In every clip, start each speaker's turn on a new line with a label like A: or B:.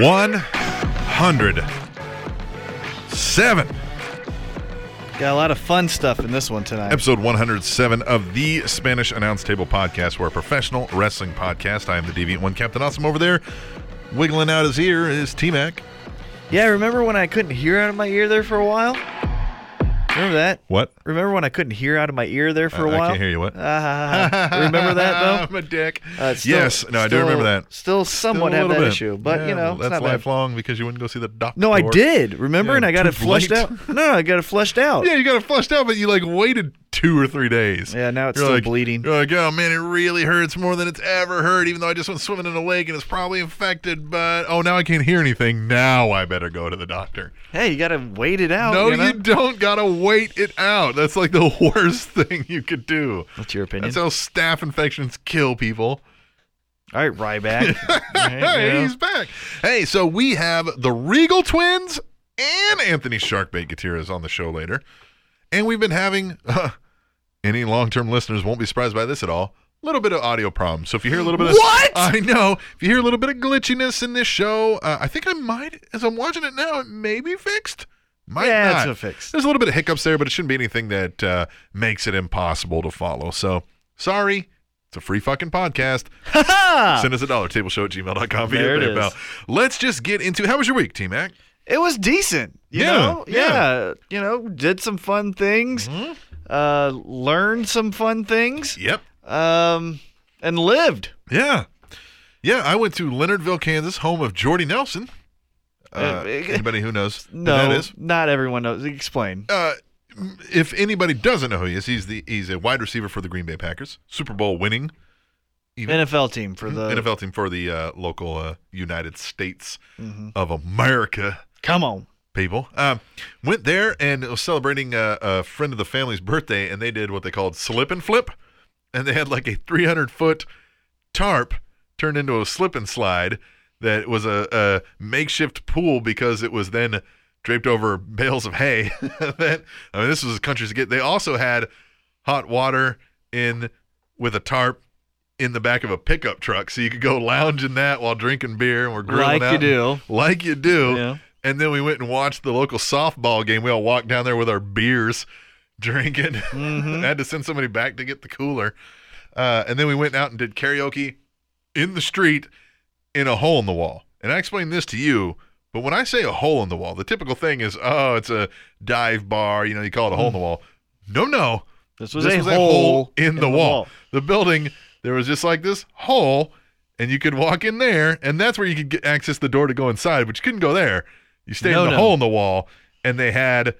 A: One hundred seven.
B: Got a lot of fun stuff in this one tonight.
A: Episode 107 of the Spanish Announce Table Podcast. We're a professional wrestling podcast. I am the Deviant One, Captain Awesome over there. Wiggling out his ear is T Mac.
B: Yeah, remember when I couldn't hear out of my ear there for a while? Remember that?
A: What?
B: Remember when I couldn't hear out of my ear there for a
A: I- I
B: while?
A: can't hear you, what?
B: Ah, remember that
A: I'm a dick.
B: though? Uh, it's still-
A: yes, no, I do
B: still-
A: remember that.
B: Still somewhat
A: Still a
B: have that
A: little bit.
B: issue, but
A: Yeah,
B: you know,
A: well,
B: it's
A: that's
B: not bad.
A: lifelong because you wouldn't go see the doctor.
B: No, I did. Remember,
A: Yeah,
B: and I got
A: too
B: it flushed
A: late.
B: out. No, no, I got it flushed out.
A: Yeah, you got it flushed out, but you like waited two or three days.
B: Yeah, now it's
A: You're
B: still
A: like-
B: bleeding.
A: You're like, oh man, it really hurts more than it's ever hurt. Even though I just went swimming in a lake and it's probably infected, but oh now I can't hear anything. Now I better go to the doctor.
B: Hey, you gotta wait it out.
A: no,
B: Oh, you, know?
A: you don't gotta wait it out. That's like the worst thing you could do.
B: What's your opinion?
A: That's how staph infections kill people.
B: All right, Ryback. All right,
A: Hey,
B: yeah.
A: he's back. Hey, so we have the Regal Twins and Anthony Sharkbait Gutierrez on the show later. And we've been having, uh, any long term listeners won't be surprised by this at all, a little bit of audio problems. So if you hear a little bit of.
B: What?
A: I know. If you hear a little bit of glitchiness in this show, uh, I think I might, as I'm watching it now, it may be fixed. Might
B: Yeah, it's
A: not.
B: a fix.
A: There's a little bit of hiccups there, but it shouldn't be anything that uh, makes it impossible to follow. So sorry. It's a free fucking podcast.
B: Ha-ha!
A: Send us a dollar table show at gmail.com via
B: Ah. There it
A: PayPal.
B: is.
A: Let's just get into how was your week, T Mac?
B: It was decent. You
A: Yeah,
B: know?
A: yeah. Mm-hmm.
B: You know, did some fun things, uh, learned some fun things,
A: Yep.
B: um, and lived.
A: Yeah. Yeah, I went to Leonardville, Kansas, home of Jordy Nelson. Uh,
B: Uh,
A: anybody who knows who
B: No,
A: that is.
B: not everyone knows. Explain.
A: Uh, if anybody doesn't know who he is, he's the he's a wide receiver for the Green Bay Packers, Super Bowl winning even- Mm-hmm.
B: NFL team for the
A: NFL team for the uh, local uh, United States of America.
B: mm-hmm. Come on.
A: people. Um, went there and was celebrating a, a friend of the family's birthday, and they did what they called slip and flip, and they had like a 300 foot tarp turned into a slip and slide that was a, a makeshift pool because it was then draped over bales of hay. that I mean, this was as country as it get. They also had hot water in with a tarp. In the back of a pickup truck, so you could go lounge in that while drinking beer and we're grilling
B: Like you
A: out
B: do.
A: like you do.
B: Yeah.
A: And then we went and watched the local softball game. We all walked down there with our beers, drinking.
B: Mm-hmm.
A: Had to send somebody back to get the cooler. Uh, and then we went out and did karaoke in the street in a hole in the wall. And I explained this to you, but when I say a hole in the wall, the typical thing is, oh, it's a dive bar. You know, you call it a hole in the wall. No, no.
B: This was, a, hole
A: in, the, wall. The building, there was just like this hole, and you could walk in there, and that's where you could get, access the door to go inside, but you couldn't go there. You stayed
B: No,
A: in the
B: no.
A: hole in the wall, and they had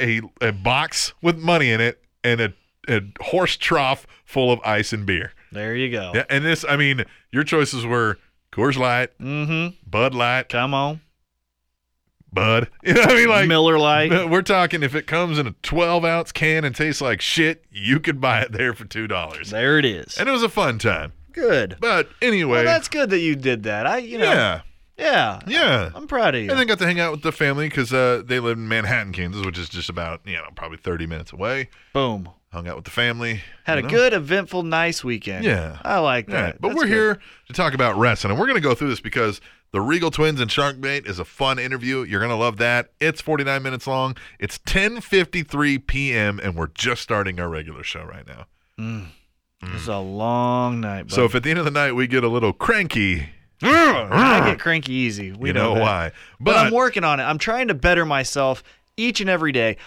A: a a box with money in it and a, a horse trough full of ice and beer.
B: There you go.
A: Yeah, and this, I mean, your choices were Coors Light,
B: Mm-hmm.
A: Bud Light,
B: Come on.
A: Bud. You know what I mean? Like
B: Miller Lite.
A: We're talking if it comes in a 12 ounce can and tastes like shit, you could buy it there for two dollars.
B: There it is.
A: and it was a fun time.
B: good.
A: But anyway,
B: Well, that's good that you did that. I, you know,
A: yeah,
B: yeah,
A: yeah.
B: I'm proud of you.
A: And then got to hang out with the family because uh, they live in Manhattan, Kansas, which is just about you know probably 30 minutes away.
B: Boom.
A: Hung out with the family.
B: Had
A: you
B: a
A: know?
B: good, eventful, nice weekend.
A: Yeah.
B: I like
A: Yeah,
B: that.
A: but
B: That's
A: we're
B: good.
A: here to talk about wrestling, and we're going to go through this because the Regal Twins and Sharkbait is a fun interview. You're going to love that. It's 49 minutes long. It's 10:53 p.m., and we're just starting our regular show right now.
B: It's a long night.
A: So if
B: bud.
A: at the end of the night we get a little cranky,
B: I get cranky easy, we
A: you know,
B: that.
A: why.
B: But, I'm working on it. I'm trying to better myself each and every day.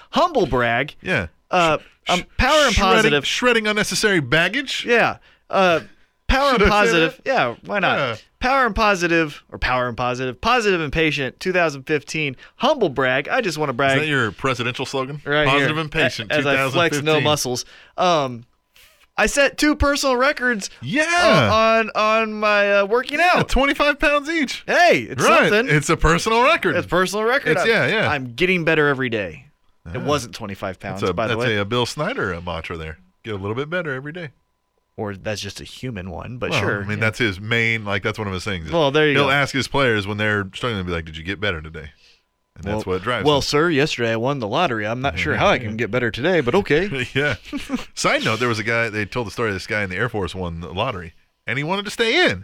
B: Humble brag.
A: yeah.
B: Uh, I'm power and
A: Shredding-
B: positive.
A: Shredding unnecessary baggage.
B: Yeah. Uh, Power
A: Should
B: and
A: I say
B: positive. Yeah, why not?
A: Yeah.
B: Power and positive, or power and positive, positive and patient. 2015. Humble brag. I just want to
A: Is
B: brag.
A: that your presidential slogan?
B: right
A: Positive
B: here,
A: and patient.
B: a- As I flex no
A: 2015.
B: muscles. Um, I set two personal records uh,
A: Yeah.
B: on on my uh, working
A: Yeah,
B: out.
A: 25 pounds each.
B: hey, it's
A: right.
B: something.
A: It's a personal record.
B: It's personal record.
A: It's-
B: I'm-
A: yeah, yeah. Ah.
B: I'm getting better every day. It wasn't 25 pounds,
A: that's a,
B: by the
A: that's
B: way,
A: a, Bill Snyder uh, mantra there. Get a little bit better every day.
B: or that's just a human one, but
A: Well,
B: sure.
A: I mean,
B: yeah.
A: that's his main, like, that's one of his things.
B: Well, there you
A: He'll
B: go.
A: ask his players when they're struggling to be like, did you get better today? And that's what drives
B: Well,
A: him.
B: sir, yesterday I won the lottery. I'm not sure how I can get better today, but okay.
A: yeah. Side note, there was a guy, they told the story of this guy in the Air Force won the lottery and he wanted to stay in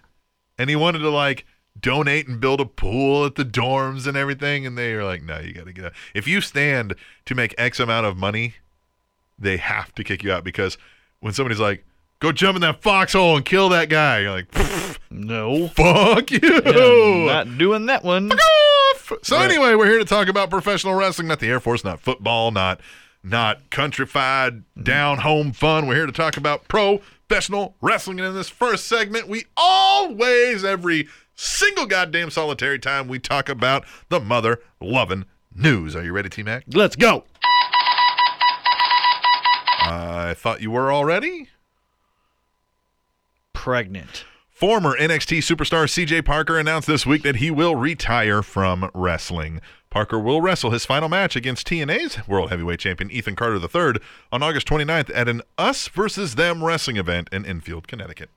A: and he wanted to like donate and build a pool at the dorms and everything. And they were like, no, you got to get out. If you stand to make X amount of money, they have to kick you out because when somebody's like, go jump in that foxhole and kill that guy, you're like, "Pff,
B: No,
A: fuck you.
B: I'm not doing that one.
A: Off. So anyway, we're here to talk about professional wrestling, not the Air Force, not football, not not countrified down home fun. We're here to talk about professional wrestling, and in this first segment, we always every single goddamn solitary time we talk about the mother loving news. Are you ready, T Mac?
B: Let's go.
A: I thought you were already.
B: Pregnant.
A: Former NXT superstar CJ Parker announced this week that he will retire from wrestling. Parker will wrestle his final match against TNA's World Heavyweight Champion Ethan Carter III on August 29th at an Us versus Them wrestling event in Enfield, Connecticut.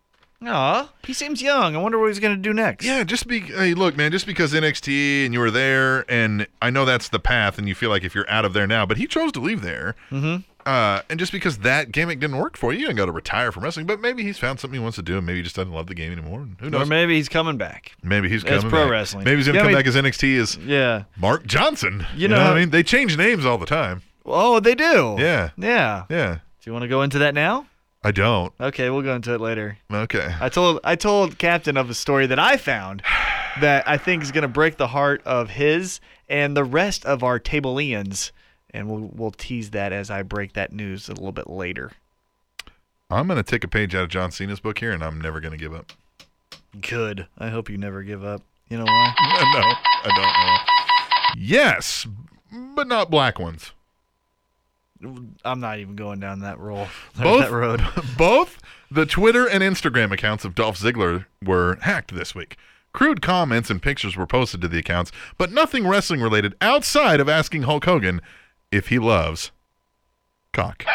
B: Aw, he seems young. I wonder what he's gonna do next.
A: Yeah, just be hey, look, man, just because NXT and you were there, and I know that's the path, and you feel like if you're out of there now, but he chose to leave there. Mm-hmm. Uh, and just because that gimmick didn't work for you, you didn't go to retire from wrestling, but maybe he's found something he wants to do, and maybe he just doesn't love the game anymore. and Who knows?
B: Or maybe he's coming back.
A: Maybe he's
B: That's
A: coming
B: pro
A: back.
B: wrestling.
A: Maybe he's gonna
B: Yeah, I
A: come
B: mean-
A: back as NXT as
B: Yeah.
A: Mark Johnson. You, know,
B: know-
A: what I mean? They change names all the time.
B: Oh, they do.
A: Yeah.
B: Yeah.
A: Yeah.
B: Do you want to go into that now?
A: I don't.
B: Okay, we'll go into it later.
A: Okay.
B: I told I told Captain of a story that I found that I think is going to break the heart of his and the rest of our Tableans, and we'll we'll tease that as I break that news a little bit later.
A: I'm gonna take a page out of John Cena's book here, and I'm never gonna give up.
B: Good. I hope you never give up. You know why?
A: no, I don't know. Yes, but not black ones.
B: I'm not even going down that roll.
A: Both-
B: That road.
A: Both the Twitter and Instagram accounts of Dolph Ziggler were hacked this week. Crude comments and pictures were posted to the accounts, but nothing wrestling related outside of asking Hulk Hogan if he loves cock.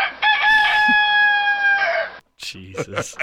B: Jesus.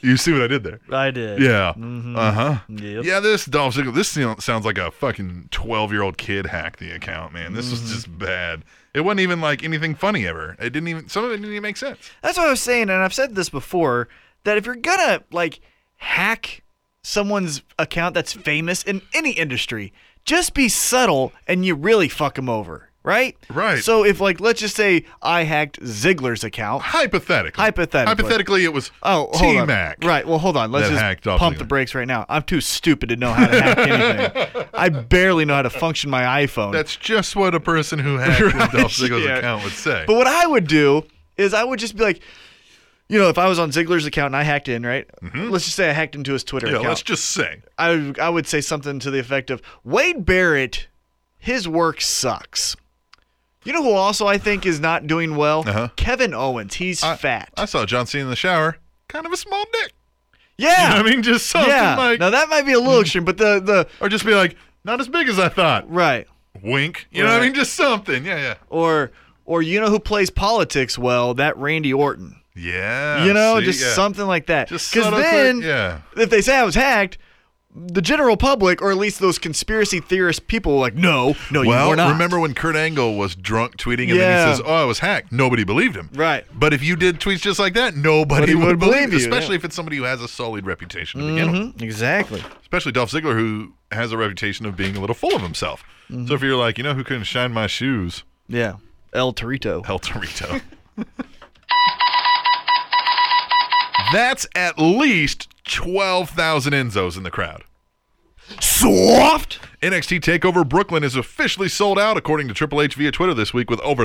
A: You see what I did there?
B: I did.
A: Yeah. Uh huh.
B: Mm-hmm. Yep.
A: Yeah, this Dolph Ziggler. This sound- sounds like a fucking twelve-year-old kid hacked the account, man. This
B: Mm-hmm.
A: was just bad. It wasn't even like anything funny ever. It didn't even. Some of it didn't even make sense.
B: That's what I was saying, and I've said this before that if you're gonna like hack someone's account that's famous in any industry, just be subtle and you really fuck them over, right?
A: Right.
B: So if like let's just say I hacked Ziggler's account.
A: Hypothetically.
B: Hypothetically.
A: Hypothetically, it was.
B: Oh, hold on.
A: T-Mac.
B: Right. Well, hold on. Let's
A: That
B: just
A: hacked Dolph
B: pump
A: Ziggler.
B: the brakes right now. I'm too stupid to know how to hack anything. I barely know how to function my iPhone.
A: That's just what a person who hacked Dolph Ziggler's
B: yeah.
A: account would say.
B: But what I would do is I would just be like, you know, if I was on Ziggler's account and I hacked in, right? Let's just say I hacked into his Twitter
A: Mm-hmm. yeah,
B: account.
A: let's just say.
B: I I would say something to the effect of Wade Barrett, his work sucks. You know who also I think is not doing well?
A: Uh-huh.
B: Kevin Owens. He's
A: I-
B: fat.
A: I saw John Cena in the shower. Kind of a small dick. You know
B: yeah.
A: what I mean, Oh, just something
B: yeah.
A: like,
B: now that might be a little
A: Mm.
B: extreme, but the the
A: or just be like, not as big as I thought.
B: right
A: Wink. You know what I
B: Right.
A: mean? Just something. Yeah, yeah.
B: or or you know who plays politics well? That Randy Orton.
A: Yeah.
B: you know,
A: see,
B: just
A: yeah.
B: something like that.
A: Just
B: Because
A: subtle, quick-
B: then,
A: yeah.
B: if they say I was hacked, the general public, or at least those conspiracy theorist people, were like, no, no, you
A: Well,
B: were not.
A: remember when Kurt Angle was drunk tweeting and then
B: Yeah.
A: he says, "Oh, I was hacked." Nobody believed him.
B: Right.
A: But if you did tweets just like that, nobody
B: Nobody
A: would,
B: would
A: believe,
B: believe
A: you,
B: you, Mm-hmm.
A: especially if it's somebody who has a solid reputation to begin with.
B: Exactly.
A: Especially Dolph Ziggler, who has a reputation of being a little full of himself.
B: Mm-hmm.
A: So if you're like, you know, who couldn't shine my shoes,
B: Yeah. El Torito.
A: El Torito. That's at least twelve thousand Enzos in the crowd.
B: Soft.
A: NXT Takeover Brooklyn is officially sold out, according to Triple H via Twitter this week, with over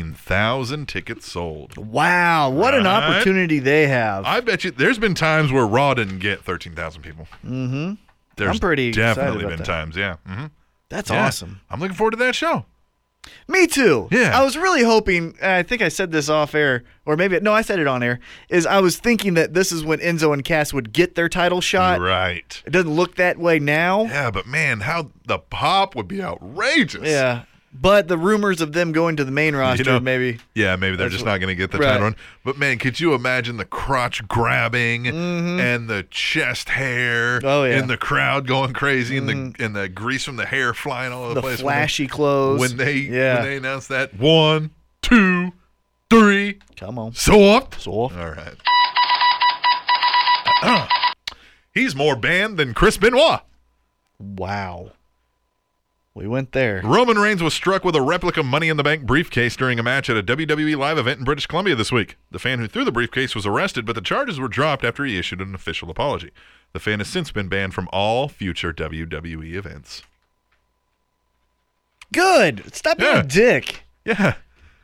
A: 13,000 tickets sold.
B: Wow, what an
A: Right.
B: opportunity they have.
A: I bet you there's been times where Raw didn't get 13,000 people. Mm-hmm. There's
B: I'm pretty excited
A: definitely
B: about
A: been
B: that.
A: times, yeah. hmm
B: That's
A: Yeah.
B: awesome.
A: I'm looking forward to that show.
B: Me too.
A: Yeah.
B: I was really hoping, and I think I said this off air, or maybe, no, I said it on air, is I was thinking that this is when Enzo and Cass would get their title shot.
A: right.
B: It doesn't look that way now.
A: Yeah, but man, how the pop would be outrageous.
B: Yeah. But the rumors of them going to the main roster,
A: know-
B: maybe.
A: Yeah, maybe they're
B: That's
A: just
B: what-
A: not going to get the
B: right.
A: title run. But man, could you imagine the crotch grabbing and the chest hair
B: Mm-hmm. Oh, yeah. Mm.
A: and the crowd going crazy and the and the grease from the hair flying all over the,
B: The
A: place when they-
B: flashy clothes.
A: when they
B: yeah.
A: when they announced that one, two, three,
B: Come on.
A: so up.
B: Soft.
A: All right. He's more banned than Chris Benoit.
B: Wow. We went there.
A: Roman Reigns was struck with a replica Money in the Bank briefcase during a match at a WWE live event in British Columbia this week. The fan who threw the briefcase was arrested, but the charges were dropped after he issued an official apology. The fan has since been banned from all future WWE events.
B: Good. Stop being
A: Yeah.
B: a dick.
A: Yeah,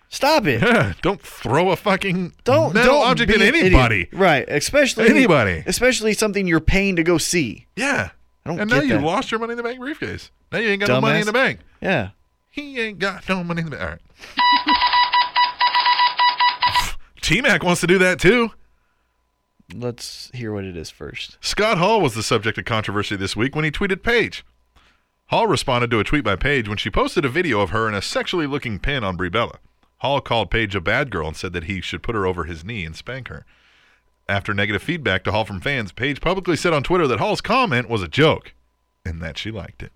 B: Stop it.
A: yeah. Don't throw a fucking
B: Don't
A: metal
B: don't
A: object
B: be
A: at
B: an idiot.
A: anybody.
B: Right, especially
A: Anybody.
B: especially something you're paying to go see.
A: Yeah.
B: I don't
A: and
B: get
A: now you
B: that.
A: lost your Money in the Bank briefcase. Now you ain't got no money
B: Dumbass.
A: in the bank.
B: Yeah.
A: He ain't got no money in the bank. All right. T Mac wants to do that too.
B: Let's hear what it is first.
A: Scott Hall was the subject of controversy this week when he tweeted Paige. Hall responded to a tweet by Paige when she posted a video of her in a sexually looking pin on Brie Bella. Hall called Paige a bad girl and said that he should put her over his knee and spank her. After negative feedback to Hall from fans, Paige publicly said on Twitter that Hall's comment was a joke and that she liked it.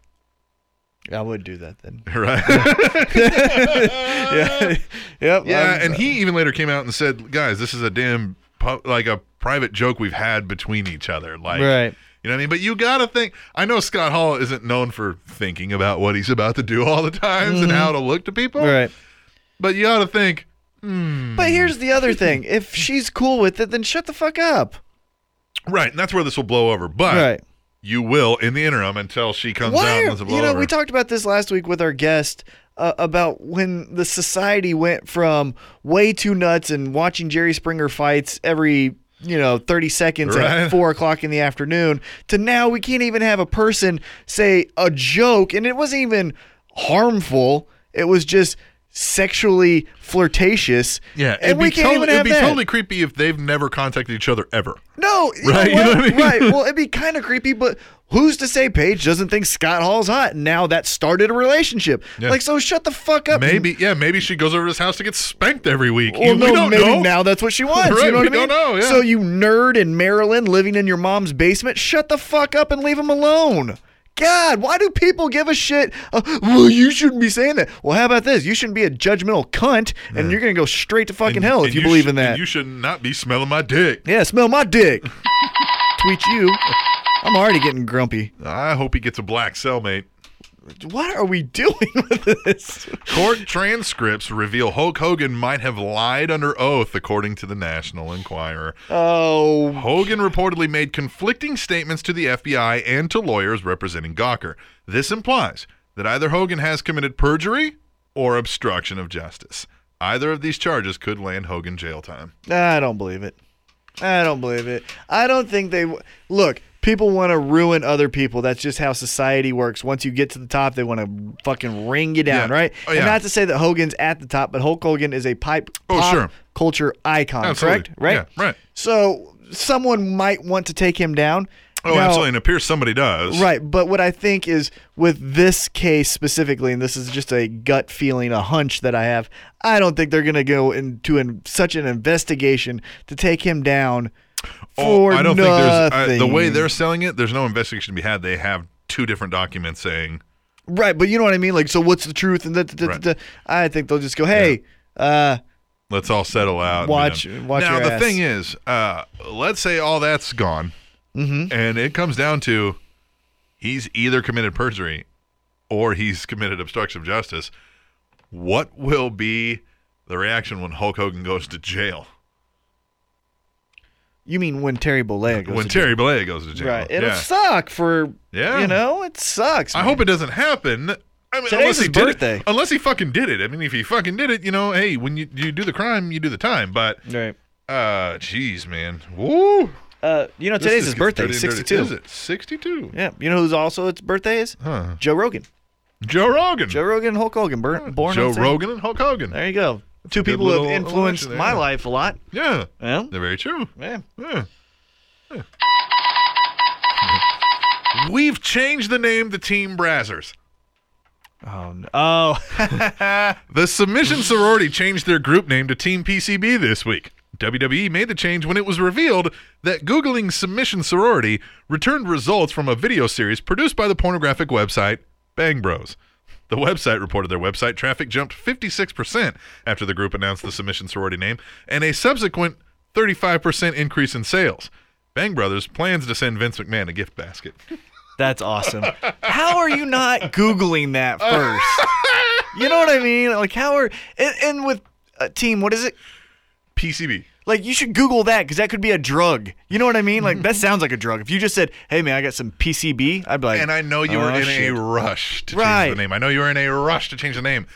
B: I would do that then.
A: Right?
B: yeah. yep.
A: yeah,
B: I'm-
A: and he even later came out and said, "Guys, this is a damn pu- like a private joke we've had between each other." Like
B: right.
A: You know what I mean? But you gotta think. I know Scott Hall isn't known for thinking about what he's about to do all the times and how to look to people.
B: Mm-hmm. Right.
A: But you gotta think.
B: But here's the other thing. If she's cool with it, then shut the fuck up.
A: Right, and that's where this will blow over. But
B: Right.
A: you will in the interim until she comes out
B: Why?
A: and
B: Are,
A: lets it blow
B: you know,
A: over.
B: we talked about this last week with our guest uh, about when the society went from way too nuts and watching Jerry Springer fights every you know thirty seconds
A: Right.
B: at four o'clock in the afternoon to now we can't even have a person say a joke, and it wasn't even harmful. It was just sexually flirtatious.
A: yeah, it'd
B: and we
A: be
B: can't
A: totally-
B: even
A: it'd
B: have
A: be
B: that. Mm-hmm.
A: totally creepy if they've never contacted each other ever.
B: No, you know
A: Right, you know what I mean?
B: Right. Well, it'd be kind of creepy, but who's to say Paige doesn't think Scott Hall's hot? And now that started a relationship.
A: Yeah.
B: Like, so shut the fuck up.
A: Maybe, yeah, maybe she goes over to his house to get spanked every week.
B: Well,
A: You-
B: no,
A: we don't
B: maybe
A: know.
B: now that's what she wants.
A: Right,
B: you know
A: we
B: what I
A: don't
B: mean?
A: know, yeah.
B: So you nerd in Maryland, living in your mom's basement, shut the fuck up and leave him alone. God, why do people give a shit? Uh, well, you shouldn't be saying that. Well, how about this? You shouldn't be a judgmental cunt, and you're gonna go straight to fucking
A: And-
B: hell if
A: and
B: you, believe
A: should- and
B: in that.
A: you should not be smelling my dick.
B: yeah, smell my dick. Tweet you. I'm already getting grumpy.
A: I hope he gets a black cellmate.
B: what are we doing with this?
A: Court transcripts reveal Hulk Hogan might have lied under oath, according to the National Enquirer.
B: Oh,
A: Hogan reportedly made conflicting statements to the FBI and to lawyers representing Gawker. This implies that either Hogan has committed perjury or obstruction of justice. Either of these charges could land Hogan jail time.
B: I don't believe it. I don't believe it. I don't think they w- look. People want to ruin other people. That's just how society works. Once you get to the top, they want to fucking ring you down,
A: Yeah.
B: right?
A: Oh, yeah.
B: And not to say that Hogan's at the top, but Hulk Hogan is a pipe
A: Oh,
B: pop
A: sure.
B: culture icon,
A: Absolutely.
B: Oh, correct? Right.
A: Yeah, right.
B: So someone might want to take him down.
A: Oh,
B: Now-
A: absolutely. And it appears somebody does.
B: Right, but what I think is with this case specifically, and this is just a gut feeling, a hunch that I have, I don't think they're going to go into an, such an investigation to take him down for
A: oh, I don't
B: nothing.
A: think there's I, the way they're selling it. There's no investigation to be had. They have two different documents saying
B: right, but you know what I mean. Like, so what's the truth? And da, da, da,
A: Right.
B: da, da. I think they'll just go, hey, uh,
A: let's all settle out. and be
B: Watch-
A: done.
B: watch
A: Now
B: your
A: the
B: ass.
A: thing is, uh, let's say all that's gone,
B: Mm-hmm.
A: and it comes down to he's either committed perjury or he's committed obstruction of justice. What will be the reaction when Hulk Hogan goes to jail?
B: You mean when Terry Bollea goes
A: when
B: to jail.
A: Terry Bollea goes to jail.
B: Right. It'll
A: yeah.
B: suck for
A: Yeah.
B: you know, it sucks.
A: I
B: man.
A: hope it doesn't happen. I mean,
B: Today's
A: unless he
B: his
A: did
B: birthday.
A: It, unless he fucking did it. I mean, if he fucking did it, you know, hey, when you, you do the crime, you do the time. But,
B: Right.
A: uh, jeez, man. Woo.
B: Uh, you know,
A: This
B: today's
A: just
B: his
A: gets
B: birthday,
A: dirty and dirty.
B: 62.
A: Is it 62?
B: Yeah. You know who's also its birthday is?
A: Huh.
B: Joe Rogan.
A: Joe Rogan.
B: Joe Rogan and Hulk Hogan. Bur- born
A: Joe
B: on Saturday.
A: Rogan and Hulk Hogan.
B: There you go. Two
A: good
B: people who have
A: little
B: influenced
A: election there,
B: my
A: yeah.
B: life a lot.
A: Yeah.
B: Well,
A: They're very true.
B: yeah.
A: Yeah. Yeah. We've changed the name to Team Brazzers.
B: Oh, no. oh.
A: The Submission Sorority changed their group name to Team PCB this week. WWE made the change when it was revealed that Googling Submission Sorority returned results from a video series produced by the pornographic website Bang Bros. The website reported their website traffic jumped 56% after the group announced the Submission Sorority name and a subsequent 35% increase in sales. Bang Brothers plans to send Vince McMahon a gift basket.
B: That's awesome. How are you not Googling that first? you know what I mean? Like, how are, and, and with a team, what is it?
A: PCB.
B: Like, you should Google that because that could be a drug. You know what I mean? Like, that sounds like a drug. If you just said, hey, man, I got some PCB, I'd be like,
A: and I know you were
B: "Oh,
A: in
B: shit."
A: a rush to
B: Right.
A: change the name. I know you were in a rush to change the name,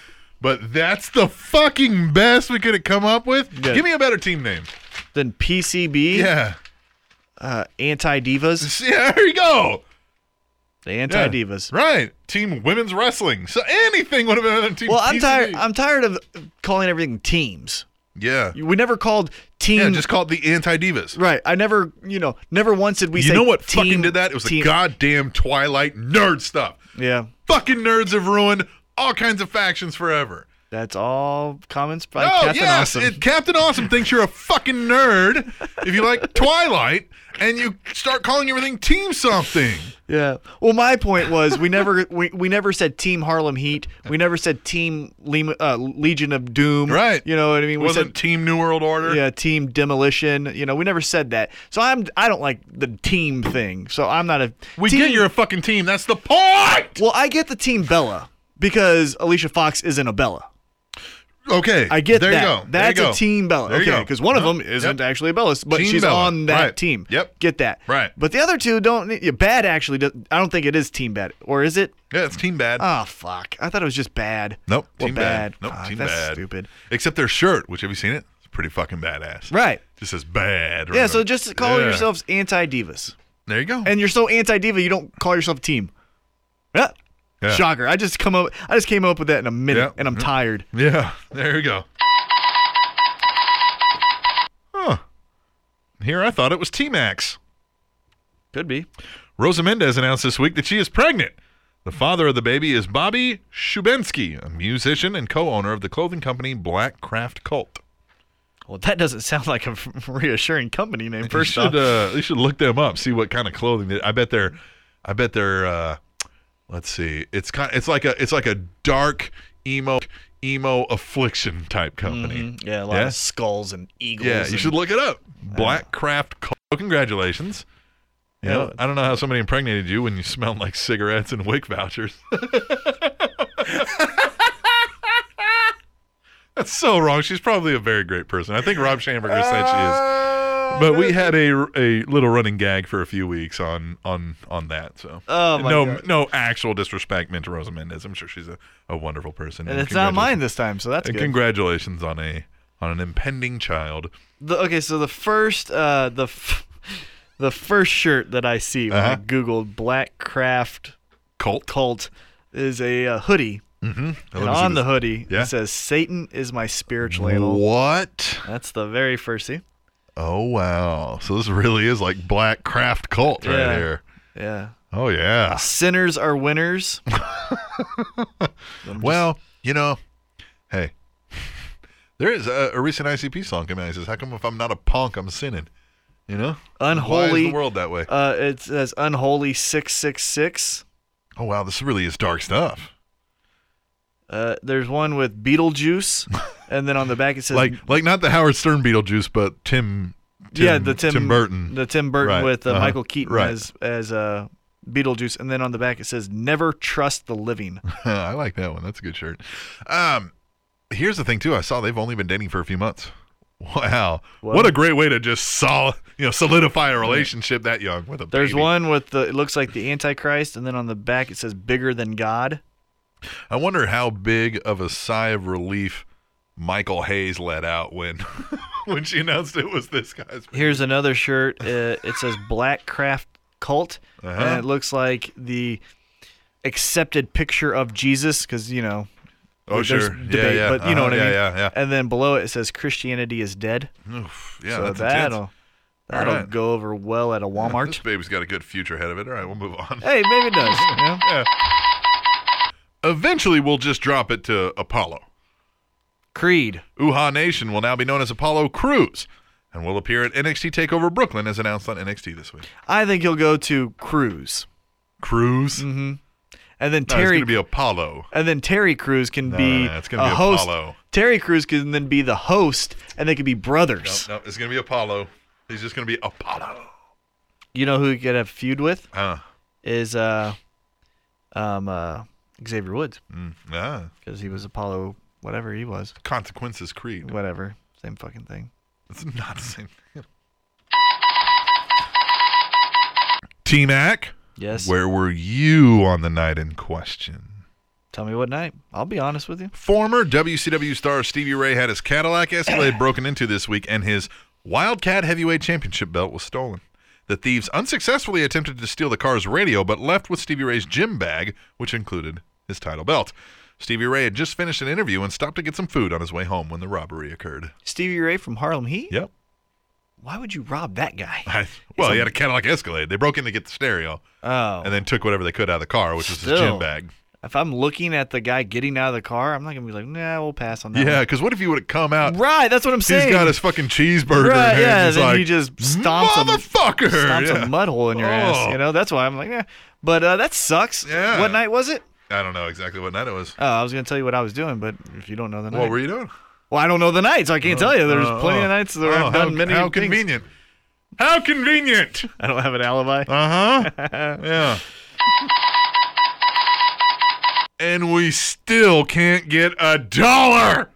A: but that's the fucking best we could have come up with.
B: Yeah.
A: Give me a better team name.
B: Then PCB,
A: Yeah,
B: uh, anti divas,
A: See, there you go.
B: the
A: Yeah.
B: anti divas.
A: Right, team women's wrestling. So anything would have been on team.
B: Well, I'm
A: PCB.
B: tired. I'm tired of calling everything teams.
A: yeah,
B: We never called team.
A: yeah, just called the anti divas.
B: right. I never, you know, never once did we.
A: You
B: say
A: know what
B: team,
A: fucking did that? It was
B: team.
A: the goddamn Twilight nerd stuff.
B: Yeah,
A: Fucking nerds have ruined all kinds of factions forever.
B: that's all comments by
A: oh,
B: Captain
A: yes.
B: Awesome.
A: it- Captain Awesome thinks you're a fucking nerd if you like Twilight and you start calling everything team something.
B: yeah. Well, my point was we never we, we never said team Harlem Heat. We never said team Lem- uh, Legion of Doom.
A: Right.
B: You know what I mean?
A: It
B: We
A: wasn't
B: said
A: Team New World Order.
B: yeah, team demolition. You know, we never said that. So I'm I don't like the team thing. So I'm not a
A: We
B: team,
A: get you're a fucking team. That's the point.
B: Well, I get the team Bella because Alicia Fox isn't a Bella.
A: Okay.
B: I get
A: there
B: that.
A: You go. There you
B: That's
A: go.
B: a team Bella.
A: There you
B: okay,
A: go.
B: because one of
A: Huh?
B: them isn't
A: Yep.
B: actually a Bella, but
A: Team
B: she's
A: Bella.
B: on that
A: Right.
B: team.
A: Yep.
B: Get that.
A: Right.
B: But the other two don't. need- Yeah, bad actually. Does, I don't think it is team bad, or is it?
A: Yeah, it's team bad.
B: Oh fuck! I thought it was just bad.
A: nope.
B: Or
A: Team bad. Nope.
B: Fuck,
A: team
B: that's
A: bad.
B: Stupid.
A: Except their shirt, which have you seen it? It's pretty fucking badass.
B: Right.
A: Just says bad.
B: Yeah.
A: right
B: So
A: on-
B: just call
A: Yeah.
B: yourselves anti divas,
A: There you go.
B: and you're so anti diva you don't call yourself a team. Yeah.
A: Yeah.
B: Shocker! I just come up. I just came up with that in a minute,
A: Yeah. Mm-hmm.
B: and I'm tired.
A: Yeah, there we go. Huh. Here I thought it was T Max.
B: Could be.
A: Rosa Mendez announced this week that she is pregnant. The father of the baby is Bobby Shubensky, a musician and co owner of the clothing company Black Craft Cult.
B: Well, that doesn't sound like a reassuring company name. First
A: you
B: off,
A: should, uh, you should look them up, see what kind of clothing they I bet they're I bet they're uh, let's see. It's kind it's like a it's like a dark emo emo affliction type company.
B: yeah, a lot
A: Yeah.
B: of skulls and eagles.
A: Yeah, you
B: and-
A: should look it up. Black Craft Co. Oh, Congratulations. You know,
B: Yeah.
A: I don't know how somebody impregnated you when you smelled like cigarettes and wick vouchers. That's so wrong. She's probably a very great person. I think Rob Schamberger said she
B: Uh,
A: is. But we had a, a little running gag for a few weeks on on on that. So
B: Oh, my
A: no
B: God.
A: no actual disrespect meant to Rosa Mendez. I'm sure she's a, a wonderful person.
B: And it's not mine this time, so that's
A: And
B: good.
A: congratulations on a on an impending child.
B: The- okay, so the first, uh, the f- the first shirt that I see when I
A: Uh-huh.
B: googled Black Craft
A: Cult.
B: Cult is a uh, hoodie,
A: Now,
B: and
A: let me see
B: on the
A: this.
B: hoodie
A: Yeah.
B: it says "Satan is my spiritual animal."
A: What?
B: That's the very first thing.
A: Oh wow! So this really is like black craft cult right
B: Yeah.
A: here.
B: Yeah,
A: Oh yeah.
B: sinners are winners.
A: Well, you know, hey, there is a, a recent ICP song coming out. He says, "How come if I'm not a punk, I'm sinning?" You know, Why is
B: Unholy.
A: the world that way?
B: Uh, it says unholy six six six.
A: Oh wow, this really is dark stuff.
B: Uh, there's one with Beetlejuice, and then on the back it says
A: Like, like not the Howard Stern Beetlejuice, but Tim. Tim
B: yeah the Tim,
A: Burton.
B: the Tim Burton
A: Right,
B: with uh,
A: uh-huh,
B: Michael Keaton
A: right.
B: as as uh, Beetlejuice, and then on the back it says never trust the living.
A: I like that one. That's a good shirt. Um, here's the thing too. I saw they've only been dating for a few months. Wow.
B: Well-
A: what a great way to just sol- you know, solidify a relationship that young with a
B: There's
A: baby.
B: one with the it looks like the Antichrist, and then on the back it says bigger than God.
A: I wonder how big of a sigh of relief Michael Hayes let out when when she announced it was this guy's baby.
B: Here's another shirt. Uh, it says Black Craft Cult,
A: Uh-huh.
B: and it looks like the accepted picture of Jesus, because you know.
A: Oh
B: there's
A: sure.
B: debate,
A: yeah, yeah.
B: but you know
A: Uh-huh.
B: what I mean.
A: Yeah, yeah,
B: And then below it says Christianity is dead.
A: yeah. Oof. Yeah,
B: so
A: Oh, that's intense.
B: that'll that'll
A: right.
B: go over well at a
A: This
B: Walmart.
A: baby's got a good future ahead of it. All right, we'll move on.
B: hey, maybe it does. you know?
A: Eventually, we'll just drop it to Apollo.
B: Creed.
A: Uha Nation will now be known as Apollo Crews and will appear at NXT Takeover Brooklyn as announced on NXT this week.
B: I think he'll go to Cruz,
A: Cruz? Mm-hmm. No,
B: and then
A: it's
B: Terry,
A: going to be Apollo.
B: and then Terry Cruz can
A: No,
B: be
A: no, no, it's gonna
B: a
A: be
B: host.
A: Apollo.
B: Terry Cruz can then be the host, and they could be
A: No,
B: brothers.
A: no, it's going to be Apollo. He's just going to be Apollo.
B: You know who he could have feud with
A: Ah,
B: is uh, um, uh, Xavier Woods
A: mm, ah.
B: because he was Apollo, whatever he was,
A: Consequences Creed.
B: whatever, same fucking thing.
A: It's not the same. T Mac,
B: Yes.
A: where were you on the night in question?
B: Tell me what night. I'll be honest with you.
A: Former WCW star Stevie Ray had his Cadillac Escalade broken into this week, and his Wildcat Heavyweight Championship belt was stolen. The thieves unsuccessfully attempted to steal the car's radio, but left with Stevie Ray's gym bag, which included his title belt. Stevie Ray had just finished an interview and stopped to get some food on his way home when the robbery occurred.
B: Stevie Ray from Harlem Heat.
A: Yep.
B: Why would you rob that guy?
A: I, well, he had a Cadillac Escalade. They broke in to get the stereo
B: Oh.
A: and then took whatever they could out of the car, which was his gym
B: Still.
A: bag.
B: if I'm looking at the guy getting out of the car, I'm not gonna be like, nah, we'll pass on that.
A: Yeah, because what if he would have come out?
B: one." Right. That's what I'm saying.
A: He's got his fucking cheeseburger.
B: Right,
A: and
B: yeah,
A: he's
B: then
A: like,
B: you just stomps him-
A: motherfucker.
B: Stomps
A: Yeah.
B: a mud hole in your
A: Oh.
B: ass. You know. That's why I'm like, yeah. But uh, that sucks.
A: Yeah.
B: What night was it?
A: I don't know exactly what night it was.
B: Oh, I was gonna tell you what I was doing, but if you don't know the night,
A: What were you doing?
B: well, I don't know the night, so I can't tell you. There's
A: Oh,
B: plenty
A: oh.
B: of nights that
A: Oh,
B: I've done
A: how,
B: many.
A: How
B: things.
A: convenient. How convenient.
B: I don't have an alibi.
A: Uh huh. yeah. And we still can't get a dollar.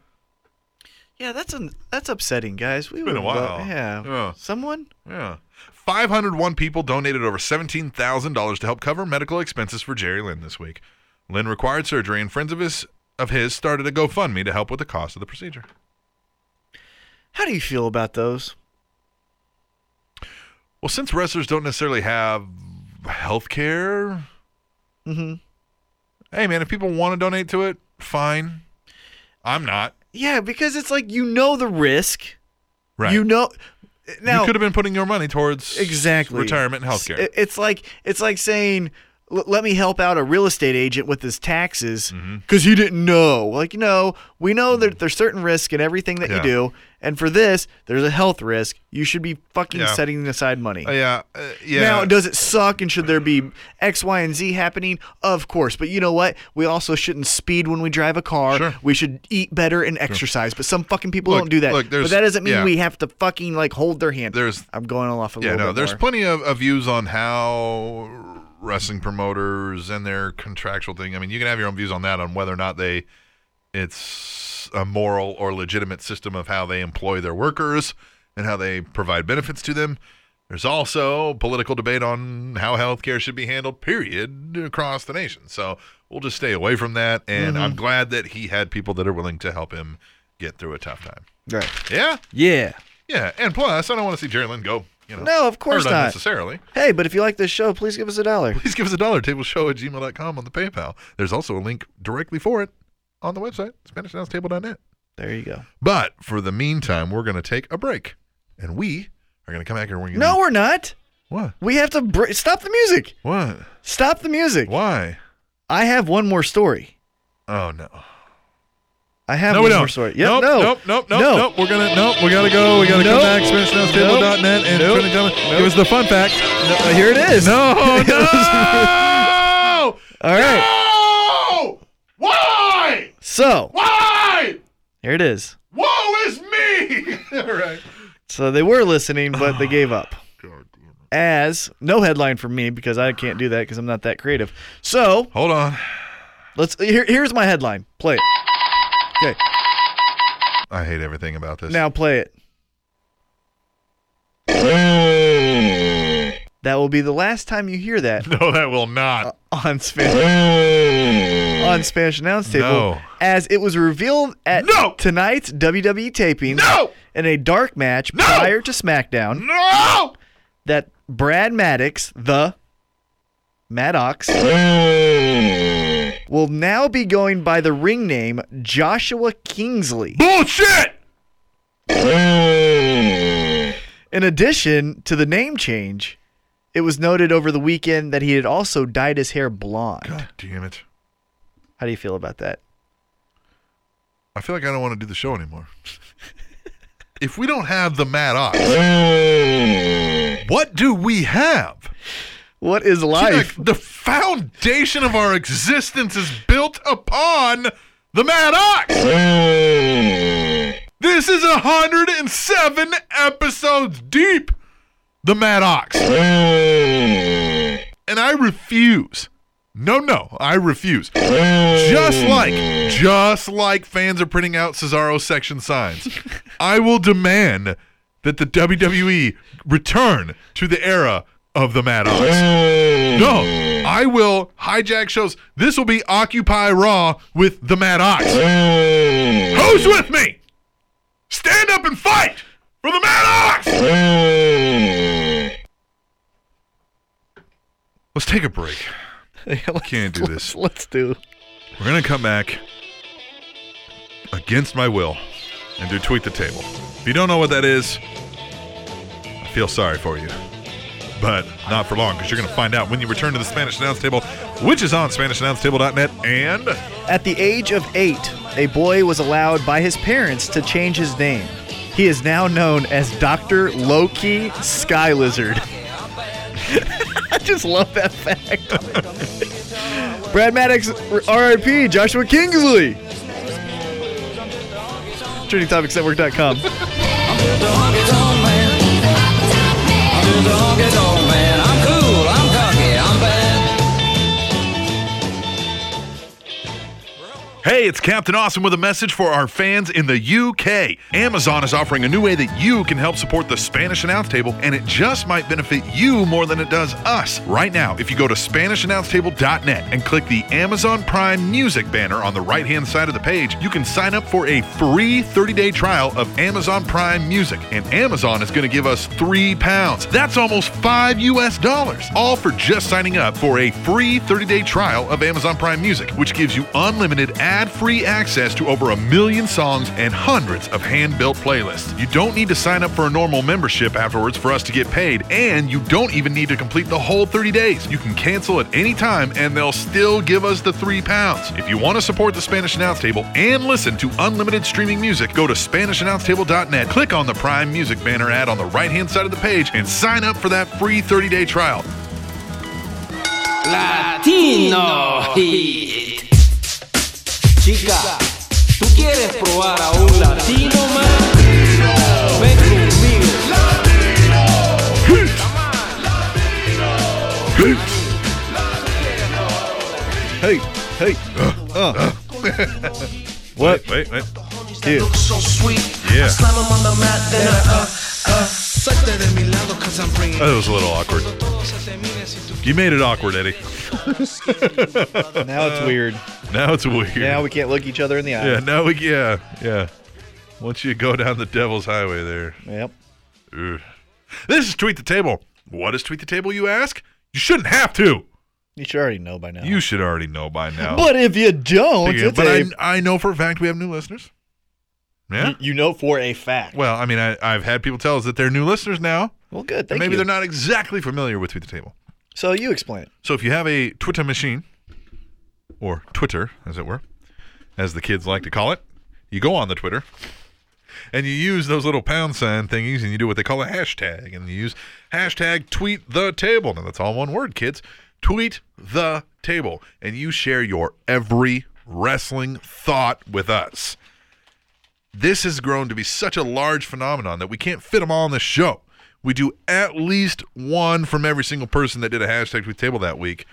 B: Yeah, that's an that's upsetting, guys. We've
A: been a while. Oh.
B: yeah.
A: Yeah.
B: Someone.
A: Yeah. 501 people donated over $17,000 to help cover medical expenses for Jerry Lynn this week. Lynn required surgery, and friends of his of his started a GoFundMe to help with the cost of the procedure.
B: How do you feel about those?
A: Well, since wrestlers don't necessarily have health care,
B: Mm-hmm.
A: hey man, if people want to donate to it, fine. I'm not.
B: Yeah, because it's like you know the risk.
A: Right.
B: You know. Now,
A: you could have been putting your money towards
B: exactly
A: retirement and health care.
B: It- It's like it's like saying, "L- "Let me help out a real estate agent with his taxes,"
A: Mm-hmm.
B: because he didn't know. Like, you know, we know that there's certain risk in everything that
A: Mm. Yeah.
B: you do, and for this, there's a health risk. You should be fucking
A: Yeah.
B: setting aside money.
A: yeah. uh, yeah.
B: Now, does it suck and should there be X, Y, and Z happening? Of course. But you know what? We also shouldn't speed when we drive a car.
A: Sure.
B: We should eat better and exercise. But some fucking people
A: Look,
B: don't do that.
A: look, there's-
B: but that doesn't mean
A: yeah.
B: we have to fucking like hold their hand.
A: There's-
B: I'm going off a
A: yeah,
B: little
A: no,
B: bit
A: there's
B: more.
A: plenty of, of views on how wrestling promoters and their contractual thing. I mean, you can have your own views on that on whether or not they it's a moral or legitimate system of how they employ their workers and how they provide benefits to them. There's also political debate on how healthcare should be handled, period, across the nation. So we'll just stay away from that. And
B: Mm-hmm.
A: I'm glad that he had people that are willing to help him get through a tough time.
B: Right.
A: Yeah.
B: Yeah.
A: Yeah. And plus, I don't want to see Jerry Lynn go, you know.
B: No, of course
A: Or
B: not.
A: necessarily.
B: Hey, but if you like this show, please give us a dollar.
A: Please give us a dollar, tableshow at gmail.com on the PayPal. There's also a link directly for it on the website, SpanishNowsTable.net.
B: There you go.
A: But for the meantime, we're going to take a break. And we are going to come back here and we're going
B: No, we're not.
A: What?
B: We have to br- stop the music.
A: What?
B: Stop the music.
A: Why?
B: I have one more story.
A: Oh, no.
B: I have
A: no,
B: one
A: we don't.
B: more story. Yep,
A: nope,
B: no.
A: nope, nope, nope,
B: no.
A: nope. We're gonna, nope. We gotta go. We gotta
B: Nope.
A: come back. SpanishNowsTable.net and
B: Nope.
A: nope. nope. give us the fun fact.
B: Uh, here it is.
A: No,
B: It
A: no.
B: All right.
A: No! Why?
B: So
A: Why?
B: here it is.
A: Woe is me! All right.
B: So they were listening, but they gave up.
A: God damn it.
B: As no headline from me because I can't do that because I'm not that creative. So
A: Hold on.
B: let's. Here, here's my headline. Play it. Okay.
A: I hate everything about this.
B: Now play it. That will be the last time you hear that
A: No, that will not.
B: on Spanish on Spanish announce table,
A: No.
B: as it was revealed at
A: No!
B: tonight's WWE taping
A: No!
B: in a dark match
A: No!
B: prior to SmackDown
A: No!
B: that Brad Maddox, the Maddox, will now be going by the ring name Joshua Kingsley.
A: Bullshit!
B: In addition to the name change, it was noted over the weekend that he had also dyed his hair blonde.
A: God damn it.
B: How do you feel about that?
A: I feel like I don't want to do the show anymore. if we don't have the Mad Ox, what do we have?
B: What is life?
A: Like, the foundation of our existence is built upon the Mad Ox. This is 107 episodes deep, the Mad Ox. And I refuse. No, no, I refuse. Just like, just like fans are printing out Cesaro section signs, I will demand that the WWE return to the era of the Mad Ox. No, I will hijack shows. This will be Occupy Raw with the Mad Ox. Who's with me? Stand up and fight for the Mad Ox! Let's take a break.
B: Let's-
A: Can't do this.
B: Let's do.
A: We're going to come back against my will and do Tweet the Table. If you don't know what that is, I feel sorry for you. But not for long, because you're going to find out when you return to the Spanish Announce Table, which is on SpanishAnnounceTable.net. And
B: At the age of eight, a boy was allowed by his parents to change his name. He is now known as Dr. Loki Sky Lizard. I just love that fact. Brad Maddox, RIP, Joshua Kingsley. TrainingTopicsNetwork.com.
C: Dog is on man. I'm the dog is on man. I'm cool. I'm cocky. I'm bad.
A: Hey, it's Captain Awesome with a message for our fans in the UK. Amazon is offering a new way that you can help support the Spanish Announce Table, and it just might benefit you more than it does us. Right now, if you go to SpanishAnnounceTable.net and click the Amazon Prime Music banner on the right hand side of the page, you can sign up for a free 30 day trial of Amazon Prime Music, and Amazon is going to give us three pounds. That's almost five US dollars, all for just signing up for a free 30 day trial of Amazon Prime Music, which gives you unlimited ad free access to over a million songs and hundreds of hand built playlists. You don't need to sign up for a normal membership afterwards for us to get paid, and you don't even need to complete the whole 30 days. You can cancel at any time and they'll still give us the three pounds. If you want to support the Spanish Announce Table and listen to unlimited streaming music, go to SpanishAnnounceTable.net, click on the Prime Music banner ad on the right hand side of the page, and sign up for that free 30 day trial.
C: Latino Hit. Chica, ¿tú quieres probar a un latino más? Ven conmigo.
B: Hey, hey.
A: Uh,
B: What?
A: Wait, wait.
B: Dude.
D: Look so sweet.
A: Yeah.
D: I slam him on the mat, then I, uh, uh, suerte de mi lado, cause I'm bringing.
A: That was a little awkward.
D: Todo se termine si tú
A: You made it awkward, Eddie.
B: Now it's weird.
A: Now it's weird.
B: Now we can't look each other in the eye.
A: yeah, now we, yeah, yeah. Once you go down the devil's highway there.
B: Yep.
A: Ugh. This is Tweet the Table. What is Tweet the Table, you ask? You shouldn't have to.
B: You should already know by now.
A: You should already know by now.
B: but if you don't,
A: Yeah,
B: it's
A: but
B: a-
A: I, I know for a fact we have new listeners. Yeah.
B: you know for a fact.
A: Well, I mean, I, I've had people tell us that they're new listeners now.
B: Well, good.
A: and
B: Thank
A: maybe
B: you.
A: they're not exactly familiar with Tweet the Table.
B: So you explain it.
A: So if you have a Twitter machine, or Twitter, as it were, as the kids like to call it, you go on the Twitter and you use those little pound sign thingies and you do what they call a hashtag and you use hashtag tweet the table. Now that's all one word, kids. Tweet the table and you share your every wrestling thought with us. This has grown to be such a large phenomenon that we can't fit them all on this show. We do at least one from every single person that did a hashtag tweet the table that week,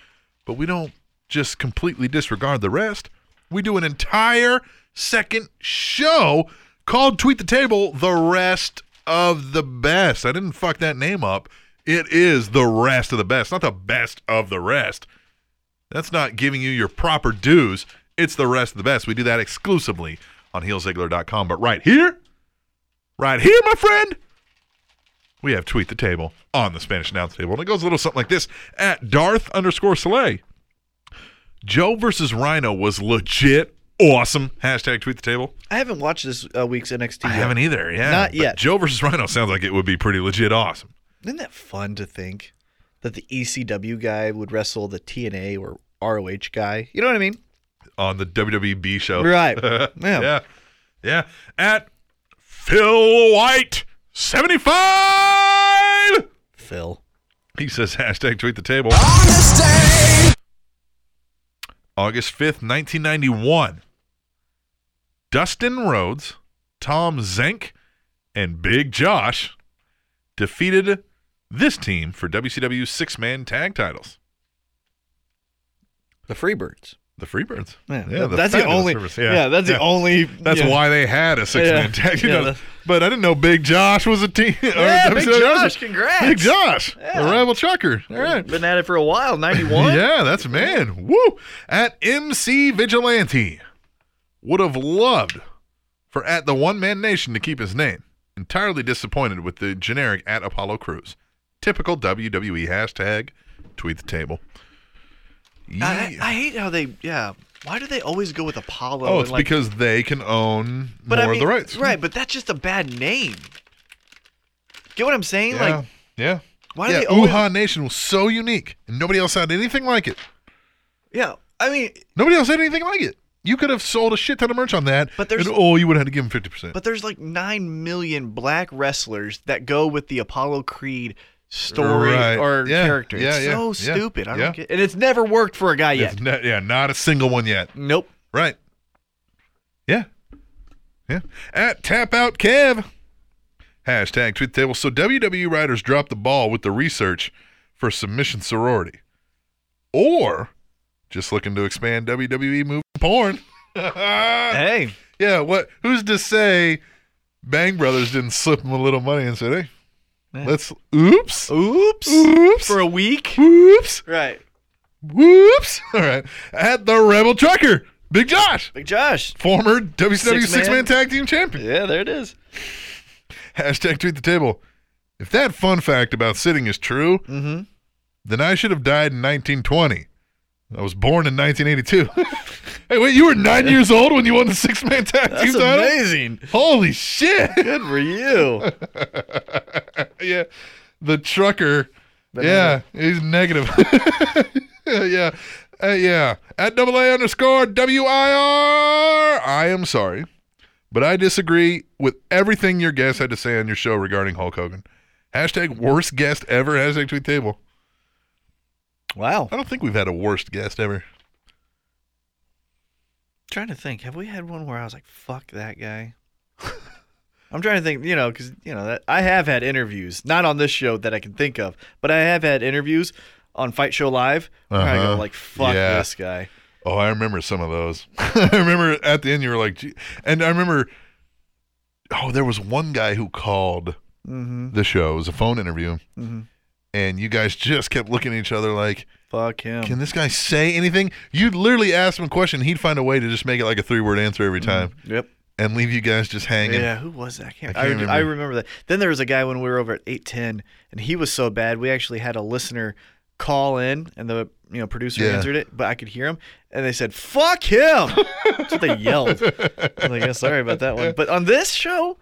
A: but we don't just completely disregard the rest. We do an entire second show called Tweet the Table the rest of the best. I didn't fuck that name up. It is the rest of the best, not the best of the rest. That's not giving you your proper dues. It's the rest of the best. We do that exclusively on heelzigler.com. But right here, right here, my friend, we have Tweet the Table on the Spanish Announce Table. And it goes a little something like this at Darth underscore Soleil. Joe versus Rhino was legit awesome. Hashtag Tweet the Table.
E: I haven't watched this uh, week's NXT.
A: I
E: yet.
A: haven't either. Yeah.
E: Not
A: But
E: yet.
A: Joe versus Rhino sounds like it would be pretty legit awesome.
E: Isn't that fun to think that the
B: E
E: ECW guy would wrestle the TNA or ROH guy? You know what I mean?
A: on the WWB show.
E: Right.
A: yeah.
E: Yeah.
A: yeah. At Phil White 75.
E: Phil.
A: He says hashtag tweet the table. August 5th, 1991. Dustin Rhodes, Tom Zenk, and Big Josh defeated this team for WCW six man tag titles.
E: The Freebirds.
A: The Freebirds.
E: Yeah,
A: the
B: that's the
A: fabulous
B: only.
A: Freebirds.
B: Yeah. that's the only.
A: That's
B: yeah.
A: why they had a six man
B: Yeah.
A: tag. You
B: Yeah,
A: know,
B: that's-
A: but I didn't know Big Josh was a team. or
B: Yeah, Big
A: WCW
B: Josh,
A: was-
B: congrats.
A: Big Josh, the rival trucker. All right.
B: Been at it for a while. Ninety-one.
A: Yeah, that's a man. Woo! At MC Vigilante. Would have loved for at the one man nation to keep his name. Entirely disappointed with the generic at Apollo Crews. Typical WWE hashtag tweet the table.
B: I,
A: Yeah.
B: I hate how they. Yeah. Why do they always go with Apollo?
A: oh,
B: and,
A: it's
B: like-
A: because they can own
B: but
A: more
B: I
A: of
B: mean,
A: the rights.
B: Right, but that's just a bad name. Get what I'm saying?
A: Yeah.
B: Like,
A: yeah.
B: why
A: Yeah,
B: do they always?
A: Uha Nation was so unique, and nobody else had anything like it.
B: Yeah. I mean,
A: Nobody else had anything like it. You could have sold a shit ton of merch on that,
B: But there's-
A: and oh, you would have had to give him fifty percent.
B: But there's like nine million black wrestlers that go with the Apollo Creed story
A: Right.
B: or
A: Yeah,
B: character.
A: yeah,
B: it's
A: yeah,
B: so
A: yeah,
B: stupid. I don't
A: yeah.
B: get and it's never worked for a guy yet.
A: yeah, not a single one yet.
B: nope.
A: Right? Yeah, yeah. At tap out Kev. Hashtag tweet the table. So WWE writers dropped the ball with the research for submission sorority, or just looking to expand WWE movie porn.
B: Hey.
A: Yeah, what? Who's to say Bang Brothers didn't slip him a little money and said, "Hey, let's oops,
B: Oops.
A: oops,
B: For a week.
A: oops,
B: Right.
A: whoops." All right, at the Rebel Trucker, Big Josh,
B: Like Josh.
A: former WCW
B: Six-man.
A: six-man tag team champion.
B: Yeah, there it is.
A: Hashtag tweet the table. If that fun fact about sitting is true,
B: Mm-hmm.
A: then I should have died in 1920. I was born in 1982. hey, wait, you were nine years old when you won the six-man tag team
B: That's
A: title?
B: amazing.
A: Holy shit!
B: Good for you.
A: yeah, the trucker. yeah, he's negative. yeah, Uh, yeah. At double A underscore W I R. I am sorry, but I disagree with everything your guest had to say on your show regarding Hulk Hogan. Hashtag worst guest ever. Hashtag tweet table.
E: Wow.
A: I don't think we've had a worst guest ever.
E: trying to think. Have we had one where I was like, "Fuck that guy"? I'm trying to think. You know, because you know that I have had interviews, not on this show that I can think of, but I have had interviews on Fight Show Live where I go
A: Uh-huh.
E: like, "Fuck
A: Yeah.
E: this guy."
A: Oh, I remember some of those. I remember at the end you were like, Gee. and I remember, oh, there was one guy who called
E: Mm-hmm.
A: the show. It was a phone interview, and you guys just kept looking at each other like,
E: Fuck him.
A: can this guy say anything? You'd literally ask him a question, he'd find a way to just make it like a three-word answer every time,
E: Yep.
A: and leave you guys just hanging.
E: Yeah, who was that? I can't,
A: I
E: I,
A: can't
E: re-
A: remember.
E: I remember that. Then there was a guy when we were over at 810, and he was so bad. We actually had a listener call in, and the you know producer
A: Yeah.
E: answered it, but I could hear him, and they said "fuck him." That's what they yelled. I'm like, yeah, sorry about that one. But on this show,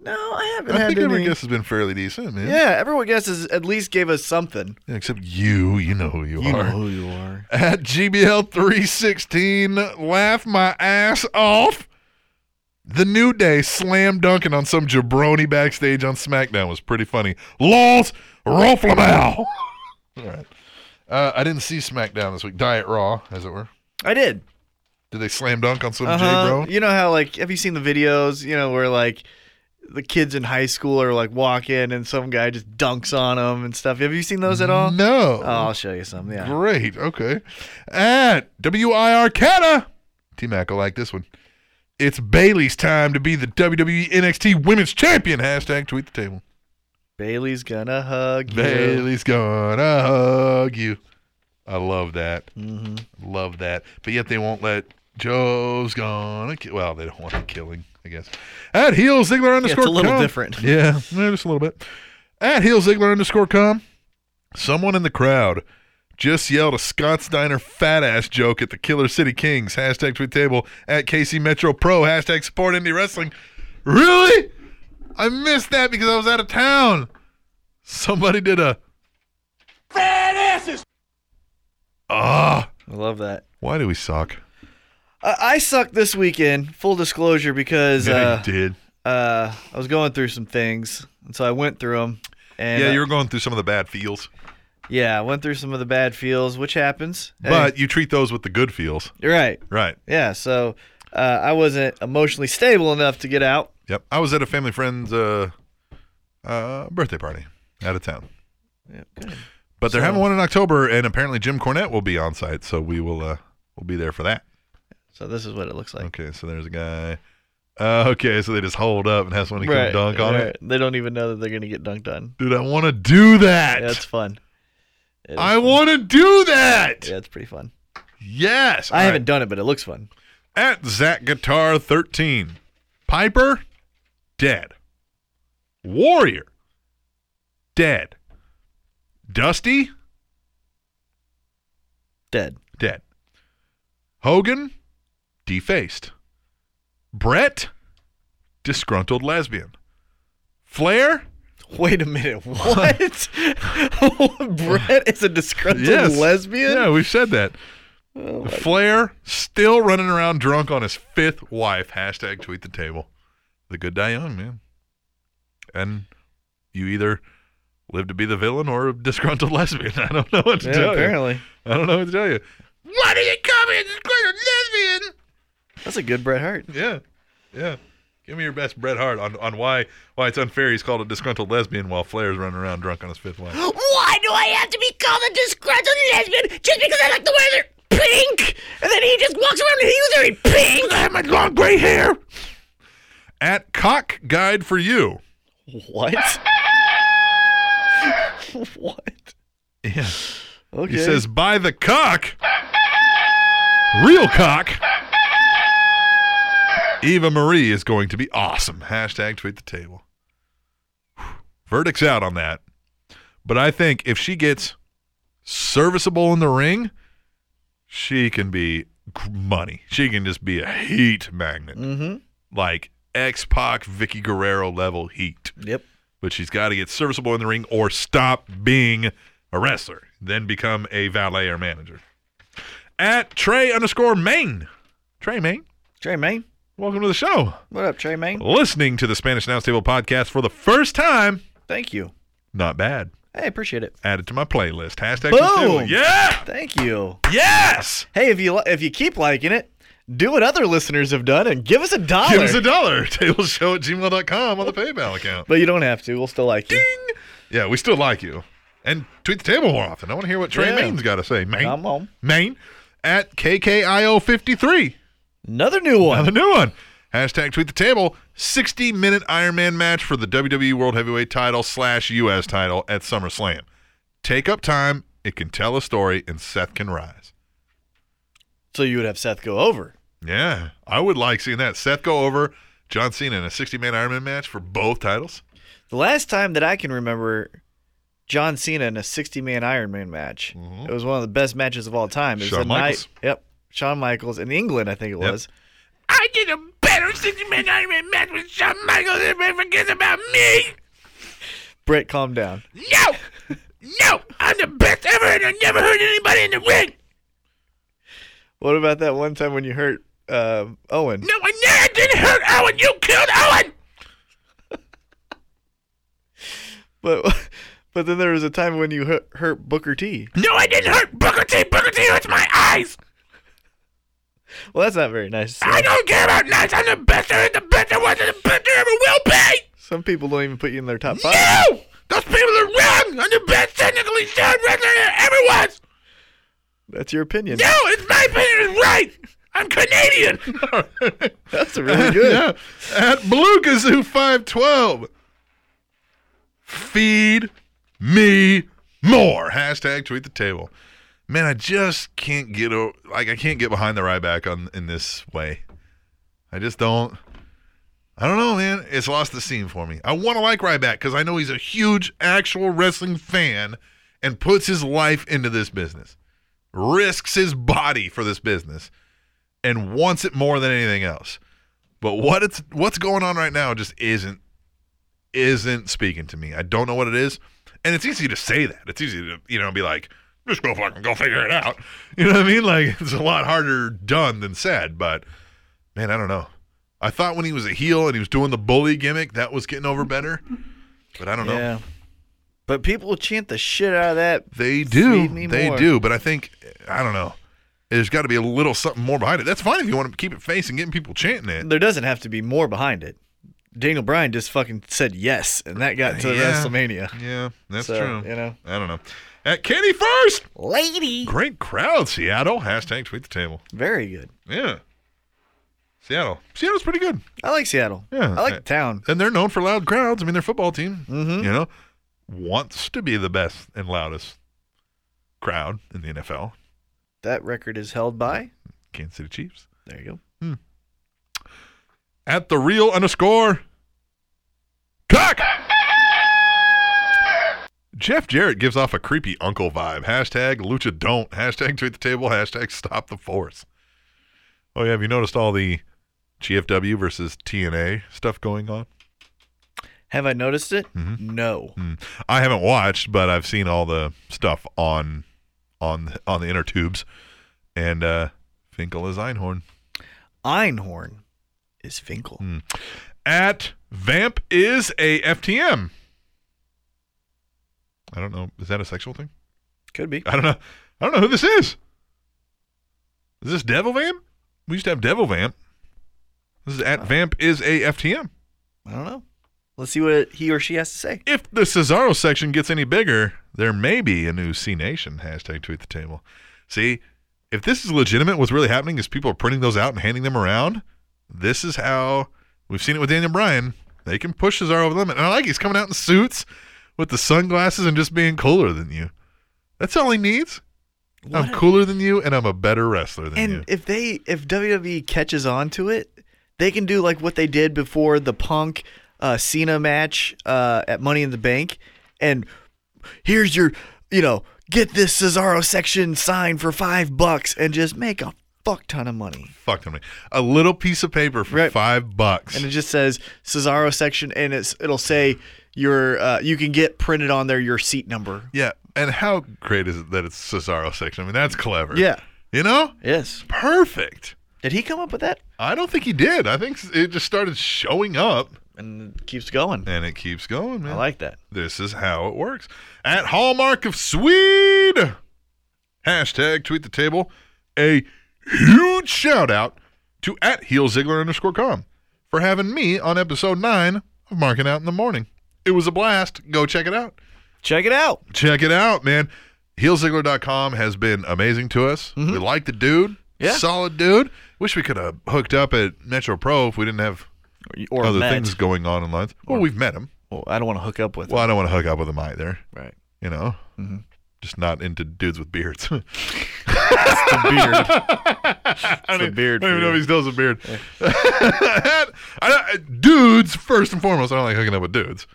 E: no, I haven't
A: I
E: had
A: think
E: any.
A: every guest has been fairly decent, man.
E: yeah, everyone guesses at least gave us something.
A: Yeah, Except you, you know who you, are.
E: who you are.
A: at GBL316. Laugh my ass off. The New Day slam dunking on some jabroni backstage on SmackDown was pretty funny. Lols, Roflamal. All right. Uh, I didn't see SmackDown this week. Diet Raw, as it were.
E: I did.
A: Did they slam dunk on some
E: Uh-huh.
A: J-Bro?
E: You know how like have you seen the videos? You know where like the kids in high school are like walking and some guy just dunks on them and stuff. Have you seen those at all?
A: No.
E: Oh, I'll show you some. Yeah.
A: Great. Okay. At WIR Cata. T Mac will like this one. It's Bailey's time to be the E WWE NXT Women's Champion. Hashtag tweet the table.
B: Bailey's gonna hug you.
A: Bailey's gonna hug you. I love that.
B: Mm-hmm.
A: Love that. But yet they won't let Joe's gonna kill. Well, they don't want to kill him, I guess. At heel Ziggler
B: it's
A: underscore.
B: a little
A: com.
B: different.
A: Yeah, yeah, just a little bit. At heel Ziggler underscore com. Someone in the crowd just yelled a Scott's Diner fat ass joke at the Killer City Kings. Hashtag tweet table at KC Metro Pro. Hashtag support indie wrestling. Really? I missed that because I was out of town. Somebody did a fat asses. Ah,
B: I love that.
A: why do we suck?
B: I, I sucked this weekend. Full disclosure, because
A: Yeah,
B: uh,
A: you did.
B: uh, I was going through some things, and so I went through them. And
A: Yeah,
B: uh,
A: you were going through some of the bad feels,
B: yeah, I went through some of the bad feels, which happens. Hey,
A: but you treat those with the good feels,
B: you're right.
A: right?
B: Yeah, so uh, I wasn't emotionally stable enough to get out.
A: Yep. I was at a family friend's uh, uh, birthday party out of town. But they're having one in October, and apparently Jim Cornette will be on site, so we will uh, we'll be there for that.
B: So this is what it looks like.
A: Okay, so there's a guy. Uh, okay, so they just hold up and have somebody come dunk on
B: right.
A: it.
B: They don't even know that they're gonna get dunked on.
A: Dude, I want to do that.
B: Yeah, it's fun. It is
A: I
B: fun.
A: want to do that.
B: Yeah, it's pretty fun.
A: Yes.
B: I
A: All
B: haven't done it, but it looks fun.
A: right. at Zach Guitar 13. Piper, dead. Warrior, dead. Dusty,
B: Dead.
A: dead. Hogan, defaced. Brett, disgruntled lesbian. Flair,
B: Wait a minute. What? Brett is a disgruntled
A: Yes.
B: lesbian. Oh
A: yeah, we've said that. Flair, still running around drunk on his fifth wife. Hashtag tweet the table. The good die young, man. And you either live to be the villain or a disgruntled lesbian. I don't know what to
B: Yeah,
A: tell
B: apparently.
A: you. I don't know what to tell you. Why do you call me a disgruntled lesbian?
B: That's a good Bret Hart.
A: Yeah, yeah. Give me your best Bret Hart on, on why why it's unfair he's called a disgruntled lesbian while Flair's running around drunk on his fifth wife.
F: Why do I have to be called a disgruntled lesbian just because I like the way they're pink? And then he just walks around and he's very pink.
A: I have my long gray hair. At cock guide for you.
B: What? what?
A: Yeah.
B: Okay.
A: He says by the cock, real cock. Eva Marie is going to be awesome. Hashtag tweet the table. Verdict's out on that. But I think if she gets serviceable in the ring, she can be gr- money. She can just be a heat magnet. Like X Pac, Vicky Guerrero level heat.
B: "Yep."
A: But she's got to get serviceable in the ring or stop being a wrestler, then become a valet or manager. At Trey underscore Main. Trey Main,
B: Trey Main.
A: welcome to the show.
B: What up, Trey
A: Oh.
B: Main?
A: Listening to the Spanish Announce Table podcast for the first time.
B: Thank you.
A: Not bad.
B: I appreciate it.
A: Added to my playlist. Hashtag
B: Boom!
A: Table. Yeah!
B: Thank you.
A: Yes!
B: Hey, if you li- if you keep liking it, do what other listeners have done and give us a dollar.
A: Give us a dollar. Tableshow at gmail.com on the PayPal account.
B: but you don't have to. We'll still like you.
A: Yeah, we still like you. And tweet the table more often. I want to hear what Trey
B: Yeah.
A: Main's got to say. Main.
B: Come on.
A: Main at KKIO53.
B: Another new
A: Another
B: one.
A: new one. Hashtag tweet the table. 60 minute Iron Man match for the WWE World Heavyweight title slash U.S. title at SummerSlam. Take up time. It can tell a story, and Seth can rise.
B: So you would have Seth go over.
A: Yeah, I would like seeing that. Seth go over John Cena in a 60 man Iron Man match for both titles.
B: The last time that I can remember John Cena in a 60 man Iron Man match, it was one of the best matches of all time. It was
A: Mm-hmm. Shawn
B: a
A: Michaels.
B: night. Yep. Shawn Michaels in England, I think it was.
G: I did a better 60 man Iron Man match with Shawn Michaels than everybody forgets about me.
B: Brett, calm down.
G: No! No! I'm the best ever and I never hurt anybody in the ring!
B: What about that one time when you hurt uh, Owen?
G: No, I never did hurt Owen! You killed Owen!
B: But but then there was a time when you hurt, hurt Booker T.
G: No, I didn't hurt Booker T! Booker T hurts my eyes!
B: Well, that's not very nice.
G: I don't care about nights! I'm the best there is, the best there was, and the best there ever will be!
B: Some people don't even put you in their top five.
G: No! Those people are wrong! I'm the best technically sound wrestler there ever was!
B: That's your opinion.
G: No, it's my opinion is right!
A: I'm Canadian.
B: That's really good.
A: yeah. At Blue Kazoo 512. Feed me more. Hashtag tweet the table. Man, I just can't get o- like I can't get behind the Ryback on in this way. I just don't. I don't know, man. It's lost the scene for me. I want to like Ryback because I know he's a huge actual wrestling fan and puts his life into this business, risks his body for this business, and wants it more than anything else. But what it's what's going on right now just isn't isn't speaking to me. I don't know what it is, and it's easy to say that. It's easy to you know be like, just go fucking go figure it out. You know what I mean? Like it's a lot harder done than said. But man, I don't know. I thought when he was a heel and he was doing the bully gimmick, that was getting over better. But I don't know.
B: Yeah. But people will chant the shit out of that.
A: They do.
B: Feed me
A: They
B: more.
A: do. But I think I don't know. There's got to be a little something more behind it. That's fine if you want to keep it face and getting people chanting it.
B: There doesn't have to be more behind it. Daniel Bryan just fucking said yes, and that got to
A: Yeah.
B: WrestleMania.
A: Yeah, that's
B: So,
A: true.
B: you know.
A: I don't know. At Kenny first.
B: Lady.
A: Great crowd, Seattle. Hashtag tweet the table.
B: Very good.
A: Yeah. Seattle. Seattle's pretty good.
B: I like Seattle.
A: Yeah.
B: I like the town. Mm-hmm.
A: And they're known for loud crowds. I mean, their football team, you know, wants to be the best and loudest crowd in the NFL.
B: That record is held by.
A: Kansas City Chiefs.
B: There you go.
A: At the real underscore cock. Jeff Jarrett gives off a creepy uncle vibe. Hashtag lucha don't. Hashtag tweet the table. Hashtag stop the force. Oh, yeah. Have you noticed all the GFW versus TNA stuff going on?
B: Have I noticed it? No.
A: Mm. I haven't watched, but I've seen all the stuff on on on the inner tubes, and uh, Finkel is Einhorn
B: Einhorn is Finkel.
A: Mm. at Vamp is a FTM. I don't know. Is that a sexual thing?
B: Could be.
A: I don't know. I don't know who this is. Is this Devil Vamp? We used to have Devil Vamp. This is at Vamp is a FTM.
B: I don't know. Let's see what he or she has to say.
A: If the Cesaro section gets any bigger, there may be a new C Nation hashtag tweet the table. See, if this is legitimate, what's really happening is people are printing those out and handing them around. This is how we've seen it with Daniel Bryan. They can push Cesaro over the limit. And I like he's coming out in suits with the sunglasses and just being cooler than you. That's all he needs. I'm cooler than you, and I'm a better wrestler than
B: And
A: you.
B: if they if WWE catches on to it, they can do like what they did before the Punk uh, Cena match uh, at Money in the Bank, and here's your you know get this Cesaro section signed for five bucks and just make a fuck ton of money.
A: Fuck them. A little piece of paper for
B: Right.
A: five bucks.
B: And it just says Cesaro section, and it's it'll say your uh, you can get printed on there your seat number.
A: yeah. And how great is it that it's Cesaro section? I mean, that's clever.
B: Yeah.
A: You know?
B: Yes.
A: perfect.
B: Did he come up with that?
A: I don't think he did. I think it just started showing up
B: And it keeps going.
A: and it keeps going, man.
B: I like that.
A: this is how it works. At Hallmark of Swede. Hashtag tweet the table. A huge shout out to at heelzigler underscore com for having me on episode nine of Marking Out in the Morning. It was a blast. Go check it out.
B: Check it out.
A: check it out, man. HeelZiggler.com has been amazing to us. We like the dude.
B: Mm-hmm. Yeah.
A: Solid dude. Wish we could have hooked up at Metro Pro if we didn't have
B: Or
A: other
B: Matt.
A: things going on in life. Well, we've met him.
B: Well, I don't want to hook up with.
A: Well, I don't want to hook up with him either.
B: Right. Mm-hmm.
A: You know? Just not into dudes with beards. I
B: It's the beard.
A: don't even know if he still has a beard. I don't- dudes, first and foremost, I don't like hooking up with dudes,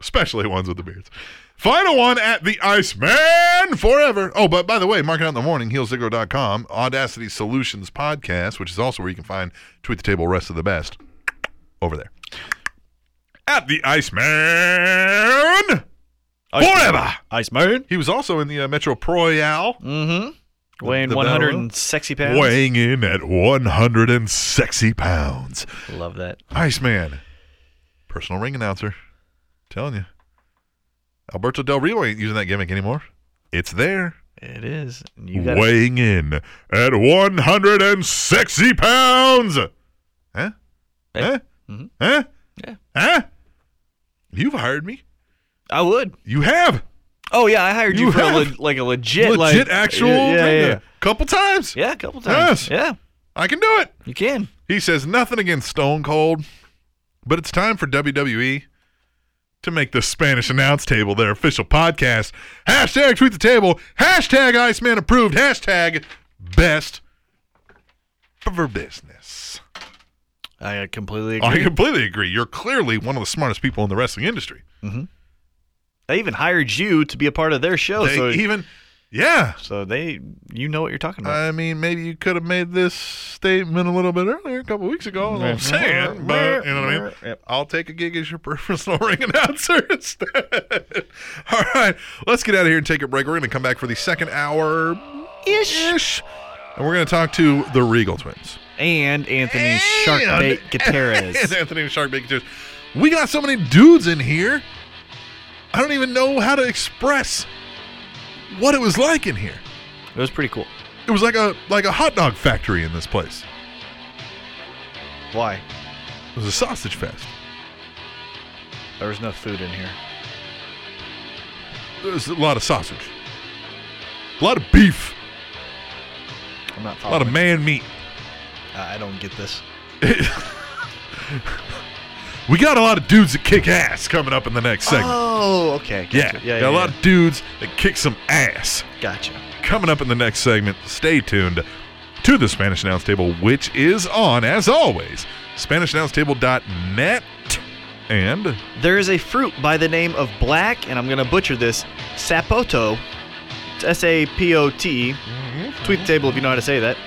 A: especially ones with the beards. Final one at the Iceman Forever. Oh, but by the way, marking out in the morning, heelziggo.com, Audacity Solutions Podcast, which is also where you can find Tweet the Table Rest of the Best over there. At the Iceman Forever.
B: Iceman.
A: He was also in the uh, Metro Royale,
B: Weighing
A: the
B: 100
A: Bella?
B: and sexy pounds.
A: weighing in at 100 and sexy pounds.
B: Love that.
A: Iceman, personal ring announcer, telling you. Alberto Del Rio ain't using that gimmick anymore. It's there,
B: It is. And you gotta,
A: weighing in at 100 and sexy pounds. Huh? Huh? Huh?
B: Mm-hmm. Yeah.
A: Huh? You've hired me.
B: I would.
A: You have
B: Oh, yeah. I hired you,
A: You
B: for a
A: have
B: le- like a legit,
A: legit
B: like,
A: actual
B: Yeah, yeah,
A: ring
B: yeah.
A: a couple times.
B: Yeah, a couple times.
A: Yes.
B: Yeah.
A: I can do it.
B: You can.
A: He says nothing against Stone Cold, but it's time for WWE to make the Spanish announce table their official podcast. Hashtag tweet the table. Hashtag Iceman approved. Hashtag best for business. Oh,
B: I uh, completely
A: I
B: agree.
A: completely agree. You're clearly one of the smartest people in the wrestling industry.
B: they even hired you to be a part of their show,
A: they
B: so
A: even, yeah.
B: so they you know what you're talking about.
A: I mean, maybe you could have made this statement a little bit earlier, a couple weeks ago. is what I'm saying, but you know what I mean.
B: Yep.
A: I'll take a gig as your personal ring announcer instead. All right, let's get out of here and take a break. We're going to come back for the second hour ish, and we're going to talk to the Regal twins.
B: and Anthony
A: Uh, And-
B: Sharkbait
A: and
B: Gutierrez.
A: Anthony Sharkbait Gutierrez. We got so many dudes in here. I don't even know how to express what it was like in here.
B: it was pretty cool.
A: It was like a like a hot dog factory in this place.
B: Why?
A: It was a sausage fest.
B: There was no food in here.
A: There was a lot of sausage, a lot of beef,
B: I'm not
A: a lot
B: following.
A: of man meat.
B: I I don't get this.
A: We got a lot of dudes that kick ass coming up in the next segment.
B: Oh, okay.
A: yeah.
B: Gotcha. Yeah,
A: got a
B: yeah,
A: lot of dudes that kick some ass
B: yeah. Gotcha.
A: coming up in the next segment. Stay tuned to the Spanish Announce Table, which is on, as always, SpanishAnnounceTable.net. And
B: There is a fruit by the name of black, and I'm going to butcher this, sapoto. It's S A P O T. Tweet the table if you know how to say that.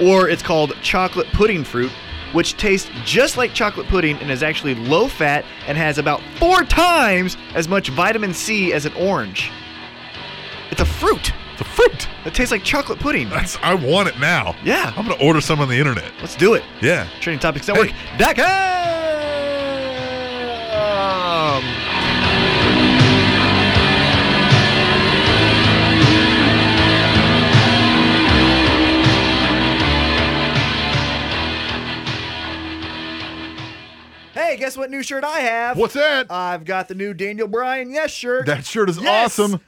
B: Or it's called chocolate pudding fruit, which tastes just like chocolate pudding and is actually low fat and has about four times as much vitamin C as an orange. It's a fruit
A: the fruit.
B: that tastes like chocolate pudding.
A: That's I want it now.
B: Yeah.
A: I'm gonna order some on the internet.
B: Let's do it.
A: Yeah.
B: TrainingTopicsNetwork.com. Hey, guess what new shirt I have?
A: What's that?
B: I've got the new Daniel Bryan Yes shirt.
H: That shirt is
B: Yes!
H: awesome.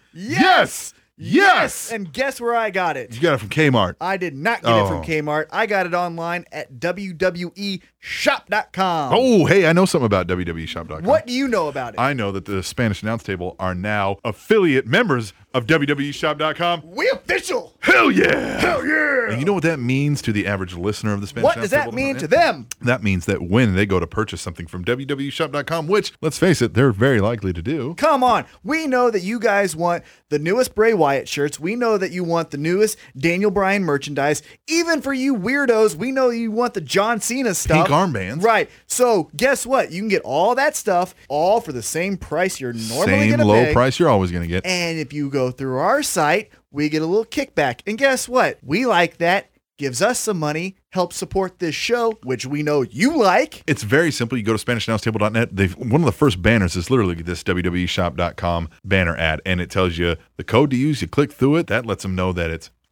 H: Yes.
B: Yes!
H: Yes!
B: And Uh, guess where I got it?
H: You got it from Kmart.
B: I did not get it from
H: Oh.
B: Kmart. I got it online at E WWEshop.com.
H: Oh, hey, I know something about E WWEshop.com.
B: What do you know about it?
H: I know that the Spanish announce table are now affiliate members of E WWEshop.com.
B: we official.
H: Hell yeah! Hell yeah! And you know what that means to the average listener of the Spanish
B: What
H: announce
B: does that
H: table?
B: mean to them?
H: That means that when they go to purchase something from WWEshop.com, which, let's face it, they're very likely to do.
B: Come on. We know that you guys want the newest Bray Wyatt shirts. We know that you want the newest Daniel Bryan merchandise. Even for you weirdos, we know you want the John Cena stuff.
H: armbands.
B: Right. So guess what? You can get all that stuff all for the same price you're normally
H: Same
B: going to
H: low
B: pay.
H: price you're always going to get.
B: And if you go through our site, we get a little kickback. And guess what? We like that. Gives us some money, helps support this show, which we know you like.
H: It's very simple. You go to SpanishAnnounceTable.net. They've, one of the first banners is literally this WWEshop.com banner ad, and it tells you the code to use. You click through it. That lets them know that it's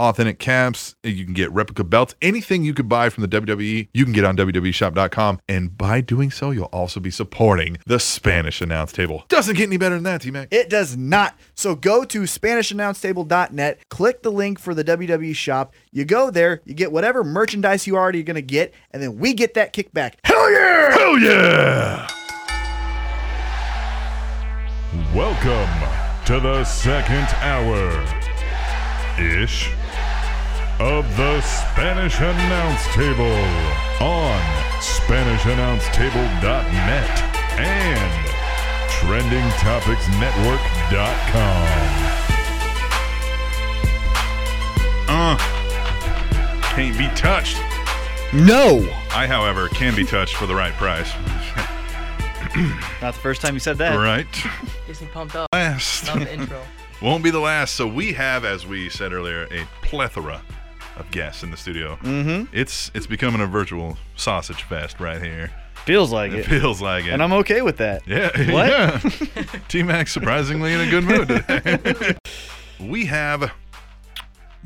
H: Authentic caps. You can get replica belts. Anything you could buy from the WWE, you can get on E WWEshop.com. And by doing so, you'll also be supporting the Spanish announce table. Doesn't get any better than that, T Mac.
B: It does not. So go to SpanishAnnounceTable.net, click the link for the WWE shop. You go there, you get whatever merchandise you already going to get, and then we get that kickback.
H: Hell yeah! Hell yeah!
I: Welcome to the second hour ish of the Spanish Announce Table on SpanishAnnounceTable.net and TrendingTopicsNetwork.com.
A: Can't be touched.
B: No.
A: I, however, can be touched for the right price.
E: Not the first time you said that.
A: Right.
J: Gets me pumped up.
A: Last.
J: Love the intro.
A: won't be the last. So we have, as we said earlier, a plethora of guests in the studio. Mm-hmm. It's it's becoming a virtual sausage fest right here.
E: Feels like
A: It
E: it.
A: feels like it.
E: And I'm okay with that.
A: yeah.
E: What?
A: Yeah. T Mac surprisingly in a good mood today. we have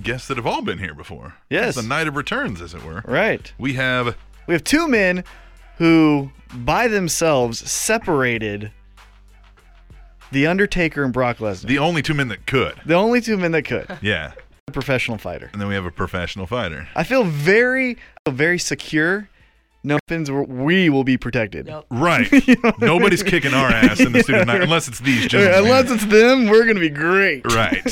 A: guests that have all been here before.
B: Yes.
A: It's a night of returns, as it were.
B: Right.
A: We have
B: We have two men who, by themselves, separated The Undertaker and Brock Lesnar.
A: the only two men that could.
B: the only two men that could.
A: Yeah.
B: A professional fighter.
A: And then we have a professional fighter.
B: I feel very, very secure. No weapons. We will be protected.
A: Right. Nobody's kicking our ass in the studio tonight unless it's these
B: Okay,
A: gentlemen.
B: Unless it's them, we're gonna be great.
A: Right.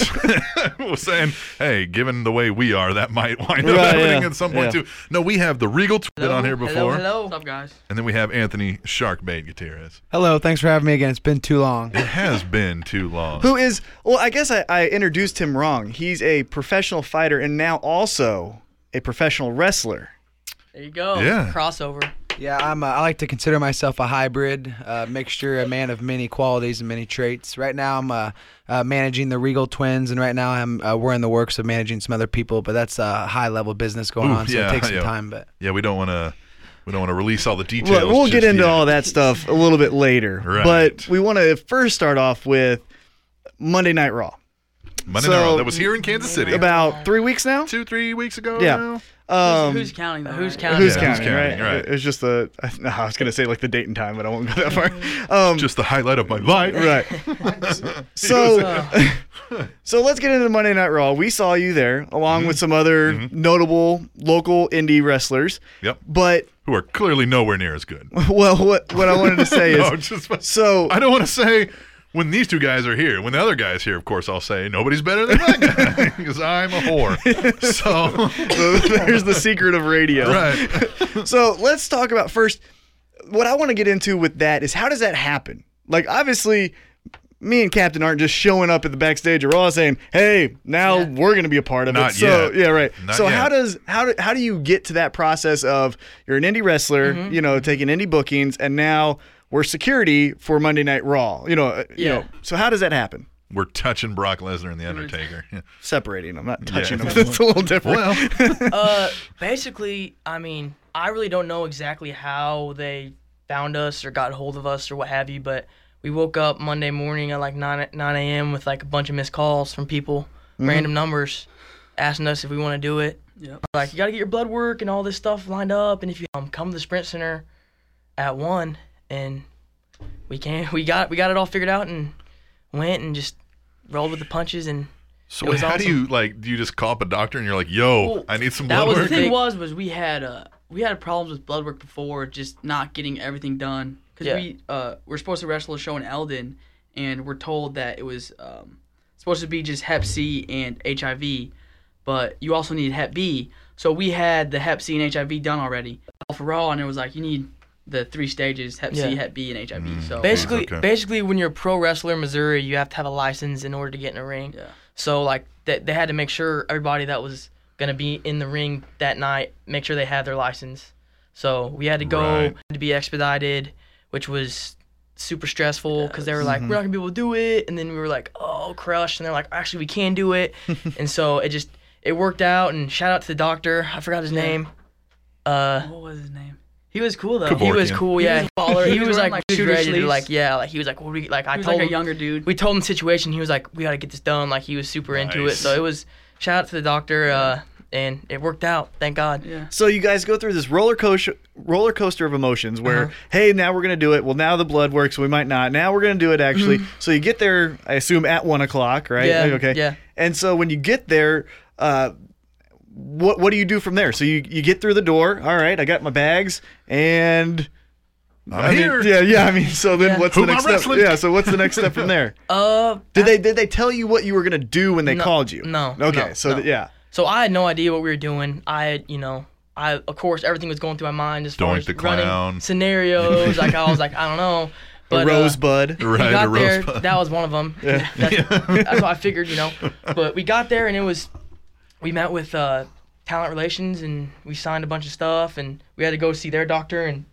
A: We're saying, hey, given the way we are, that might wind up
B: Right,
A: happening
B: yeah,
A: at some point
B: yeah.
A: too. No, we have the Regal t- been on here before,
J: Hello, What's up, guys?
A: and then we have Anthony Sharkbait Gutierrez.
B: Oh.
C: Hello, thanks for having me again. It's been too long.
A: It has been too long.
B: Who is? Well, I guess I, I introduced him wrong. He's a professional fighter and now also a professional wrestler.
J: There you go.
A: Yeah.
J: Crossover.
C: Yeah, I'm. Uh, I like to consider myself a hybrid uh, mixture, a man of many qualities and many traits. Right now, I'm uh, uh, managing the Regal Twins, and right now I'm uh, we're in the works of managing some other people, but that's uh, high level business going
A: Ooh,
C: on, so it takes some
A: yeah.
C: time. But
A: yeah, we don't want to we don't want to release all the details.
B: Well, we'll get
A: just
B: into
A: yet.
B: all that stuff a little bit later,
A: Right.
B: but we want to first start off with Monday Night Raw.
A: Monday Night Raw.
B: so-
A: That was here in Kansas City
B: About three weeks now.
A: two, three weeks ago.
B: Yeah.
A: now?
B: Um,
J: who's counting though? Who's counting?
B: Who's
A: Yeah, who's
B: counting,
A: counting,
B: right?
A: right.
B: It's just the. I, no, I was gonna say like the date and time, but I won't go that far. Um,
A: just the highlight of my life.
B: right. so, so let's get into Monday Night Raw. We saw you there along
A: Mm-hmm.
B: with some other notable local indie wrestlers.
A: Yep.
B: But
A: Who are clearly nowhere near as good.
B: well, what what I wanted to say
A: No,
B: is
A: just
B: so
A: I don't want to say when these two guys are here. When the other guy's here, of course, I'll say nobody's better than that guy because I'm a whore. So,
B: there's the secret of radio.
A: right.
B: So let's talk about first. What I want to get into with that is how does that happen? Like obviously. Me and Captain aren't just showing up at the backstage of Raw saying, "Hey, now
J: Yeah.
B: we're going to be a part of
A: Not
B: it." So
A: yet.
B: yeah, right.
A: Not
B: so how
A: yet.
B: does how do, how do you get to that process of you're an indie wrestler,
J: Mm-hmm.
B: you know, taking indie bookings, and now we're security for Monday Night Raw, you know, uh, you
J: Yeah.
B: know. So how does that happen?
A: We're touching Brock Lesnar and The Undertaker. Yeah.
B: Separating them, not touching them. That's a little different.
A: Well,
J: uh, basically, I mean, I really don't know exactly how they found us or got hold of us or what have you, but we woke up Monday morning at like 9, 9 a.m. with like a bunch of missed calls from people,
B: Mm-hmm.
J: random numbers, asking us if we want to do it.
K: Yep.
J: Like, you got to get your blood work and all this stuff lined up. And if you um, come to the Sprint Center at 1 and we can we got we got it all figured out and went and just rolled with the punches and
A: so
J: It was
A: how do
J: awesome.
A: you like? Do you just call up a doctor and you're like, "Yo,
J: Well,
A: I need some
J: that
A: blood
J: was
K: The
A: work."
J: big-
K: thing was, was we had uh, we had problems with blood work before, just not getting everything done. Because
J: Yeah.
K: we uh, we're supposed to wrestle a show in Eldon, and we're told that it was um, supposed to be just Hep C and HIV, but you also need Hep B. So we had the Hep C and HIV done already. All for all, and it was like you need the three stages: Hep
J: Yeah.
K: C, Hep B, and HIV. so
J: Basically,
A: Mm, Okay.
J: basically, when you're a pro wrestler in Missouri, you have to have a license in order to get in a ring.
K: Yeah.
J: So like they, they had to make sure everybody that was gonna be in the ring that night make sure they had their license. So we had to go
A: Right.
J: had to be expedited, which was super stressful because they were like, we're not gonna be able to do it, and then we were like, oh, crushed, and they're like, actually, we can do it, and so it just it worked out. And shout out to the doctor, I forgot his name. Uh,
K: what was his name?
J: he was cool though. He
A: Kevorkian.
J: was cool, yeah. He was,
K: baller. He was
J: like,
K: wearing, like,
J: shooter
K: shooter
J: ready to
K: sleeves.
J: like yeah, like he was like what we like I
K: He was
J: told
K: like a
J: him
K: younger dude.
J: we told him the situation. He was like we got to get this done. Like he was super into it.
A: Nice.
J: So it was shout out to the doctor uh, and it worked out. Thank God.
K: Yeah.
B: So you guys go through this roller coaster roller coaster of emotions where
J: Uh-huh.
B: hey now we're gonna do it well now the blood works we might not now we're gonna do it actually so you get there I assume at one o'clock right
J: Mm-hmm. Yeah,
B: Like, okay
J: yeah.
B: and so when you get there uh, what what do you do from there so you you get through the door all right I got my bags and
A: I'm
B: I mean,
A: here.
B: yeah yeah I mean so then
J: Yeah.
B: what's
A: Who am
B: the
A: I
B: next step
A: wrestling?
B: yeah so what's the next step from there
J: Uh,
B: did they did they tell you what you were gonna do when they
J: No,
B: called you
J: no,
B: okay
J: no,
B: so
J: no.
B: th- yeah
J: so I had no idea what we were doing. I had you know I of course everything was going through my mind as far
A: Doink
J: as
A: the clown.
J: running scenarios. like I was like I don't know. But uh,
B: rosebud
J: we
A: right,
J: got
A: a
J: there.
A: rose bud.
J: That was one of them. That's, that's what I figured, you know. But we got there and it was, we met with uh, talent relations and we signed a bunch of stuff and we had to go see their doctor and,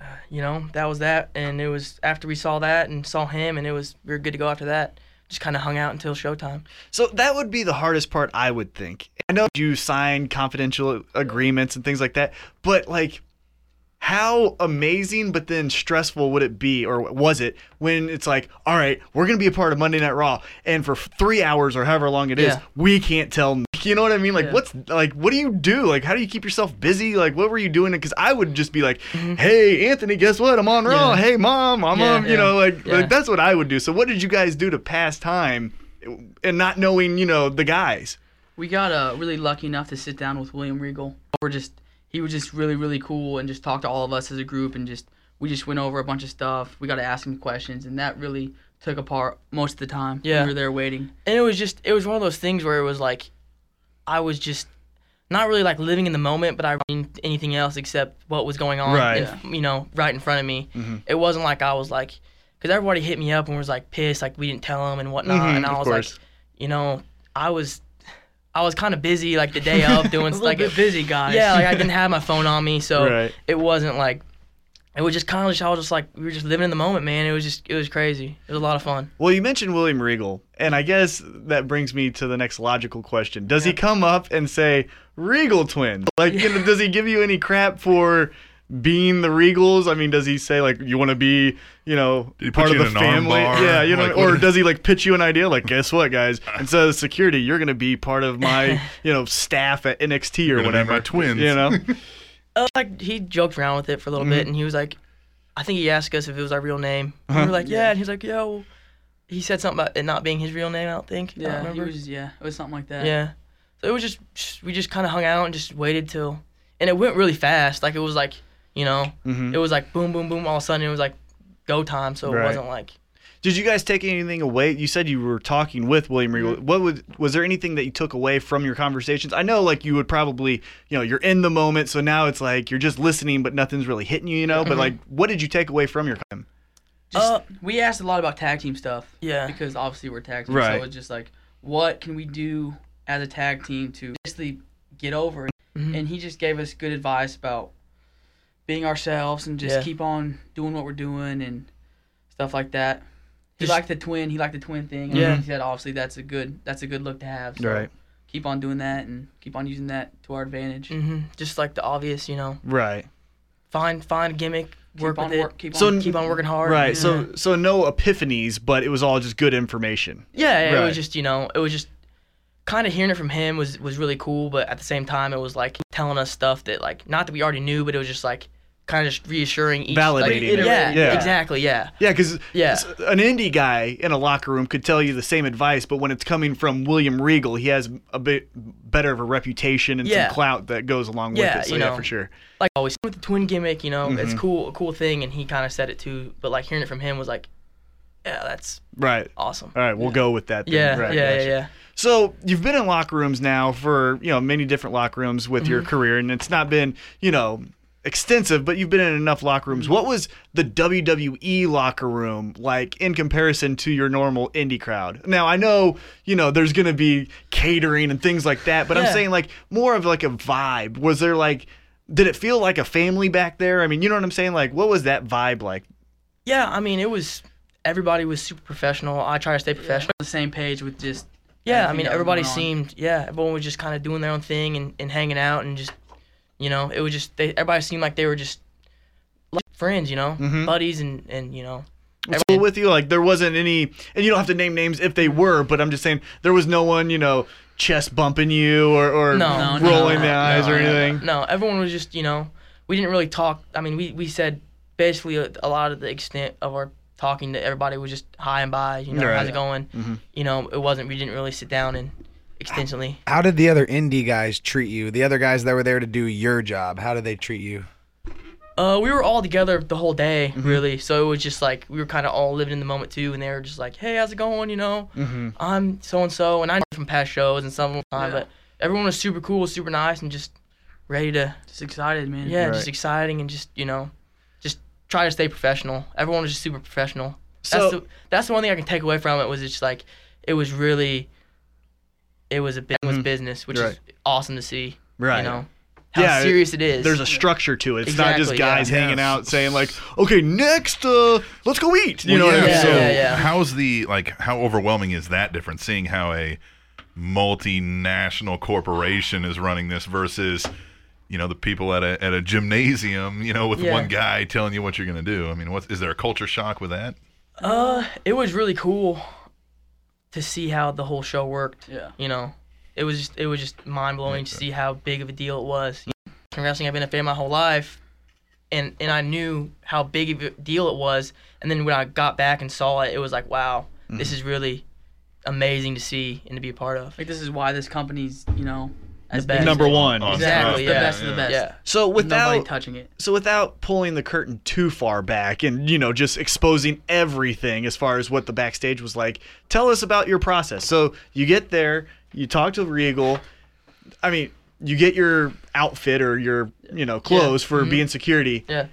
J: uh, you know, that was that. And it was after we saw that and saw him and it was we were good to go after that. Just kind of hung out until showtime.
B: So that would be the hardest part, I would think. I know you sign confidential agreements and things like that, but like, how amazing but then stressful would it be or was it when it's like all right we're gonna be a part of monday night raw and for three hours or however long it is
E: Yeah.
B: we can't tell you know what i mean like
E: Yeah.
B: what's like what do you do like how do you keep yourself busy like what were you doing because i would just be like hey anthony guess what i'm on raw
E: Mm-hmm. Yeah.
B: hey mom i'm
E: Yeah,
B: on you
E: yeah,
B: know like,
E: yeah.
B: like that's what i would do so what did you guys do to pass time and not knowing you know the guys
K: We got uh, really lucky enough to sit down with William Regal. We're just he was just really really cool and just talked to all of us as a group and just we just went over a bunch of stuff. We got to ask him questions and that really took apart most of the time.
J: Yeah.
K: we were there waiting.
J: And it was just it was one of those things where it was like I was just not really like living in the moment, but I mean anything else except what was going on,
K: Right.
J: in- you know, right in front of me.
K: Mhm.
J: It wasn't like I was like, because everybody hit me up and was like pissed, like we didn't tell them and whatnot,
K: Mhm,
J: and I
K: of
J: was
K: course.
J: like, you know, I was. I was kind of busy like the day of doing
K: A little
J: like
K: bit busy, guys.
J: Yeah, like I didn't have my phone on me, so
K: Right.
J: it wasn't like it was just kind of just I was just like we were just living in the moment, man. It was just it was crazy. It was a lot of fun.
B: Well, you mentioned William Regal, and I guess that brings me to the next logical question. Does he come up and say Regal twins? Like, you know, does he give you any crap for being the Regals? I mean, does he say like you want to be, you know,
A: he put
B: part of
A: you
B: the
A: in an arm
B: family?
A: bar?
B: Yeah, you know,
A: Like,
B: or
A: what-
B: does he like pitch you an idea like, guess what, guys? Instead of security, you're gonna be part of my, you know, staff at NXT
A: Gonna
B: or
A: be
B: whatever.
A: my twins.
B: You know.
J: Uh, like he joked around with it for a little
B: Mhm.
J: bit, and he was like, I think he asked us if it was our real name. And
B: Uh-huh.
J: We were like, yeah. And he's like, yo, he said something about it not being his real name. I don't think. I don't
K: Yeah, he
J: remember.
K: was yeah it was something like that.
J: Yeah. So it was just just- we just kind of hung out and just waited till, and it went really fast. Like it was like you know,
B: Mhm.
J: it was like boom, boom, boom. All of a sudden it was like go time. So
B: Right.
J: it wasn't like
B: Did you guys take anything away? You said you were talking with William Regal. What was was there anything that you took away from your conversations? I know like you would probably, you know, you're in the moment, so now it's like you're just listening but nothing's really hitting you, you know? But
K: Mhm.
B: like what did you take away from your time?
K: Just,
J: Uh,
K: we asked a lot about tag team stuff.
J: Yeah.
K: Because obviously we're tag team,
B: Right.
K: so it's just like, what can we do as a tag team to basically get over? it?
J: Mhm.
K: And he just gave us good advice about being ourselves and just
J: Yeah.
K: keep on doing what we're doing and stuff like that. He
J: Just-
K: liked the twin. He liked the twin thing. and
J: Yeah.
K: He said obviously that's a good that's a good look to have. So
J: Right.
K: Keep on doing that and keep on using that to our advantage.
J: hmm just like the obvious, you know.
B: Right.
J: Find find a gimmick, work
K: on
J: with it,
K: work- keep
J: so
K: on-
J: keep on working hard.
B: Right.
J: Yeah.
B: So so no epiphanies, but it was all just good information.
J: Yeah, yeah, it
B: Right.
J: was just you know, it was just kind of hearing it from him was was really cool, but at the same time, it was like telling us stuff that like not that we already knew, but it was just like kind of just reassuring each like,
B: Validating it.
J: yeah,
B: Yeah.
J: exactly, yeah.
B: Yeah, because
J: Yeah.
B: an indie guy in a locker room could tell you the same advice, but when it's coming from William Regal, he has a bit better of a reputation and
J: Yeah.
B: some clout that goes along
J: Yeah,
B: with it. So
J: you
B: yeah,
J: know.
B: for sure.
J: Like always with the twin gimmick, you know, it's
B: Mhm.
J: cool, a cool thing, and he kind of said it too, but like hearing it from him was like, yeah, that's
B: Right.
J: Awesome.
B: All right, we'll go with that. Then.
J: Yeah,
B: Uh, Right,
J: yeah, yeah,
B: gotcha.
J: yeah.
B: So you've been in locker rooms now for you know many different locker rooms with your
J: Mhm.
B: career, and it's not been you know extensive, but you've been in enough locker
J: Mm-hmm.
B: rooms. What was the WWE locker room like in comparison to your normal indie crowd? Now I know you know there's gonna be catering and things like that, but I'm
E: Yeah.
B: saying like more of like a vibe. Was there like did it feel like a family back there? I mean, you know what I'm saying? Like, what was that vibe like?
J: yeah. I mean, it was everybody was super professional. I try to stay professional.
K: On the same page with just
J: Yeah, I
K: everything
J: mean,
K: that was
J: everybody
K: going on.
J: seemed, yeah, everyone was just kind of doing their own thing and, and hanging out and just, you know, it was just, they, everybody seemed like they were just like friends, you know,
K: Mm-hmm.
B: Mhm.
J: buddies and, and, you know,
B: It's cool with you. Like there wasn't any, and you don't have to name names if they were, but I'm just saying there was no one, you know, chest bumping you or, or
J: no, no,
B: rolling
J: no,
B: the eyes
J: no,
B: or
J: no,
B: anything.
J: No, everyone was just, you know, we didn't really talk. I mean, we, we said basically a, a lot of the extent of our talking to everybody was just hi and bye, you know, how's
G: Right.
J: it going? You know, it wasn't, we didn't really sit down and extensively.
G: How did the other indie guys treat you? The other guys that were there to do your job, how did they treat you?
J: Uh, we were all together the whole day,
B: Mm-hmm.
J: really. So it was just like we were kind of all living in the moment too, and they were just like, "Hey, how's it going?" You know,
B: Mm-hmm.
G: Mhm.
J: I'm so and so, and I know from past shows and some of the time, but everyone was super cool, super nice, and just ready to
K: just excited, man.
J: Yeah,
K: Right.
J: just exciting, and just you know, just try to stay professional. Everyone was just super professional.
K: So-
J: that's the, that's the one thing I can take away from it was just like it was really, it was a bit was
B: Mhm.
J: business, which
B: Right.
J: is awesome to see.
B: Right.
J: You know. How
B: Yeah,
J: serious it is.
B: There's a structure to it. It's not just
J: Exactly, yeah.
B: guys hanging
J: Yeah.
B: out saying like, okay, next, uh, let's go eat. You
A: Well,
B: know what I mean?
A: So
B: So-
A: how's the like how overwhelming is that difference seeing how a multinational corporation is running this versus you know the people at a at a gymnasium, you know, with
J: Yeah.
A: one guy telling you what you're gonna do. I mean, what is there a culture shock with that?
J: Uh, it was really cool to see how the whole show worked.
K: Yeah.
J: You know, it was just it was just mind blowing to see how big of a deal it was. In wrestling, I've been a fan my whole life, and and I knew how big of a deal it was. And then when I got back and saw it, it was like, wow, this
K: Mhm.
J: is really amazing to see and to be a part of.
K: Like this is why this company's, you know, as
J: best.
B: Number one.
K: Exactly, the best of the best.
J: Yeah.
B: So
K: nobody
B: without
K: touching it.
B: so without pulling the curtain too far back and you know just exposing everything as far as what the backstage was like, tell us about your process. So you get there, you talk to Regal. I mean, you get your outfit or your you know clothes for
J: Mhm.
B: being security.
J: Yeah.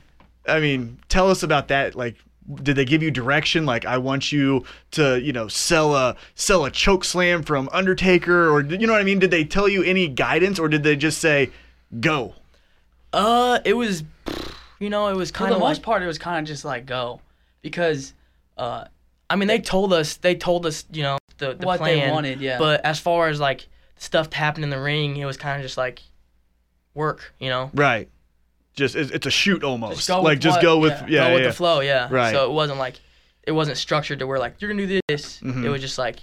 B: I mean, tell us about that. Like, did they give you direction? Like, I want you to, you know, sell a sell a choke slam from Undertaker, or you know what I mean? Did they tell you any guidance, or did they just say, go?
J: Uh, it was, you know, it was kind
K: For
J: of
K: the most
J: like,
K: part, it was kind of just like go, because
J: uh, I mean, they told us, they told us, you know, the, the
K: What they
J: plan,
K: wanted, yeah.
J: But as far as like stuff happened in the ring, it was kind of just like work, you know.
B: Right. Just it's, it's a shoot almost.
J: go
B: like
J: with
B: just
J: what-
B: go with yeah,
J: go with
B: yeah.
J: the flow, yeah.
B: Right.
J: So it wasn't like, it wasn't structured to where like you're gonna do this.
B: Mhm.
J: It was just like,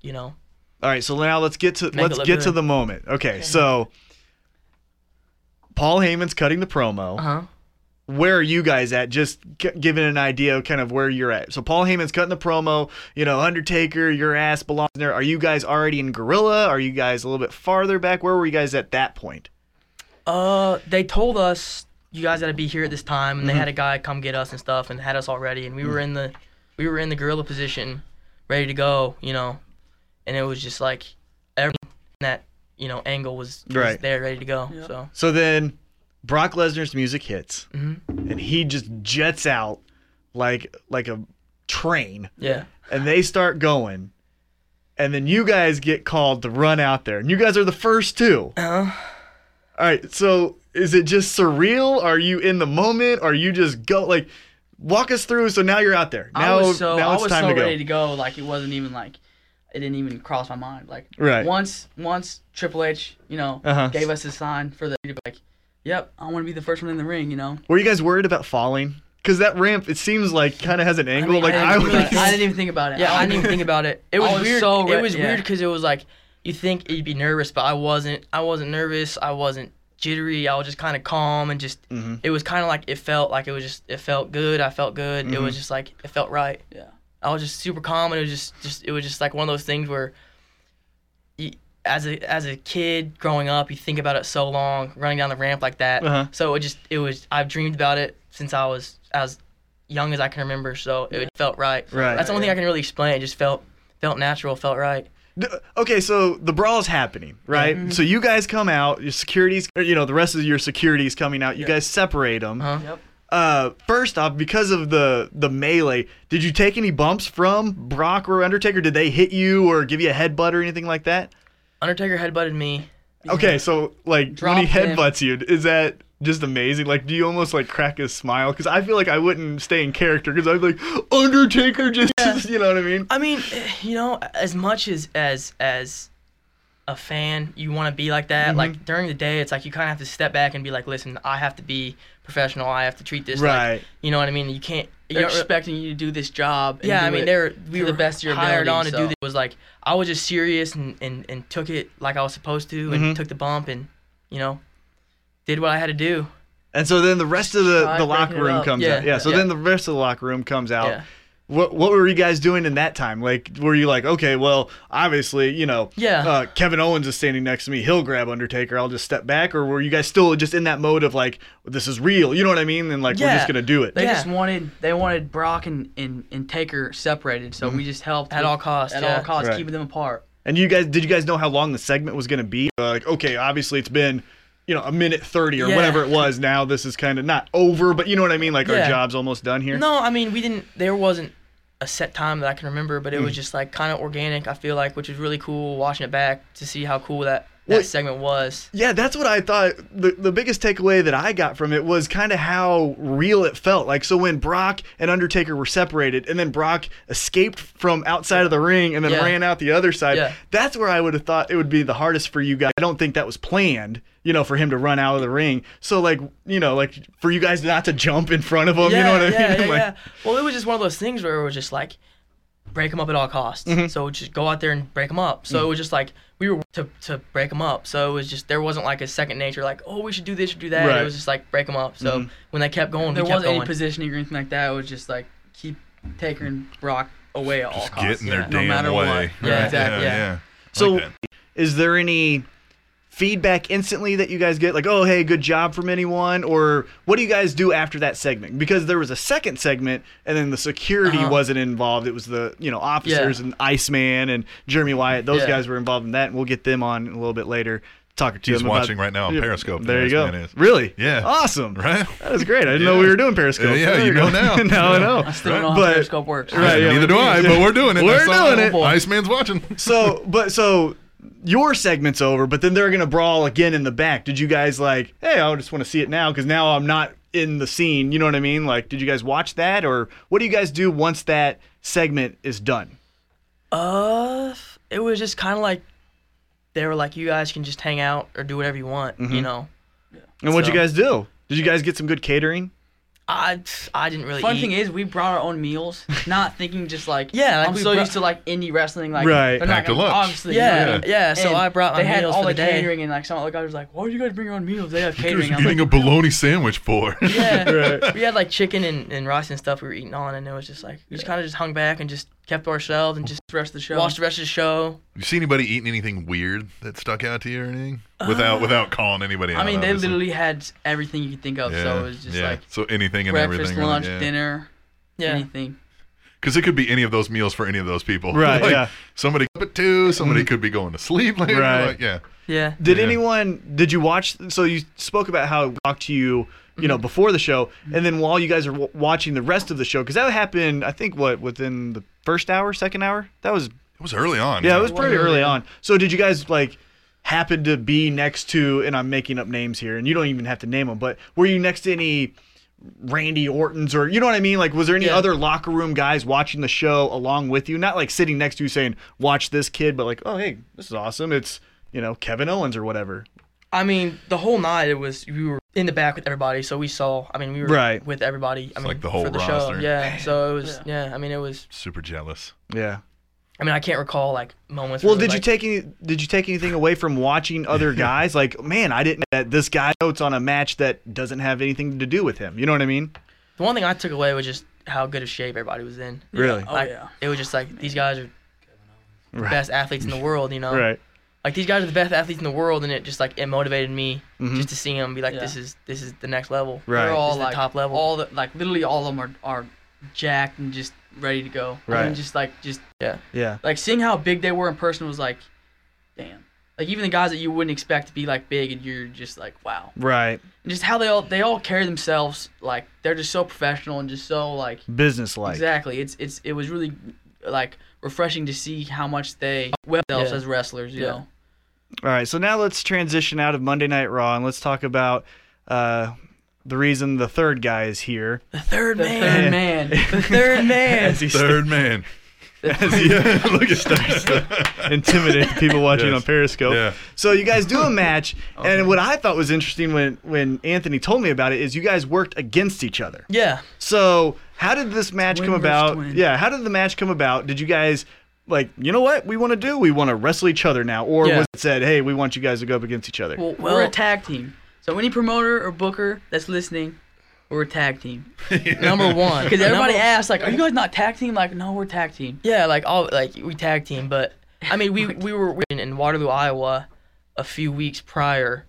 J: you know,
B: All right, so now let's get to
J: Make it
B: let's
J: look
B: get to
J: good.
B: the moment. Okay, so Paul Heyman's cutting the promo.
J: Uh-huh.
B: Where are you guys at? Just g- giving an idea of kind of where you're at. So Paul Heyman's cutting the promo. You know, Undertaker, your ass belongs there. Are you guys already in Gorilla? Are you guys a little bit farther back? Where were you guys at that point?
J: Uh, they told us you guys gotta be here at this time, and
B: Mhm.
J: they had a guy come get us and stuff, and had us all ready, and we were
B: Mhm.
J: in the, we were in the gorilla position, ready to go, you know, and it was just like, every that you know angle was, was
B: Right.
J: there, ready to go. So
B: So then Brock Lesnar's music hits,
J: Mhm.
K: Mm-hmm.
B: and he just jets out like like a train.
J: yeah,
B: and they start going, and then you guys get called to run out there, and you guys are the first two.
J: Uh-huh.
B: All right, so is it just surreal? Are you in the moment? Are you just go like, walk us through? So now you're out there. Now,
K: I was so
B: now it's
K: I was
B: time
K: so
B: to go.
K: ready to go, like it wasn't even like it didn't even cross my mind. Like
B: Right.
K: once once Triple H, you know,
B: Uh-huh.
K: gave us a sign for the like, yep, I want to be the first one in the ring, you know.
B: Were you guys worried about falling? Because that ramp, it seems like kind of has an angle. like I,
K: I didn't,
B: was.
K: even think about it. I didn't even think about it.
J: yeah. I
K: was-
J: didn't even think about it. It was,
K: I was
J: weird.
K: so re-
J: it was
K: yeah.
J: weird because it was like you think you'd be nervous, but I wasn't. I wasn't nervous. I wasn't jittery. I was just kind of calm and just.
B: Mhm.
J: It was kind of like it felt like it was just. It felt good. I felt good. It was
K: Mhm.
J: just like it felt right.
K: Yeah.
J: I was just super calm, and it was just, just it was just like one of those things where, you, as a as a kid growing up, you think about it so long, running down the ramp like that.
B: Uh-huh.
J: So it just it was I've dreamed about it since I was as young as I can remember. So it felt right.
B: Right.
J: That's the only thing I can really explain. It just felt felt natural, felt right.
B: D- Okay, so the brawl's happening, right?
J: Yeah. Mhm.
B: So you guys come out, your security's, or, you know, the rest of your security's coming out. You guys separate them.
J: Huh?
K: Yep.
B: Uh, first off, because of the the melee, did you take any bumps from Brock or Undertaker? Did they hit you or give you a headbutt or anything like that?
J: Undertaker headbutted me.
B: Okay, so like when he
J: Dropped him.
B: headbutts you, is that just amazing? Like, do you almost like crack his smile? Because I feel like I wouldn't stay in character because I'd be like Undertaker just, you know what I mean?
J: I mean, eh, you know, as much as as as a fan, you want to be like that. Like during the day, it's like you kind of have to step back and be like, listen, I have to be professional. I have to treat this
B: Right.
J: Like, you know what I mean? You can't.
K: They're
J: you're-
K: expecting you to do this job. And
J: yeah,
K: do
J: I mean,
K: it
J: they're we
K: to
J: were
K: the best of your
J: hired
K: ability,
J: on to
K: so.
J: do this. It was like I was just serious and and and took it like I was supposed to and
B: Mhm.
J: took the bump and you know did what I had to do.
B: And so then the rest of the,
J: Try
B: the
J: breaking
B: locker
J: it
B: room
J: up.
B: comes
J: Yeah,
B: out. Yeah. So
J: yeah.
B: then the rest of the locker room comes out.
J: Yeah.
B: What what were you guys doing in that time? Like, were you like, okay, well, obviously, you know,
J: Yeah.
B: uh, Kevin Owens is standing next to me. He'll grab Undertaker. I'll just step back. Or were you guys still just in that mode of like, this is real? You know what I mean? And like, we're just gonna do it.
K: They just wanted they wanted Brock and, and, and Taker separated, so we just helped
J: At
K: with-
J: all costs,
K: At
J: yeah.
K: all costs,
B: Right.
K: keeping them apart.
B: and you guys, did you guys know how long the segment was gonna be? Uh, like, okay, obviously, it's been. You know, a minute thirty or
J: Yeah.
B: whatever it was. Now this is kind of not over, but you know what I mean. Like our
J: Yeah.
B: job's almost done here.
J: No, I mean we didn't. There wasn't a set time
B: Mm.
J: that I can remember, but it was just like kind of organic. I feel like, which was really cool. Watching it back to see how cool that that segment was.
B: Yeah, that's what I thought. The, the biggest takeaway that I got from it was kind of how real it felt. Like, so when Brock and Undertaker were separated, and then Brock escaped from outside of the ring and then
E: Yeah.
B: ran out the other side,
E: Yeah.
B: that's where I would have thought it would be the hardest for you guys. I don't think that was planned, you know, for him to run out of the ring. So, like, you know, like for you guys not to jump in front of him, Oh, you know what I
J: yeah,
B: mean?
J: Yeah,
B: Like-
J: yeah. Well, it was just one of those things where it was just like break them up at all costs.
B: Mm-hmm.
J: So just go out there and break them up.
B: Mm.
J: So it
K: Mhm.
J: was just like we were to to break them up. So it was just there wasn't like a second nature like oh we should do this, should do that.
K: Right.
J: It was just like break them up. So
B: Mm-hmm.
K: Mhm.
J: when they kept going,
K: there
J: we kept
K: wasn't
J: going.
K: any positioning or anything like that. It was just like keep Taker and Brock away at all costs.
A: get in their
K: yeah. no
A: damn
K: matter what.
A: way.
K: Yeah,
A: Right.
K: exactly.
A: Yeah,
K: Yeah,
A: yeah.
B: So, is there any feedback instantly that you guys get? Like, oh, hey, good job from anyone? Or what do you guys do after that segment? Because there was a second segment, and then the security
E: Uh-huh.
B: wasn't involved. It was the you know officers
E: Yeah.
B: and Iceman and Jeremy Wyatt. Those
E: Yeah.
B: guys were involved in that, and we'll get them on a little bit later. Talking to
A: He's
B: them about-
A: watching right now on
B: Yeah,
A: Periscope, the
B: There you go.
A: Iceman is.
B: Really?
A: Yeah.
B: Awesome.
A: Right?
B: That was great. I didn't know we were doing Periscope.
A: Yeah, yeah,
B: There
A: you
B: go.
A: know now.
B: now I know.
A: I still don't know
K: how
B: But-
K: Periscope works.
B: Right.
A: Yeah,
B: yeah,
A: neither do I, but we're doing it.
B: We're
A: I saw
B: doing it.
A: Iceman's watching.
B: So, but so your segment's over, but then they're gonna brawl again in the back. Did you guys like? Hey, I just want to see it now because now I'm not in the scene. You know what I mean? Like, did you guys watch that, or what do you guys do once that segment is done?
J: Uh, it was just kind of like they were like, you guys can just hang out or do whatever you want,
B: Mhm.
J: you know.
B: And what'd you
J: So-
B: guys do? Did you guys get some good catering?
J: I I didn't really.
K: Fun
J: eat.
K: thing is, we brought our own meals, not thinking just like
J: Yeah, like
K: I'm
J: we
K: so
J: brought-
K: used to like indie wrestling, like
J: Right.
K: they're not
J: Packed a
K: gonna-
J: lunch.
K: Obviously, you
J: Yeah,
K: know what I mean?
J: yeah, so
K: And
J: I brought my
K: They had
J: meals
K: all
J: for
K: the
J: the day.
K: catering, and like some of the guys was like, "Why do you guys bring your own meals? They have
A: He's
K: catering." I'm
A: eating a
K: like,
A: bologna sandwich for.
J: Yeah, we had like chicken and, and rice and stuff we were eating on, and it was just like we just kind of just hung back and just kept to ourselves and just
K: the rest of the show.
J: watched the rest of the show.
A: You see anybody eating anything weird that stuck out to you or anything? Without
J: Uh,
A: without calling anybody out.
K: I mean, they
A: Uh, obviously.
K: literally had everything you could think of, so it was just
A: yeah.
K: like
A: so anything and
K: breakfast,
A: everything. really,
K: lunch,
A: yeah.
K: dinner,
J: Yeah.
K: anything.
A: Because it could be any of those meals for any of those people.
B: Right,
A: Like,
B: yeah.
A: Somebody up at two. Somebody
J: Mm-hmm.
A: could be going to sleep later.
B: Right.
A: Like, yeah.
J: Yeah.
B: Did
A: Yeah.
B: anyone? Did you watch? So you spoke about how it walked to you, you know, before the show, and then while you guys are w- watching the rest of the show, because that happened, I think, what within the first hour, second hour. That was. It
A: was early on.
B: Yeah,
A: yeah.
B: it was
A: It
B: pretty
A: was early
B: early
A: on.
B: on. So did you guys like happen to be next to? And I'm making up names here, and you don't even have to name them, but were you next to any? Randy Orton's, or you know what I mean? Like, was there any
E: Yeah.
B: other locker room guys watching the show along with you? Not like sitting next to you saying, watch this kid, but like, oh, hey, this is awesome. It's, you know, Kevin Owens or whatever.
J: I mean, the whole night it was we were in the back with everybody, so we saw. I mean, we were
B: Right.
J: with everybody. I mean,
A: like the whole
J: for the
A: roster.
J: show. Yeah, so it was. Yeah. I mean, it was.
A: Super jealous.
B: Yeah.
J: I mean, I can't recall like moments.
B: Well,
J: where it
B: did
J: was
B: you take any? Did you take anything away from watching other guys? Like, man, I didn't. That this guy notes on a match that doesn't have anything to do with him. You know what I mean?
J: The one thing I took away was just how good of shape everybody was in.
B: Really? Oh,
J: Like,
K: yeah.
J: It was just like these guys are the
B: Right.
J: best athletes in the world,
K: Oh,
J: you know?
B: Right.
J: Like these guys are the best athletes in the world, and it just like it motivated me
B: Mhm.
J: just to see them be like, this is this is the next level.
K: They're all
J: This is
K: like
J: the top level.
K: All the like literally all of them are, are jacked and just ready to go.
J: Right.
K: And just like just
J: yeah.
B: Yeah.
K: Like seeing how big they were in person was like, damn. Like even the guys that you wouldn't expect to be like big, and you're just like, wow.
B: Right.
K: And just how they all they all carry themselves like they're just so professional and just so like
B: Business-like.
K: Exactly. It's it's it was really like refreshing to see how much they themselves
B: Yeah.
K: as wrestlers. You
B: Yeah.
K: know.
B: All right. So now let's transition out of Monday Night Raw and let's talk about uh, the reason the third guy is here. The
J: third
K: man. third man. The third man.
A: Third man.
B: As he
A: look at starts
B: to intimidate the people watching
A: Yes.
B: on Periscope.
A: Yeah.
B: So you guys do a match, and what I thought was interesting when when Anthony told me about it is you guys worked against each other.
J: Yeah.
B: So how did this match
J: Twin
B: come
J: versus
B: about?
J: twin.
B: Yeah, how did the match come about? Did you guys like you know what we want to do? We want to wrestle each other now, or
K: Yeah.
B: was it said, hey, we want you guys to go up against each other?
K: Well, we're a tag team. So any promoter or booker that's listening, we're a tag team.
J: Number one.
K: Because everybody
J: Number-
K: asks, like, are you guys not tag team? Like, no, we're tag team.
J: Yeah, like all like we tag team, but I mean we we were in, in Waterloo, Iowa, a few weeks prior.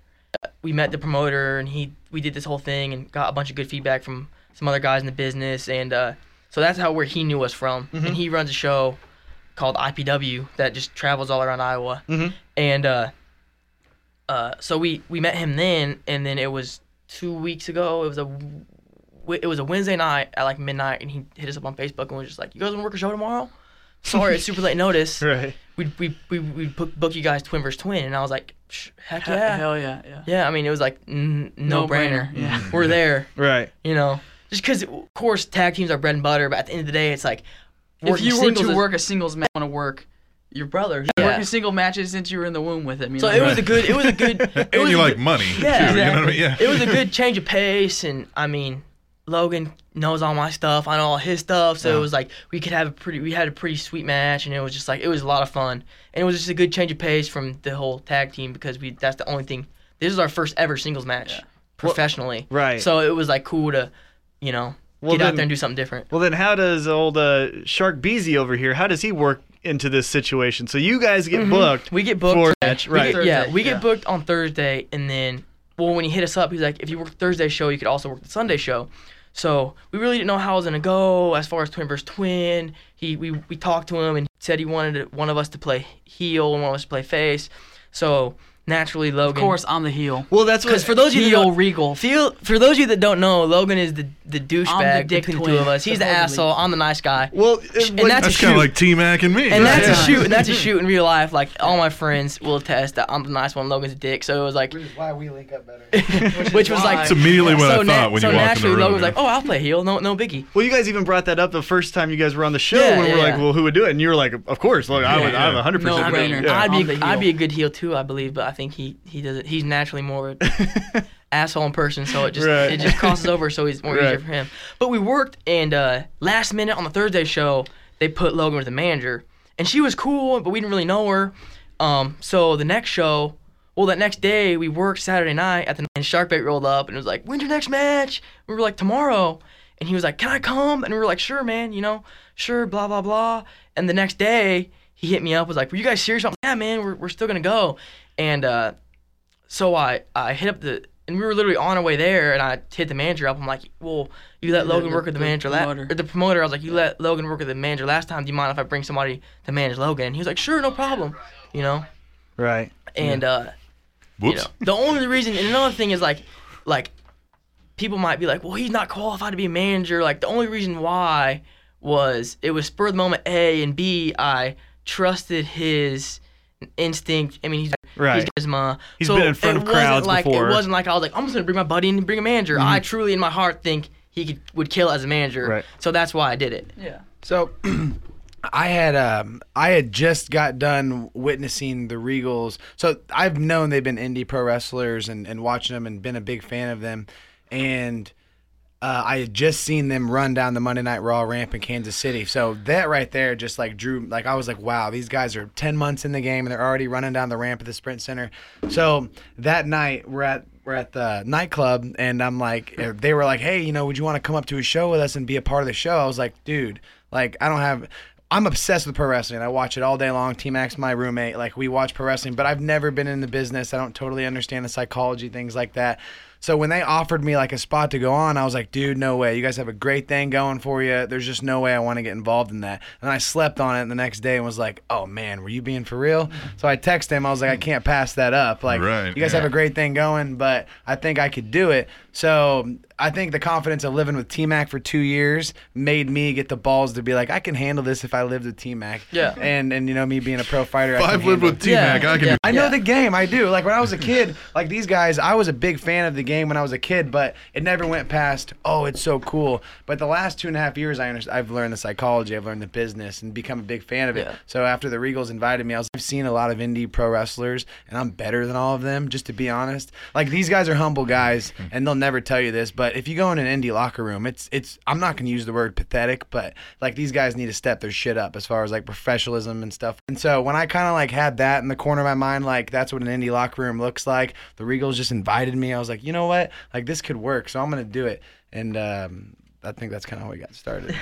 J: We met the promoter and he we did this whole thing and got a bunch of good feedback from some other guys in the business and uh, so that's how where he knew us from.
K: Mhm.
J: And he runs a show called IPW that just travels all around Iowa.
K: Mhm.
J: And uh, uh, so we we met him then, and then it was two weeks ago. It was a w- it was a Wednesday night at like midnight, and he hit us up on Facebook and was just like, "You guys want to work a show tomorrow?" Sorry, it's super late notice.
B: Right.
J: we'd we we we'd book, book you guys twin versus twin, and I was like, "Sh- heck
K: He-
J: yeah,
K: hell yeah, yeah.
J: yeah. I mean, it was like n- no, brainer.
K: No-brainer, yeah.
J: we're there,
E: Right.
J: you know, just because of course tag teams are bread and butter, but at the end of the day, it's like
K: If
J: working
K: you were
J: singles
K: to
J: is-
K: work a singles match, want to work your brother. You're
J: Yeah.
K: working single matches since you were in the womb with him. you
J: So
K: know?
J: it was a good. It was a good. It
H: and
J: was
H: you
J: a
H: like
J: good-
H: money
J: Yeah,
H: too. You know what I
J: exactly.
H: mean? Yeah.
J: It was a good change of pace, and I mean, Logan knows all my stuff. I know all his stuff, so it was like we could have a pretty. We had a pretty sweet match, and it was just like it was a lot of fun, and it was just a good change of pace from the whole tag team because we. That's the only thing. This is our first ever singles match professionally,
E: right.
J: So it was like cool to, you know,
E: Well,
J: get out
E: then-
J: there and do something different.
E: Well, then how does old uh, Shark Beezy over here? How does he work into this situation? So you guys get
J: Mhm.
E: booked.
J: We get booked
E: for
J: Thursday.
E: match,
J: We
E: right?
J: get- yeah,
K: Thursday,
J: we get
K: yeah.
J: booked on Thursday, and then well, when he hit us up, he's like, "If you work Thursday show, you could also work the Sunday show." So we really didn't know how it was gonna go as far as twin versus twin. He we we talked to him and he said he wanted one of us to play heel and one of us to play face. So naturally, Logan.
K: Of course, I'm the heel.
J: Well, that's
K: what-
J: because for those of you that
K: heel
J: don't-
K: regal.
J: Feel for those of you that don't know, Logan is the the douchebag
K: dick
J: between the
K: twin,
J: two of us. He's the
K: supposedly.
J: asshole. I'm the nice guy.
E: Well,
J: and that's, a
H: that's kind
J: shoot.
H: of like T Mac and me.
J: And
H: right?
J: that's a shoot. And that's a shoot in real life. Like all my friends will attest that I'm the nice one. Logan's a dick. So it was like,
G: Why we link up better?
J: which was like,
H: It's immediately what I
J: so
H: thought when
J: so
H: you walked in the
J: naturally,
H: room,
J: Logan was
H: yeah.
J: like, oh, I'll play heel. No, no biggie.
E: Well, you guys even brought that up the first time you guys were on the show
J: Yeah,
E: when we
J: yeah,
E: were like,
J: yeah.
E: "Well, who would do it?" And you were like, "Of course, look, I would. I'm 100
J: No
E: percent."
J: brainer.
K: Yeah.
J: I'd
K: I'm
J: be,
K: the
J: I'd
K: heel.
J: be a good heel too, I believe. But I think he, he doesn't. He's naturally more of an asshole in person. So it just,
E: Right.
J: it just crosses over. So he's more
E: Right.
J: easier for him. But we worked, and uh, last minute on the Thursday show, they put Logan with the manager, and she was cool, but we didn't really know her. Um, so the next show, well, that next day we worked Saturday night at the and Sharkbait rolled up and it was like, when's your next match? We were like, tomorrow. And he was like, can I come? And we were like, sure, man, you know, sure, blah, blah, blah. And the next day he hit me up, was like, were you guys serious? I'm like, yeah, man, we're, we're still going to go. And, uh, so I, I hit up the and we were literally on our way there and I hit the manager up. I'm like, Well, you let
K: The-
J: Logan
K: the-
J: work with the
K: the
J: manager last
K: promoter.
J: or the promoter, I was like, You let Logan work with the manager last time, do you mind if I bring somebody to manage Logan? And he was like, Sure, no problem. You know?
E: Right.
J: And uh you
H: Whoops.
J: know, the only reason and another thing is like like people might be like, Well, he's not qualified to be a manager. Like the only reason why was it was spur of the moment A and B, I trusted his instinct. I mean he's
E: Right.
J: He's charisma.
E: He's been in front
J: it
E: of
J: wasn't
E: crowds
J: like,
E: before. Mm-hmm.
J: It wasn't like I was like, I'm just gonna bring my buddy in and bring a manager. I truly, in my heart, think he could, would kill as a manager.
E: Right.
J: So that's why I did it.
K: Yeah.
G: So I had um I had just got done witnessing the Regals. So I've known they've been indie pro wrestlers and, and watching them and been a big fan of them. And uh, I had just seen them run down the Monday Night Raw ramp in Kansas City. So that right there just like drew like I was like, wow, these guys are ten months in the game and they're already running down the ramp at the Sprint Center. So that night we're at we're at the nightclub and I'm like eh, they were like, Hey, you know, would you want to come up to a show with us and be a part of the show? I was like, dude, like I don't have I'm obsessed with pro wrestling. I watch it all day long. T Max, my roommate, like we watch pro wrestling, but I've never been in the business. I don't totally understand the psychology, things like that. So when they offered me like a spot to go on, I was like, dude, no way. You guys have a great thing going for you. There's just no way I want to get involved in that. And I slept on it the next day and was like, oh man, were you being for real? So I texted him. I was like, I can't pass that up. Like,
H: Hmm. Right,
G: you guys
H: yeah.
G: have a great thing going, but I think I could do it. So I think the confidence of living with T Mac for two years made me get the balls to be like, I can handle this if I lived with T Mac.
J: Yeah.
G: And and you know me being a pro fighter,
H: If
G: I can
H: I've lived
G: handle it.
H: with T Mac. I can.
J: yeah.
G: I know the game. I do. Like when I was a kid, like these guys, I was a big fan of the game when I was a kid, but it never went past. Oh, it's so cool. But the last two and a half years, I under- I've learned the psychology. I've learned the business and become a big fan of it.
J: Yeah.
G: So after the Regals invited me, I was I've seen a lot of indie pro wrestlers, and I'm better than all of them. Just to be honest, like these guys are humble guys,
J: Hmm.
G: and they'll never tell you this, but if you go in an indie locker room, it's it's. I'm not going to use the word pathetic, but like these guys need to step their shit up as far as like professionalism and stuff. And so when I kind of like had that in the corner of my mind, like that's what an indie locker room looks like. The Regals just invited me. I was like, you know what? Like this could work, so I'm going to do it. And um, I think that's kind of how we got started.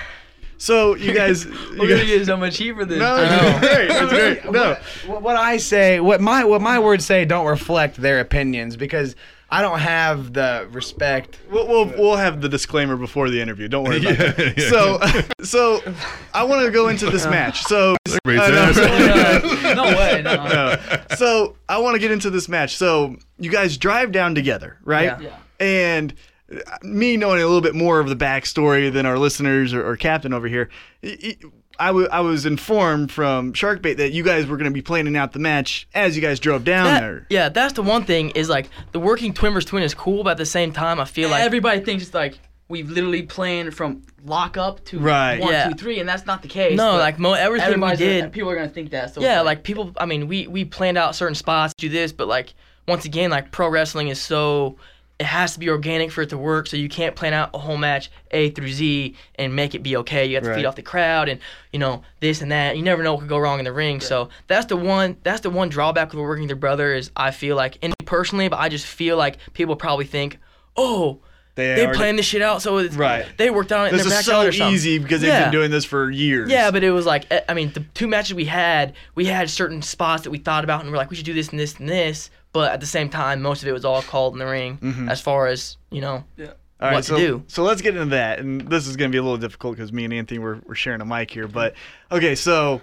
E: So you guys,
K: We're
E: you
K: gonna
E: guys
K: get so much heat for this.
E: no, it's great. It's great. No.
G: what, what I say, what my what my words say, don't reflect their opinions because I don't have the respect.
E: We'll, we'll, we'll have the disclaimer before the interview. Don't worry about
H: Yeah,
E: that.
H: yeah.
E: So, so I want to go into this match. So,
H: Raise
E: Uh,
H: his
E: no,
H: ass.
K: No, no way. No.
E: no. so I want to get into this match. So you guys drive down together, right?
J: Yeah. Yeah.
E: And uh, me knowing a little bit more of the backstory than our listeners or, or Captain over here, y- y-
B: I wa- I was informed from Sharkbait that you guys were going to be planning out the match as you guys drove down
J: That-
B: there.
J: Yeah, that's the one thing is like the working twin versus twin is cool, but at the same time, I feel like
K: everybody thinks it's like we literally planned from lock up to
J: Right.
K: one,
J: Yeah.
K: two, three, and that's not the case.
J: No,
K: but
J: like, mo- everything we
K: everybody's gonna-
J: did-
K: people are gonna think that. So
J: yeah, like people. I mean, we we planned out certain spots, do this, but like once again, like pro wrestling is so it has to be organic for it to work. So you can't plan out a whole match A through Z and make it be okay. You have to
K: Right.
J: feed off the crowd and you know this and that. You never know what could go wrong in the ring. So that's the one. That's the one drawback of working with your brother is I feel like, and personally, but I just feel like people probably think, oh.
B: They
J: They,
B: already-
J: planned this shit out, so it's,
B: Right.
J: they worked on it in
B: This
J: their
B: is
J: backyard
B: so
J: or something.
B: easy because they've
J: Yeah.
B: been doing this for years.
J: Yeah, but it was like eh, I mean, the two matches we had, we had certain spots that we thought about, and we're like, we should do this and this and this. But at the same time, most of it was all called in the ring,
B: Mhm.
J: as far as you know,
K: Yeah.
B: All right,
J: what
B: so,
J: to do.
B: So let's get into that. And this is going to be a little difficult because me and Anthony were, were sharing a mic here. But okay, so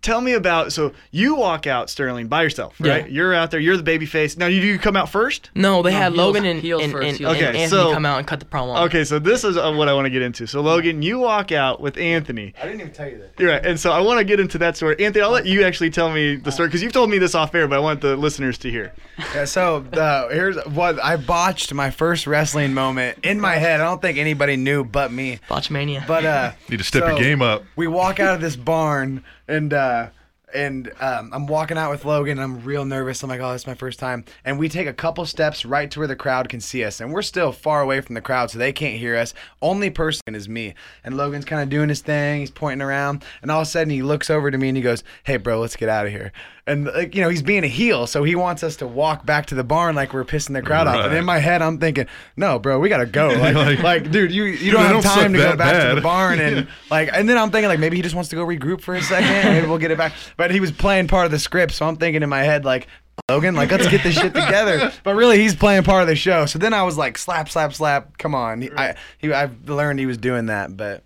B: tell me about. So you walk out, Sterling, by yourself,
J: Yeah.
B: right? You're out there. You're the baby face. Now, you, do you come out first?
J: No, they had Logan and, and, and, and
B: okay,
J: Anthony
B: so,
J: come out and cut the promo.
B: Okay, so this is uh, what I want to get into. So, Logan, you walk out with Anthony.
L: I didn't even tell you that.
B: You're right. And so I want to get into that story. Anthony, I'll let you actually tell me the story because you've told me this off air, but I want the listeners to hear.
G: Yeah, so uh, here's what I botched my first wrestling moment in my head. I don't think anybody knew but me.
J: Botchmania.
G: But uh,
A: Need to step your game up.
G: We walk out of this barn and uh, and um, I'm walking out with Logan. and I'm real nervous. I'm like, oh, it's my first time. And we take a couple steps right to where the crowd can see us, and we're still far away from the crowd, so they can't hear us. Only person is me. And Logan's kind of doing his thing. He's pointing around, and all of a sudden he looks over to me and he goes, "Hey, bro, let's get out of here." And like you know, he's being a heel, so he wants us to walk back to the barn like we're pissing the crowd off. And
A: Right.
G: in my head, I'm thinking, "No, bro, we gotta go." Like,
A: Like,
G: like, dude, you you
A: dude,
G: don't
A: I
G: have
A: don't suck
G: time to go
A: that
G: back to
A: bad.
G: the barn and
A: Yeah.
G: like and then I'm thinking like maybe he just wants to go regroup for a second. maybe we'll get it back. But he was playing part of the script, so I'm thinking in my head like Logan, like let's get this shit together. But really, he's playing part of the show. So then I was like slap, slap, slap. Come on, He- I he I learned he was doing that, but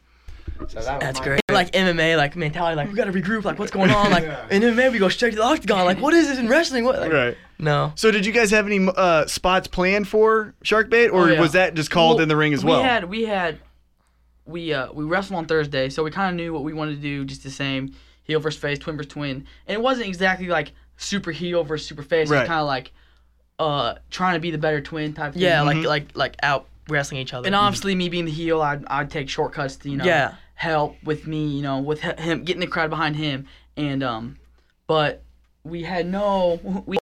J: That's great. Like MMA, like mentality, like we gotta regroup, like what's going on, like and then maybe we go straight to the octagon, like what is this in wrestling? What? Like,
B: Right.
J: No.
B: So did you guys have any uh, spots planned for Shark Bait, or
K: Oh, yeah.
B: was that just called
K: Well,
B: in the ring as well?
K: We had we had we uh we wrestled on Thursday, so we kind of knew what we wanted to do, just the same heel versus face, twin versus twin, and it wasn't exactly like super heel versus super face. It
J: Right.
K: was kind of like uh trying to be the better twin type. Thing.
J: Yeah,
B: Mm-hmm.
J: like like like out wrestling each other.
K: And obviously, me being the heel, I'd, I'd take shortcuts to you know
J: Yeah.
K: help with me, you know, with he- him getting the crowd behind him, and um, but we had no we.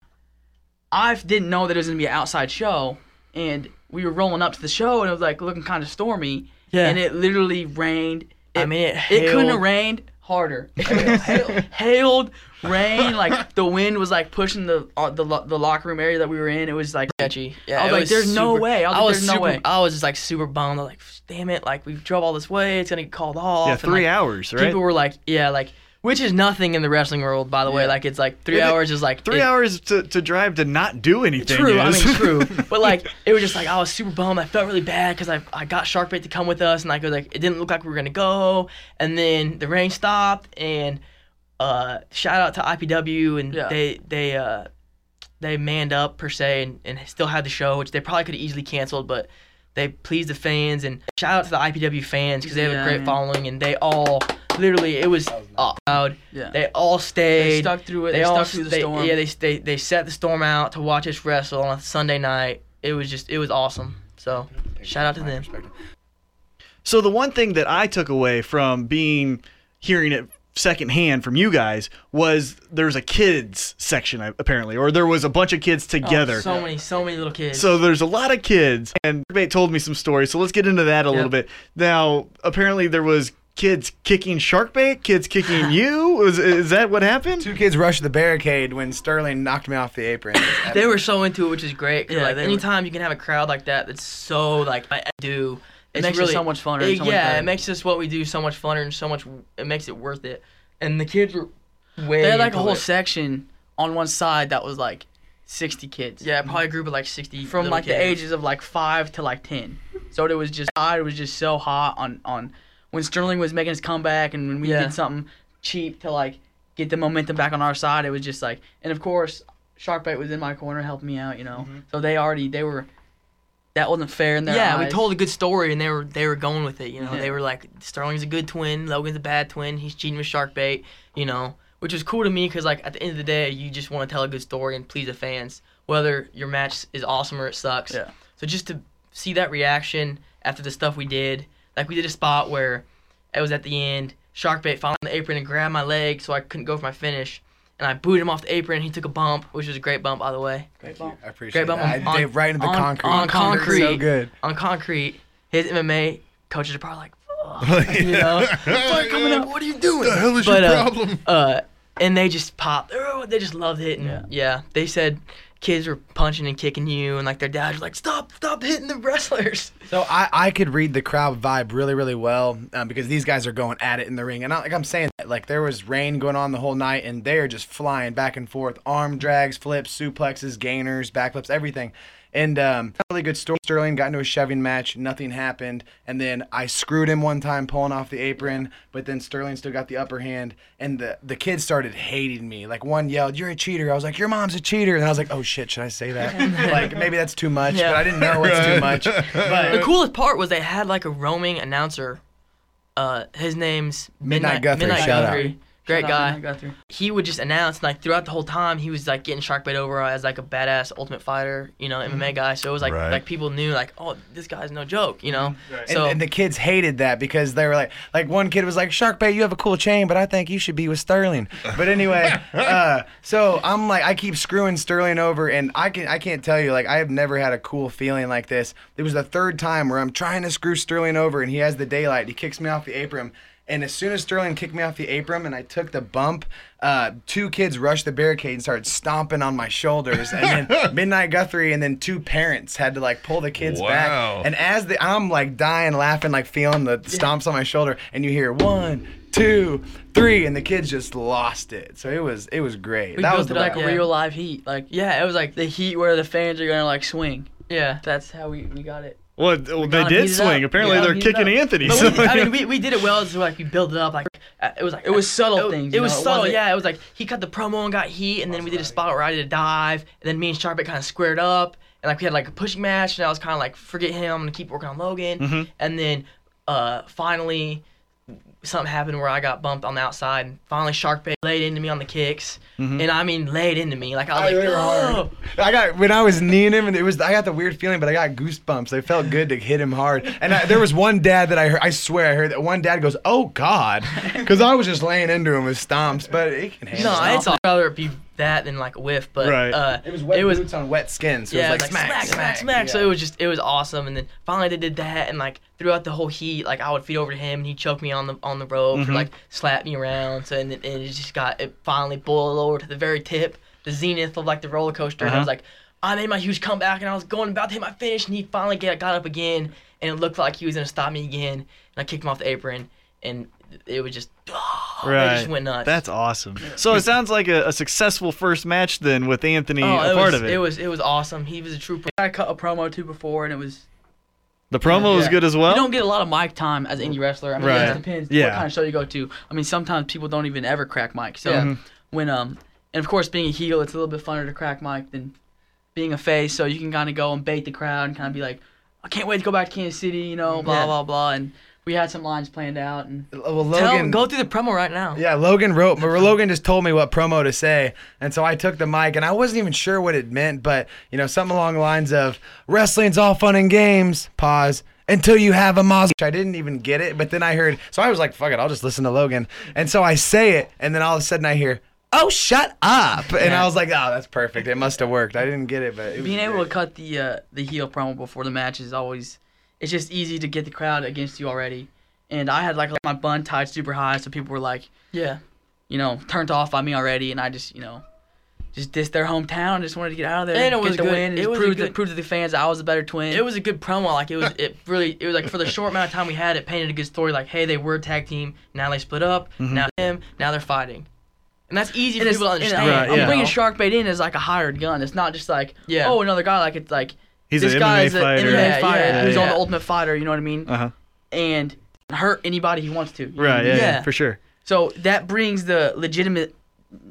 K: I didn't know that it was gonna be an outside show, and we were rolling up to the show, and it was like looking kind of stormy.
J: Yeah.
K: And it literally rained. It, I mean,
J: it
K: couldn't have
J: hailed.
K: rained harder. It hailed, hailed, rain. Like the wind was like pushing the uh, the lo- the locker room area that we were in. It was like sketchy.
J: Yeah,
K: I was
J: it
K: like, "There's no
J: super-
K: way." I was, like, "There's
J: super,
K: no way."
J: I was just like super bummed. I was like, damn it! Like we drove all this way. It's gonna get called off.
B: Yeah,
J: and,
B: three
J: like,
B: hours, right?
J: People were like, yeah, like which is nothing in the wrestling world, by the way. Like it's like three
B: Yeah, but
J: hours is like
B: three
J: it-
B: hours to, to drive to not do anything.
J: True, I
B: is-
J: mean true, but like it was just like I was super bummed. I felt really bad because I, I got Sharkbait to come with us, and like it was like it didn't look like we were gonna go. And then the rain stopped, and uh, shout out to IPW, and
K: Yeah.
J: they they uh, they manned up per se, and, and still had the show, which they probably could have easily canceled, but they pleased the fans. And shout out to the IPW fans because they have a
K: Yeah,
J: great
K: man.
J: following, and they all literally it was uh, loud.
K: Yeah.
J: They all stayed.
K: stuck through it. They
J: all
K: stuck through the
J: they-
K: storm.
J: Yeah, they they they set the storm out to watch us wrestle on a Sunday night. It was just it was awesome. So shout out to them.
B: So the one thing that I took away from being hearing it secondhand from you guys was there was a kids section I- apparently, or there was a bunch of kids
J: Oh,
B: together.
J: so many so many little kids.
B: So there's a lot of kids, and Bait told me some stories. So let's get into that a
J: Yeah.
B: little bit. Now, apparently there was kids kicking Sharkbait, kids kicking you. Was is that what happened?
G: Two kids rushed the barricade when Sterling knocked me off the apron.
J: they were so into it, which is great. 'cause,
G: Yeah,
J: like
G: they were-
J: anytime you can have a crowd like that, that's so like I do.
K: It
J: it's
K: makes it
J: really,
K: so much funner and
J: It,
K: so much
J: yeah,
K: better.
J: it makes us what we do so much funner and so much. It makes it worth it. And the kids were way.
K: they had like a
J: into
K: whole
J: it.
K: section on one side that was like 60 kids.
J: Yeah, probably a group of like 60
K: From
J: little
K: like the
J: kids.
K: ages of like 5 to like 10. So it was just I was just so hot on on when Sterling was making his comeback and when we
J: Yeah.
K: did something cheap to like get the momentum back on our side, it was just like and of course Sharkbait was in my corner helping me out, you know. So they already they were that wasn't fair in their
J: Mm-hmm. yeah, we
K: eyes.
J: told a good story and they were they were going with it. You know,
K: Yeah.
J: they were like, Sterling's a good twin, Logan's a bad twin. He's cheating with shark bait. You know, which was cool to me because like at the end of the day, you just want to tell a good story and please the fans, whether your match is awesome or it sucks.
K: Yeah.
J: So just to see that reaction after the stuff we did, like we did a spot where it was at the end. Shark bait found the apron and grabbed my leg, so I couldn't go for my finish. And I booted him off the apron. He took a bump, which was a great bump, by the way.
G: Thank you. I appreciate that. I- Dave, right into the
J: on-
G: concrete.
J: On
G: Concrete's
J: concrete.
G: so good.
J: On concrete. His MMA coaches are probably like, fuck. you know? Fuck, coming up, what are you doing?
M: The hell is
J: But,
M: your
J: uh,
M: problem?
J: Uh, and they just popped. Oh, they just loved it. And yeah. they said kids were punching and kicking you, and like their dads were like, stop, stop hitting the wrestlers.
G: So I, I could read the crowd vibe really, really well um, because these guys are going at it in the ring. And I, like I'm saying, that, like there was rain going on the whole night, and they're just flying back and forth, arm drags, flips, suplexes, gainers, backflips, everything. And um, really good story. Sterling got into a shoving match, nothing happened, and then I screwed him one time pulling off the apron, but then Sterling still got the upper hand, and the the kids started hating me. Like one yelled, "You're a cheater!" I was like, "Your mom's a cheater!" And I was like, "Oh shit, should I say that?" like maybe that's too much,
J: Yeah.
G: but I didn't know it's too much. But
J: the coolest part was they had like a roaming announcer. Uh, his name's
G: Midnight
J: Midnight,
G: Guthrie,
J: Midnight
G: shout out.
J: Guthrie. Great
K: Shout out
J: guy.
K: Midnight Guthrie.
J: He would just announce and, like throughout the whole time he was like getting Sharkbait over uh, as like a badass Ultimate Fighter, you know,
K: Mm-hmm.
J: MMA guy. So it was like
G: Right.
J: like people knew like oh this guy's no joke, you know.
G: And,
J: So
G: and the kids hated that because they were like, like one kid was like, Shark Bait, you have a cool chain, but I think you should be with Sterling. But anyway, uh, so I'm like, I keep screwing Sterling over, and I can I can't tell you, like, I have never had a cool feeling like this. It was the third time where I'm trying to screw Sterling over, and he has the daylight. He kicks me off the apron. And as soon as Sterling kicked me off the apron and I took the bump, uh, two kids rushed the barricade and started stomping on my shoulders. And then Midnight Guthrie and then two parents had to like pull the kids
M: Wow.
G: back. And as the I'm like dying laughing, like feeling the stomps on my shoulder, and you hear one, two, three, and the kids just lost it. So it was it was great.
K: We
G: that was
K: built
G: the
K: it like
G: best.
K: real live heat. Like yeah, it was like the heat where the fans are gonna like swing.
J: Yeah,
K: that's how we, we got it.
B: Well, th- well, oh, they did swing. Apparently, they're kicking Anthony.
J: But
B: so-
J: we, I mean, we, we did it well. So like we built it up. Like uh, it was like
K: It was subtle things,
J: It,
K: you
J: was
K: know, it
J: subtle.
K: wasn't-
J: yeah, it was like he cut the promo and got heat, and then we did a spot where I did a dive, and then me and Sharpet kind of squared up, and like we had like a pushing match, and I was kind of like, forget him, I'm gonna keep working on Logan,
M: Mhm.
J: and then uh finally something happened where I got bumped on the outside, and finally Sharkbait laid into me on the kicks,
G: Mhm.
J: and I mean laid into me like
G: I,
J: I was like, oh.
G: I got when I was kneeing him, and it was I got the weird feeling, but I got goosebumps. It felt good to hit him hard. And I, there was one dad that I heard. I swear I heard that one dad goes, "Oh God," because I was just laying into him with stomps. But it can handle.
J: No,
G: it.
J: it's all rather it be that than like a whiff, but
G: Right.
J: uh,
G: It was wet boots on wet skin, so it was like smack,
J: smack,
G: smack,
J: So
G: yeah.
J: it was just it was awesome, and then finally they did that, and like throughout the whole heat, like I would feed over to him, and he choked me on the on the rope,
G: Mhm.
J: or like slap me around, so and, then- and it just got it finally boiled over to the very tip, the zenith of like the roller coaster, and I
K: Uh-huh.
J: was like, I made my huge comeback, and I was going about to hit my finish, and he finally get, got up again, and it looked like he was gonna stop me again, and I kicked him off the apron, and it was just
B: right.
J: they just went nuts.
B: That's awesome. So it sounds like a, a successful first match then with Anthony
K: Oh,
J: oh, it
B: a part
J: was,
B: of it.
J: was it was awesome. He was a trooper.
K: I cut a promo too before, and it was
B: the promo was
K: Yeah.
B: good as well.
K: You don't get a lot of mic time as indie wrestler. I mean,
B: Right.
K: it just depends
B: Yeah.
K: what kind of show you go to. I mean, sometimes people don't even ever crack mic. So
B: Yeah. Mhm.
K: when um, and of course being a heel, it's a little bit funner to crack mic than being a face. So you can kind of go and bait the crowd and kind of be like, I can't wait to go back to Kansas City. You know, blah
J: Yeah.
K: blah blah. And we had some lines planned out and.
G: Well,
J: Tell
G: Logan,
J: him, go through the promo right now.
G: Yeah, Logan wrote, but Logan just told me what promo to say. And so I took the mic and I wasn't even sure what it meant, but, you know, something along the lines of wrestling's all fun and games, pause, until you have a Maz. I didn't even get it, but then I heard, so I was like, fuck it, I'll just listen to Logan. And so I say it, and then all of a sudden I hear, oh, shut up. And I was like, oh, that's perfect. It must have worked. I didn't get it, but it was
K: being able to cut the uh, the heel promo before the match is always it's just easy to get the crowd against you already. And I had like my bun tied super high, so people were like,
J: Yeah.
K: you know, turned off by me already, and I just you know, just dissed their hometown. Just wanted to get out of there,
J: And it
K: get
J: was
K: the
J: good.
K: win, and
J: It
K: just
J: was a
K: prove to
J: good-
K: prove to the fans I was a better twin.
J: It was a good promo. Like it was, it really, it was like for the short amount of time we had, it painted a good story. Like, hey, they were a tag team. Now they split up.
K: Mhm.
J: Now them. Now they're fighting. And that's easy
K: And
J: for
K: it's-
J: people to
K: and
J: understand.
K: I'm bringing Sharkbait in as like a hired gun. It's not just like,
J: Yeah.
K: oh, another guy. Like it's like
J: He's
K: this
J: an
K: guy's
J: MMA
K: an
J: fighter.
K: MMA
J: Yeah,
K: fighter
J: yeah,
K: who's on
J: yeah.
K: the Ultimate Fighter. You know what I mean?
B: Uh-huh.
K: And hurt anybody he wants to. you know what I
B: Right, yeah,
K: mean?
B: yeah, for sure.
K: So that brings the legitimate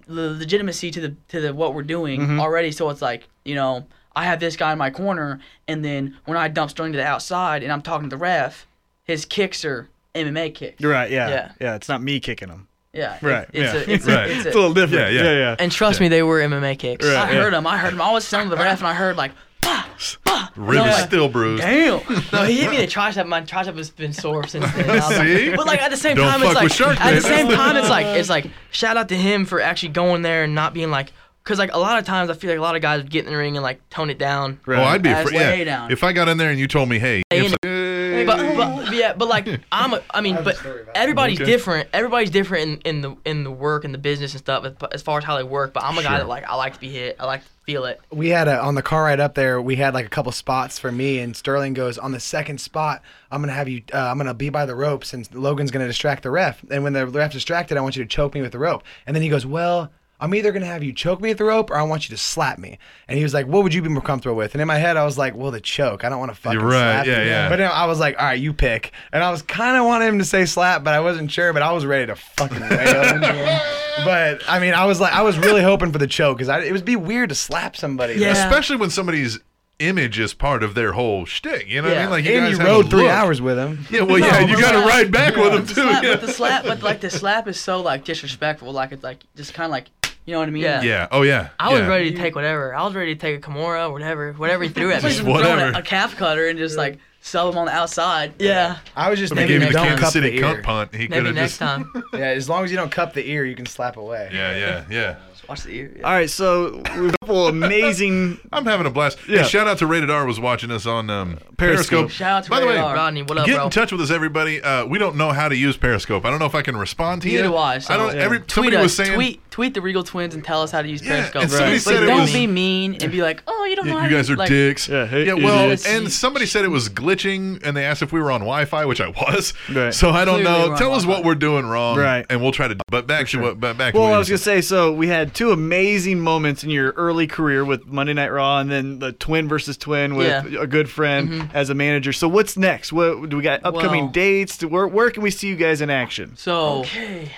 K: the legitimacy to the to the what we're doing
B: Mhm.
K: already. So it's like you know I have this guy in my corner, and then when I dump Sterling to the outside and I'm talking to the ref, his kicks are MMA kicks.
B: You're right. Yeah.
K: Yeah.
B: Yeah. It's not me kicking him.
K: Yeah.
B: Right.
K: It's
B: yeah.
K: a- it's a-
B: right.
K: it's a-
B: little different.
A: Yeah, yeah.
B: Yeah. Yeah.
J: And trust me, they were MMA kicks.
B: Right,
K: I
B: yeah.
K: heard him. I heard him. I was selling the ref, and I heard like, bah, bah. And
A: Rib
K: I'm
A: is
K: like,
A: still bruised.
K: Damn. No, he hit me in the tricep. My tricep has been sore since then. And I was like-
A: See?
K: but like at the same
A: Don't
K: time,
A: fuck
K: it's like
A: with Shark
K: at
A: Man.
K: the same time, it's like it's like shout out to him for actually going there and not being like, because like a lot of times I feel like a lot of guys would get in the ring and like tone it down.
A: Oh, I'd be
K: As
A: afraid.
K: way
A: yeah.
K: down.
A: If I got in there and you told me, hey,
K: Hey,
A: it's like,
K: But, but yeah, but like I'm a, I mean, but everybody's
A: Okay.
K: different. Everybody's different in, in the in the work and the business and stuff as, as far as how they work. But I'm a guy
G: Sure.
K: that like I like to be hit. I like to feel it.
G: we had a on the car ride up there we had like a couple spots for me and sterling goes on the second spot i'm gonna have you uh, i'm gonna be by the ropes and logan's gonna distract the ref and when the ref's distracted i want you to choke me with the rope and then he goes well i'm either gonna have you choke me with the rope or i want you to slap me and he was like what would you be more comfortable with and in my head i was like well the choke i don't want to fucking
A: You're right.
G: slap you.
A: Yeah, yeah.
G: but no, i was like all right you pick and i was kind of wanting him to say slap but i wasn't sure but i was ready to fucking wail him. but i mean i was like i was really hoping for the choke because it would be weird to slap somebody
A: especially when somebody's image is part of their whole shtick. You know what I
G: Yeah.
A: mean? Like you
G: and
A: guys
G: you
A: have a
G: rode three
A: look.
G: hours with him.
A: Yeah, well, yeah, you got to ride back with them too.
K: The slap,
A: yeah.
K: But the slap, but like the slap is so like disrespectful. Like it's like just kind of like you know what I mean?
J: Yeah.
A: Yeah. Oh yeah.
J: I was
A: yeah.
J: ready to take whatever. I was ready to take a Kimura, whatever, whatever he threw at me.
K: Just throwing
A: whatever.
K: a, a calf cutter and just like sub him on the outside. Yeah.
G: I was just
A: They
G: thinking
A: gave him the
G: don't
A: Kansas
G: cup
A: City
G: the
A: cunt
G: ear.
A: punt. He could
J: Maybe
A: have
J: next
A: just.
J: time.
G: yeah, as long as you don't cup the ear, you can slap away.
A: Yeah, yeah, yeah.
K: Watch the ear.
B: All right. So we couple amazing.
A: I'm having a blast. Yeah.
B: Yeah.
A: shout out to Rated R was watching us on um, Periscope.
B: Periscope.
K: Shout out to
A: By the way,
K: Radar. Rodney. What up,
A: Get
K: bro?
A: in touch with us, everybody. Uh, we don't know how to use Periscope. I don't know if I can respond to you.
K: Neither do I. So
A: I don't. Every
K: tweet
A: somebody
K: us,
A: was saying.
K: tweet tweet the Regal Twins and tell us how to use Periscope.
A: and somebody
K: But
A: said it
K: don't
A: was-
K: be mean and be like, oh, you don't know.
A: Yeah,
K: how
A: you
K: to
A: guys
K: use-"
A: are
K: like,
A: dicks.
B: Yeah, hey,
A: well,
K: idiots.
A: and somebody said it was glitching, and they asked if we were on Wi-Fi, which I was.
B: Right.
A: So I don't
K: Clearly we're
A: know.
K: on
A: Tell us
K: Wi-Fi.
A: what we're doing wrong,
B: Right.
A: And we'll try to. But back to what. But back. to
B: Well,
A: what
B: I
A: you
B: was gonna
A: said.
B: say. So we had two amazing moments in your early career with Monday Night Raw, and then the twin versus twin with
K: Yeah.
B: a good friend as a manager. So what's next? What do we got? Upcoming
K: Well-
B: dates? Where where can we see you guys in action?
K: So
J: Okay.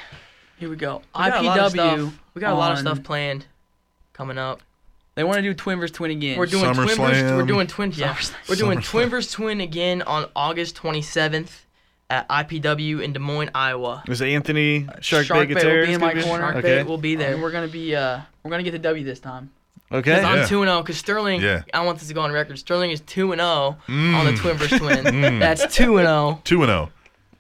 K: here we go.
J: We got a lot of
K: IPW.
J: stuff- We got a lot of
K: on-
J: stuff planned coming up.
K: They want to do twin versus twin again.
J: We're doing twin versus, we're
A: SummerSlam.
J: doing twin yeah. We're doing twin versus twin again on August 27th at IPW in Des Moines, Iowa.
B: Is it Anthony Shark,
K: Shark
B: Bay
K: Bait will
B: Gutierrez
K: be in
B: gonna
K: my corner. Shark
B: Okay.
K: Bait will be there. We're gonna be uh, we're gonna get the W this time.
B: okay.
J: I'm
A: Yeah.
J: 2 0 because Sterling,
A: Yeah.
J: I want this to go on record. Sterling is 2 0 on
B: Mm.
J: the twin versus twin. That's 2 0.
A: two and zero.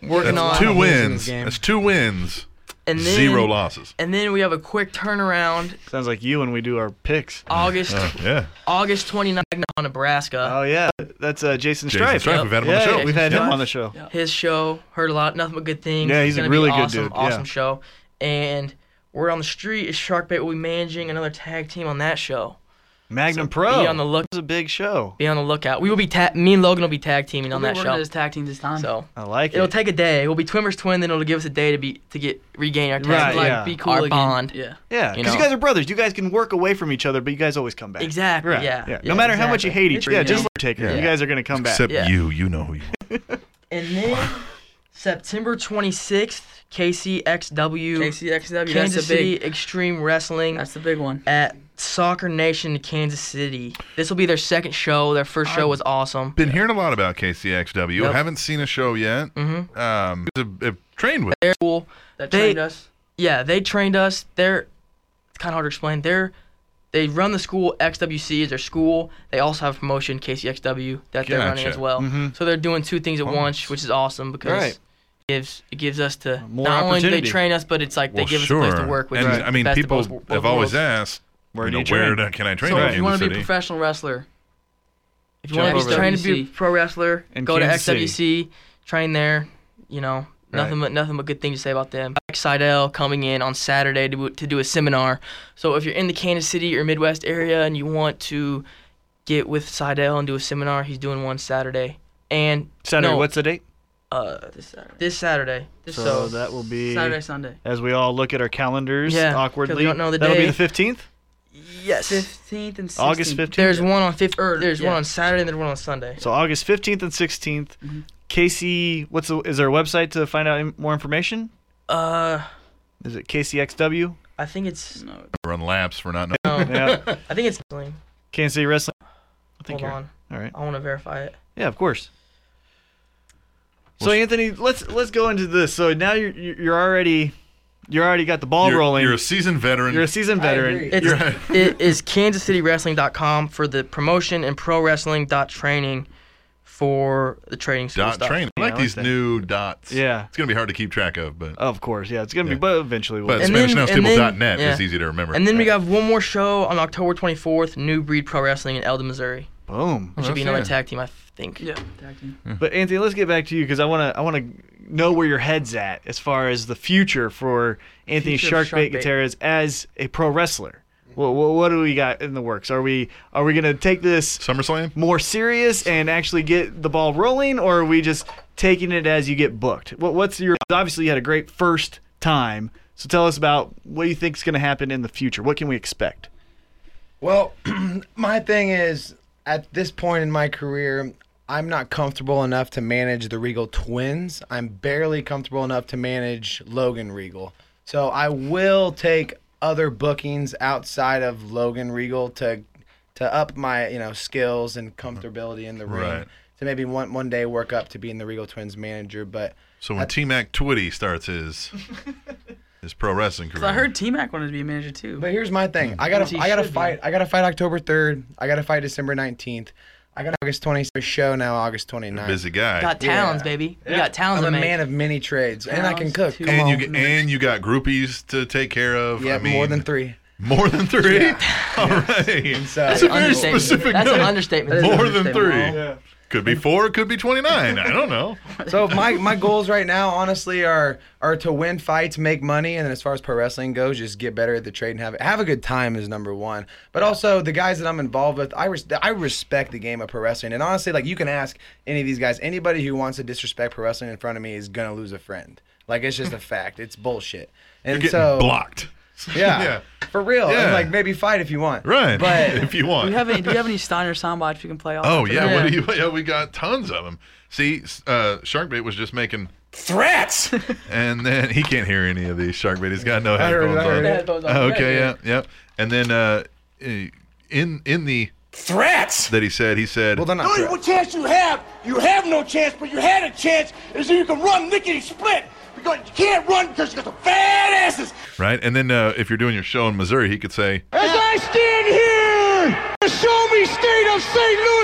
J: Working
A: That's
J: on
A: two wins.
G: game.
A: That's two wins.
J: and then,
A: zero losses.
J: And then we have a quick turnaround
B: Sounds like you when we do our picks.
J: August
A: Uh,
B: Uh.
A: Yeah.
J: August 29th on Nebraska.
B: Oh yeah, that's uh, Jason
A: Jason
B: Stripe.
A: Stripe, we've had him on the
B: Yeah,
A: show.
B: We've had
A: Yeah.
B: him on the show.
J: His show heard a lot, nothing but good things.
B: Yeah,
J: It's
B: he's a
J: gonna be
B: really good
J: awesome,
B: dude, yeah.
J: Awesome show. And word on the street is Shark Bait will be managing another tag team on that show.
B: Magnum Pro.
J: be on the look-
B: It was a big show.
J: Be on the lookout. We will be ta- me and Logan will be tag teaming on
K: We're
J: that
K: working
J: show.
K: as tag team this time.
J: So
B: I like
J: it'll
B: it.
J: take a day. We'll be twin versus twin, then it'll give us a day to be to get regain our tag
B: Right,
J: team,
B: yeah.
K: be cool
J: our
K: again.
J: bond.
K: Yeah.
B: yeah, because
J: you
B: you,
J: know.
B: guys are brothers. You guys can work away from each other, but you guys always come back.
J: Exactly.
B: Right.
J: Yeah.
B: No matter how much you hate
J: exactly.
B: each other, yeah,
J: It's-
B: just Undertaker. You guys are gonna come back.
A: Except
J: Yeah.
A: you. You know who you.
J: And then September 26th, KCXW,
K: KCXW.
J: Kansas
K: that's the
J: City
K: big.
J: Extreme Wrestling
K: That's the big one.
J: at Soccer Nation in Kansas City. This will be their second show. Their first show was awesome.
A: Been hearing a lot about KCXW.
J: Yep.
A: Haven't seen a show yet. Mm-hmm. Um, I've- I've trained with.
J: They're cool.
K: That
J: They-
K: trained us.
J: Yeah, they trained us. They're it's kind of hard to explain. They're they run the school. XWC is their school. They also have promotion KCXW that they're running
A: Gotcha. Mm-hmm.
J: as well. So they're doing two things at once, which is awesome because
B: Right.
J: it gives it gives us to
B: More
J: not only do they
B: opportunity.
J: train us, but it's like they
A: Well,
J: give
A: sure.
J: us a place to work. Which
A: and
J: is
A: I mean,
J: the best of
A: people
J: both wor- both
A: have always
J: worlds.
A: asked,
B: Where
A: you
B: do
A: know,
B: you
A: where
B: train?
A: do- can I train?
K: So
A: in
K: if you
A: the
K: want to be a
A: city?
K: professional wrestler,
J: If you want
B: Jump
J: to
B: over
J: be trained to
K: there.
J: be a E pro wrestler,
B: In
J: go
B: Kansas City.
J: to XWC, train there. You know, nothing but nothing but good things to say about them. Mike Seidel coming in on Saturday to, to do a seminar. So if you're in the Kansas City or Midwest area and you want to get with Seidel and do a seminar, he's doing one Saturday. And
B: Saturday.
J: no,
B: What's the date?
J: uh
K: this Saturday.
J: this Saturday? This
B: So,
J: so
B: that will be
K: Saturday, Sunday.
B: as we all look at our calendars
J: Yeah, 'cause we
B: awkwardly.
J: don't know the
B: That'll
J: day.
B: be the fifteenth,
J: yes,
K: Fifteenth and 16th.
B: August fifteenth.
J: there's one on fifth.
K: Or-
J: There's
K: yeah.
J: one on Saturday and there's one on Sunday.
B: So August fifteenth and 16th
K: Mm-hmm.
B: KC, what's the, is there a website to find out in- more information?
J: Uh,
B: Is it KCXW?
J: I think it's
K: No,
A: run laps for not knowing.
J: no,
B: Yeah,
J: I think it's.
B: Kansas City Wrestling. think
K: Hold
B: you're
K: on.
B: all right.
K: I want to verify it.
B: Yeah, of course. So Anthony, let's let's go into this. So now you're you're you're already you're already got the ball
A: You're-
B: rolling.
A: you're a seasoned veteran.
B: You're a seasoned veteran.
K: It's,
B: You're-
K: it is kansascitywrestling.com for the promotion and pro wrestling dot training for the training school
A: Dot
K: stuff.
A: training. I like these new dots.
K: Yeah.
A: It's going to be hard to keep track of, but.
B: Of course, yeah. It's going to be, but eventually
A: But
K: And then-
A: SpanishNowsTable.net
K: and then-
A: is
K: yeah.
A: easy to remember.
K: And then we got one more show on October 24th, New Breed Pro Wrestling in Eldon, Missouri.
B: Boom.
K: Which
B: Oh,
K: should be
B: that's
K: another
B: it.
K: tag team, I think.
J: Yeah, tag team.
B: But Anthony, let's get back to you because I want to I want to know where your head's at as far as the future for Anthony
J: Future of
B: Sharkbait
J: Sharkbait.
B: Gutierrez as a pro wrestler. What, what, what do we got in the works? Are we are we gonna take this
A: SummerSlam
B: more serious and actually get the ball rolling, or are we just taking it as you get booked? What, what's your obviously you had a great first time, so tell us about what you think's gonna happen in the future. What can we expect?
G: Well, my thing is at this point in my career, I'm not comfortable enough to manage the Regal twins. I'm barely comfortable enough to manage Logan Regal. So I will take other bookings outside of Logan Regal to to up my, you know, skills and comfortability in the ring.
A: Right.
G: To maybe one one day work up to being the Regal Twins manager, but
A: So when T Mac Twitty starts his his pro wrestling
J: Because I
A: career,
J: heard T Mac wanted to be a manager too.
G: But here's my thing. I gotta I gotta fight. I gotta fight October third. I gotta fight December nineteenth. I got August 26th show now, August 29th.
A: busy guy.
K: Got talents, baby. We got talents
G: I'm
K: to
G: a
K: make.
G: man of many trades, and I can cook.
A: and you get, and you got groupies to take care of.
G: Yeah,
A: I mean,
G: more than three.
A: More than three. All right. That's a
G: an
A: very
G: understatement.
A: specific.
G: That's an
A: number.
G: understatement. That is
A: More
G: an
A: than three.
G: understatement. Yeah.
A: Could be four. Could be twenty-nine. I don't know.
G: So my, my goals right now, honestly, are are to win fights, make money, and then as far as pro wrestling goes, just get better at the trade and have have a good time is number one. But also the guys that I'm involved with, I res- I respect the game of pro wrestling, and honestly, like you can ask any of these guys, anybody who wants to disrespect pro wrestling in front of me is gonna lose a friend. Like it's just a fact. It's bullshit. And
A: You're getting
G: so
A: blocked.
G: Yeah,
A: Yeah.
G: for real. And,
A: Yeah.
G: like maybe fight if you want.
A: Right.
G: But
A: if you want.
J: Do you have any? Do you have any Steiner soundbites you can play off?
A: Oh
J: of
A: yeah,
J: today?
A: What do you, yeah, we got tons of them. See, s- uh, Sharkbait was just making threats, and then he can't hear any of these. Sharkbait, he's got no
N: I heard it,
A: headphones
N: I heard
A: on.
N: it. Headphones on.
A: Okay,
N: Yeah,
A: yeah, yeah. And then uh, in in the threats that he said, he said,
G: Well, they're
O: The only one chance you have, you have no chance, but you had a chance, is that you can run lickety split. Because you can't run because you got the fat asses.
A: right. And then uh, if you're doing your show in Missouri, he could say,
O: As I stand here, the show me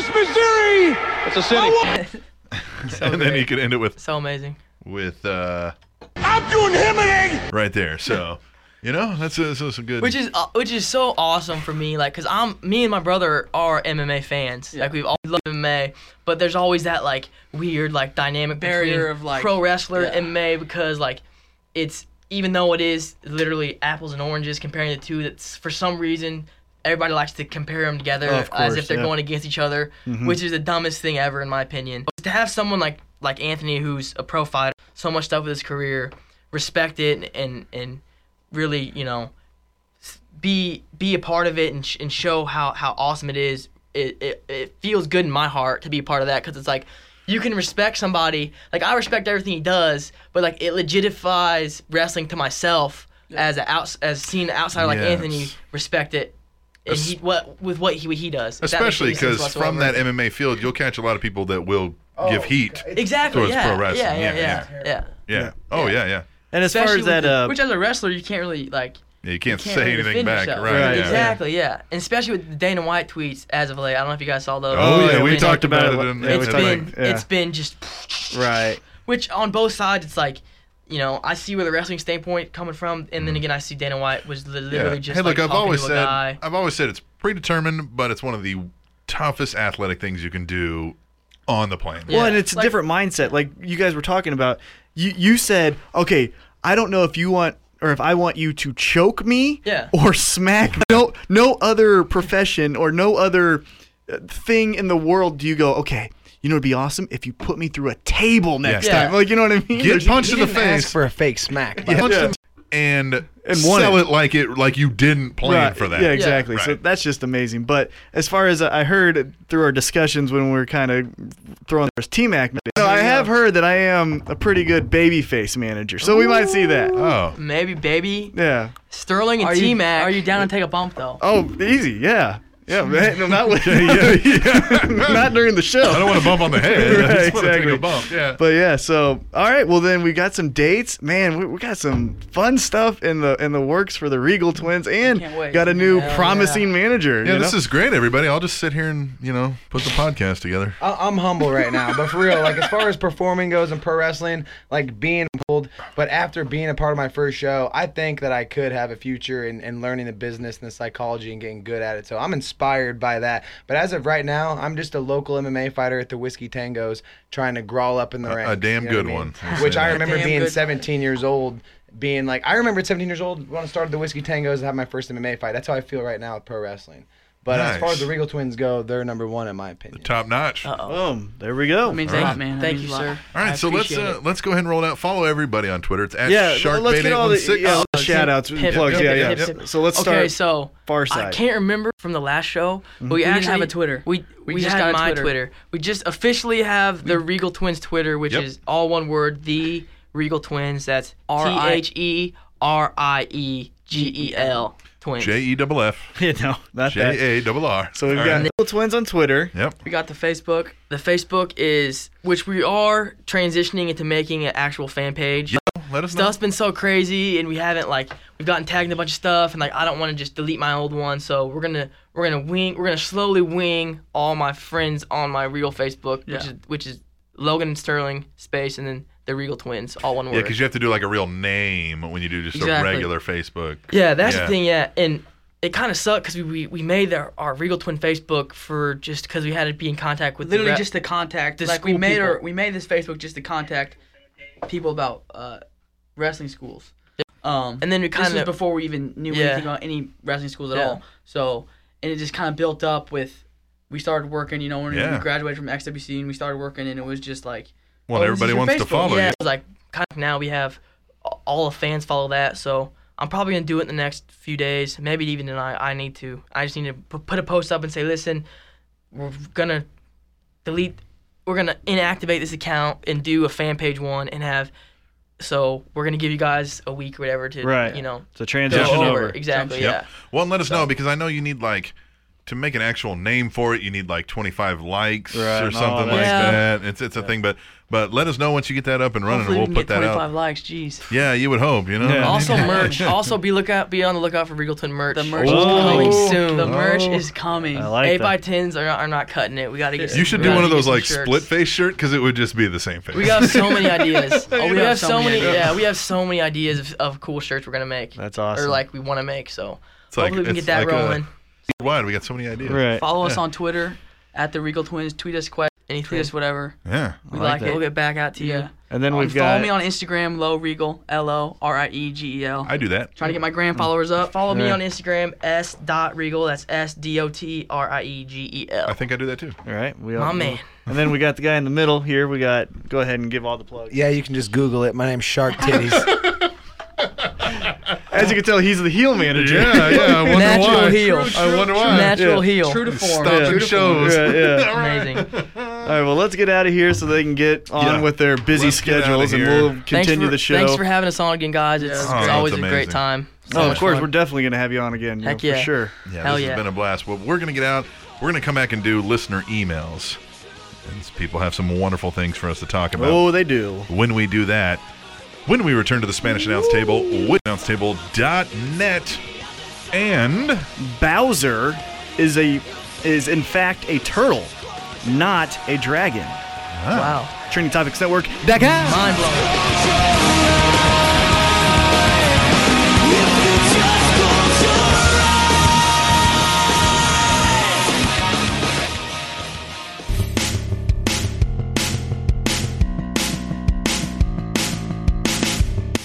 O: state of St. Louis, Missouri. It's a city.
A: and then he could end it with
K: so amazing.
A: with uh,
O: I'm doing him an egg.
A: right there. So, you know, that's, that's, that's some good.
K: Which is uh, which is so awesome for me, like, cause I'm me and my brother are MMA fans. Like we've all loved MMA, but there's always that like weird like dynamic
J: Barrier
K: between
J: of, like-
K: pro wrestler
J: yeah.
K: and MMA because like it's even though it is literally apples and oranges comparing the two, that's for some reason everybody likes to compare them together
J: Of
K: as
J: course,
K: if they're
J: yeah.
K: going against each other,
J: Mhm.
K: which is the dumbest thing ever in my opinion. To have someone like like Anthony who's a pro fighter, so much stuff with his career, respect it and and really you know be be a part of it and, sh- and show how, how awesome it is. It, it it feels good in my heart to be a part of that because it's like you can respect somebody. Like I respect everything he does, but like it legitifies wrestling to myself as a outs as seen outside like
A: Yes.
K: Anthony respect it. And he, what with what he he does, if that makes
A: Especially
K: any sense
A: because from that
K: whatsoever.
A: MMA field, you'll catch a lot of people that will
K: Oh,
A: give heat
K: exactly
A: towards
K: yeah,
A: pro wrestling.
K: yeah yeah yeah yeah,
A: Yeah. Oh yeah, yeah.
B: And as far
K: Especially
B: as
K: with
B: that,
K: the-
B: uh,
K: which as a wrestler you can't really like
A: Yeah, you can't,
K: can't
A: say
K: really
A: anything
K: defend
A: back,
K: yourself.
A: right? yeah.
K: Exactly, yeah. And especially with the Dana White tweets as of late. I don't know if you guys saw those.
A: Oh, yeah, we
K: It's
A: talked
K: been-
A: about it in-
K: it's
A: in-
K: been
A: like, yeah.
K: it's been just
B: right.
K: Which on both sides, it's like, you know, I see where the wrestling standpoint coming from, and then again, I see Dana White was li-
A: Mm. Yeah.
K: literally just
A: hey, look,
K: like
A: I've
K: talking
A: always
K: to a
A: said,
K: guy.
A: I've always said it's predetermined, but it's one of the toughest athletic things you can do on the planet.
B: Well, and it's a different mindset. Like you guys were talking about, you you said, okay, I don't know if you want or if I want you to choke me
K: Yeah.
B: or smack. me. No, no other profession or no other uh, thing in the world do you go, okay. You know, it'd be awesome if you put me through a table next
A: Yeah.
B: time. Like, you know what I mean?
A: Get He- punched he in the didn't face. ask
G: for a fake smack.
A: Yeah. Punch them and,
B: won
A: sell
B: it.
A: it. like it like you didn't plan
B: Right,
A: for that.
B: Yeah, exactly.
A: Right.
B: So that's just amazing. But as far as uh, I heard through our discussions when we were kind of throwing this T Mac, so I have heard that I am a pretty good babyface manager. So we might see that.
A: Oh,
K: maybe baby
B: yeah.
K: Sterling and
J: Are you-
K: T Mac.
J: Are you down to take a bump though?
B: Oh, easy. Yeah. Yeah, man. No, not with.
A: Yeah,
B: not during the show.
A: I don't want a bump on the head. I
B: right,
A: just want to take
B: exactly.
A: a bump, yeah.
B: But yeah, so all right. Well, then we got some dates. Man, we, we got some fun stuff in the in the works for the Regal Twins, and got a new
A: Hell
B: promising manager.
A: Yeah,
B: you
A: this
B: know?
A: is great, everybody. I'll just sit here and you know put the podcast together.
L: I- I'm humble right now, but for real, like as far as performing goes in pro wrestling, like being pulled, but after being a part of my first show, I think that I could have a future in, in learning the business and the psychology and getting good at it. So I'm inspired by that. But as of right now, I'm just a local MMA fighter at the Whiskey Tangos trying to growl up in the
A: A-
L: ring.
A: a damn
L: what
A: good one. I'll
L: Which
A: say
L: I
A: that.
L: remember
A: Damn
L: being
A: good.
L: 17 years old. Being like, I remember at 17 years old when I started the Whiskey Tangos and had my first MMA fight. That's how I feel right now with pro wrestling. But as far
A: Nice.
L: as the Regal Twins go, they're number one in my opinion.
A: Top notch.
B: Boom. There we go.
L: means
A: All
L: a lot,
A: right.
L: man. That
K: Thank
L: means
K: you,
L: a lot.
K: sir.
A: All right,
K: I
A: so let's
K: appreciate
A: uh,
K: it.
A: let's go ahead and roll it out. Follow everybody on Twitter. It's at
B: Yeah,
A: Sharkbait816.
B: let's get all the- yeah, all
A: Oh,
B: the shout outs and plugs. Yeah, yeah.
A: Yep,
B: Yep.
A: yep.
B: So let's
K: okay,
B: start
K: so I
B: Farside.
K: can't remember from the last show, but we,
J: We didn't
K: actually
J: have a Twitter.
K: We we,
J: We
K: just
J: had
K: got a
J: my
K: Twitter.
J: Twitter.
K: We just officially have the Regal Twins Twitter, which
J: Yep.
K: is all one word, the Regal Twins. That's T
J: R I-
K: H E R I E G E L Twins.
A: J E double F.
B: Yeah, no, not that.
A: J A double R.
B: So we've got Regal Twins on Twitter.
A: Yep.
K: We got the Facebook. The Facebook is which we are transitioning into making an actual fan page.
A: let us know.
K: Stuff's been so crazy, and we haven't like we've gotten tagged in a bunch of stuff, and like I don't want to just delete my old one, so we're gonna we're gonna wing we're gonna slowly wing all my friends on my real Facebook,
J: Yeah.
K: which is which is Logan and Sterling space, and then the Regal Twins, all one word.
A: Yeah, because you have to do like a real name when you do just a
K: Exactly.
A: regular Facebook.
K: Yeah, that's the thing. Yeah, and it kind of sucked because we, we we made our, our Regal Twin Facebook for just because we had to be in contact with
J: Literally
K: the rep-
J: just to contact.
K: the
J: like we
K: school
J: made
K: people.
J: our
K: we made this Facebook just to contact people about uh, wrestling schools. Um, and then we
J: this was
K: kind of before we even knew
J: Yeah.
K: anything about any wrestling schools at
J: Yeah.
K: all. So and it just kind of built up with we started working. You know, when
J: Yeah.
K: we graduated from XWC and we started working, and it was just like
A: Well,
K: oh, this is
A: everybody
K: your
A: wants to
K: Facebook.
A: follow
K: yeah,
A: you.
K: It was like kind of now we have a- all the fans follow that. So I'm probably gonna do it in the next few days, maybe even tonight. I need to. I just need to pu- put a post up and say, listen, we're gonna delete we're gonna inactivate this account and do a fan page one and have so we're gonna give you guys a week or whatever to
B: Right.
K: you know
B: So transition
K: go
B: over.
K: exactly
A: Yep. Well, and let us know because I know you need like to make an actual name for it. You need like 25 likes
H: Right,
A: or
H: and
A: something
H: all
A: like
K: Oh,
H: that. Yeah.
A: that. It's it's a thing, but but let us know once you get that up and
K: yeah
A: running,
K: Hopefully
A: and
K: we
A: we'll put
K: can get
A: that
K: 25
A: out.
K: likes jeez
A: Yeah, you would hope, you know.
K: also merch also be lookout be on the lookout for regalton merch the
A: merch is Oh. coming soon.
K: the merch
A: Oh.
K: is coming
A: I like
K: eight
A: that.
K: by tens are not, are not cutting it we gotta get
A: You should
K: we
A: do
K: gotta
A: one of
K: get
A: those
K: some
A: like
K: shirts.
A: split face shirt because it would just be the same face.
K: we got so many ideas.
J: You
K: Oh, we
J: know,
K: have
J: so
K: so
J: many
K: many.
J: ideas.
K: Yeah, we have so many ideas of, of cool shirts we're gonna make.
A: That's
K: Or
A: awesome.
K: like we want to make. So
A: It's like-
K: hopefully we can
A: it's
K: get that
A: like, uh,
K: rolling.
A: Wide, we got so many ideas.
K: Follow us
A: Yeah.
K: on Twitter at the Regal Twins. Tweet us questions. Anything. Tweet us whatever.
A: Yeah.
K: We
B: I
K: like,
B: like
K: it.
B: that.
K: We'll get back out to you.
B: And then
K: Oh,
B: we've
K: follow
B: got
K: me on Instagram, low regal, L O R I E G E L.
A: I do that.
K: Trying to get my gram followers up. Follow me
A: Yeah.
K: on Instagram, s dot regal. That's s d o t r i e g e l.
A: I think I do that too.
B: All right, we
K: My
B: all-
K: man.
B: And then we got the guy in the middle here. We got go ahead and give all the plugs.
L: Yeah, you can just Google it. My name's Shark Titties.
B: As you can tell, he's the heel manager.
L: Yeah, yeah, I wonder
A: Natural why. heel.
B: I wonder why.
A: Natural
B: Yeah.
A: heel. True to form. Stopping True to shows. form.
B: Yeah, yeah.
K: Amazing.
B: All right, well, let's get out of here so they can get on
A: Yeah.
B: with their busy
A: Let's get outta
B: schedules, and
A: here.
B: we'll
A: Thanks
B: continue
K: for-
B: the show.
K: Thanks for having us on again, guys. It's,
A: Yeah.
K: it's
A: Oh,
K: always
A: it's
K: a
A: amazing.
K: great time. So
B: oh, of
K: much
B: course,
K: fun.
B: we're definitely going to have you on again. you
K: Heck
B: know,
K: yeah.
B: For sure.
A: Yeah,
K: Hell
A: this
K: yeah.
A: has been a blast. Well, we're gonna get out. We're gonna come back and do listener emails. And s- people have some wonderful things for us to talk about.
B: Oh, they do.
A: When we do that, when we return to the Spanish announce table with announcetable.net and
B: Bowser is a is in fact a turtle, not a dragon.
K: Wow.
B: Training Topics Network. Mind
K: blowing.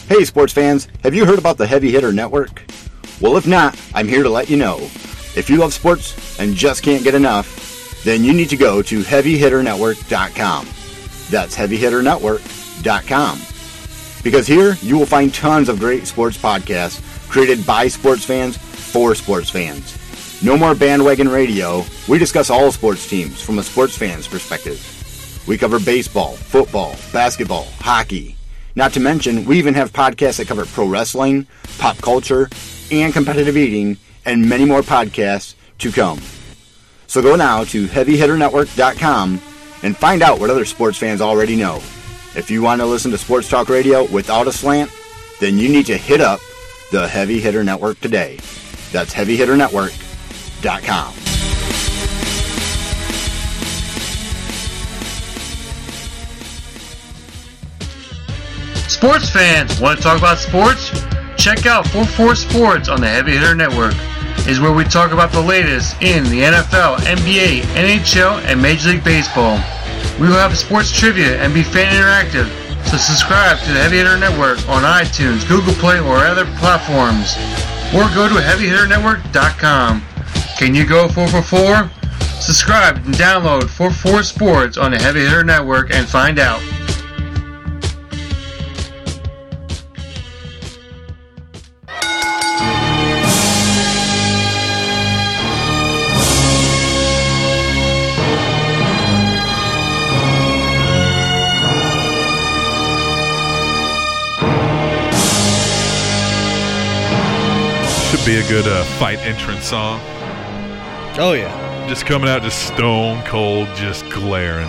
P: Hey, sports fans, have you heard about the Heavy Hitter Network? Well, if not, I'm here to let you know. If you love sports and just can't get enough, then you need to go to HeavyHitterNetwork.com. That's HeavyHitterNetwork.com. Because here you will find tons of great sports podcasts created by sports fans for sports fans. No more bandwagon radio. We discuss all sports teams from a sports fan's perspective. We cover baseball, football, basketball, hockey. Not to mention, we even have podcasts that cover pro wrestling, pop culture, and competitive eating, and many more podcasts to come. So go now to HeavyHitterNetwork.com and find out what other sports fans already know. If you want to listen to sports talk radio without a slant, then you need to hit up the Heavy Hitter Network today. That's HeavyHitterNetwork.com.
G: Sports fans, want to talk about sports? Check out 44 Sports on the Heavy Hitter Network. Is where we talk about the latest in the NFL, NBA, NHL, and Major League Baseball. We will have sports trivia and be fan interactive, so subscribe to the Heavy Hitter Network on iTunes, Google Play, or other platforms. Or go to HeavyHitterNetwork.com. Can you go 444? Subscribe and download 44 Sports on the Heavy Hitter Network and find out.
A: Should be a good uh, fight entrance song.
B: Oh yeah.
A: Just coming out, just stone cold, just glaring.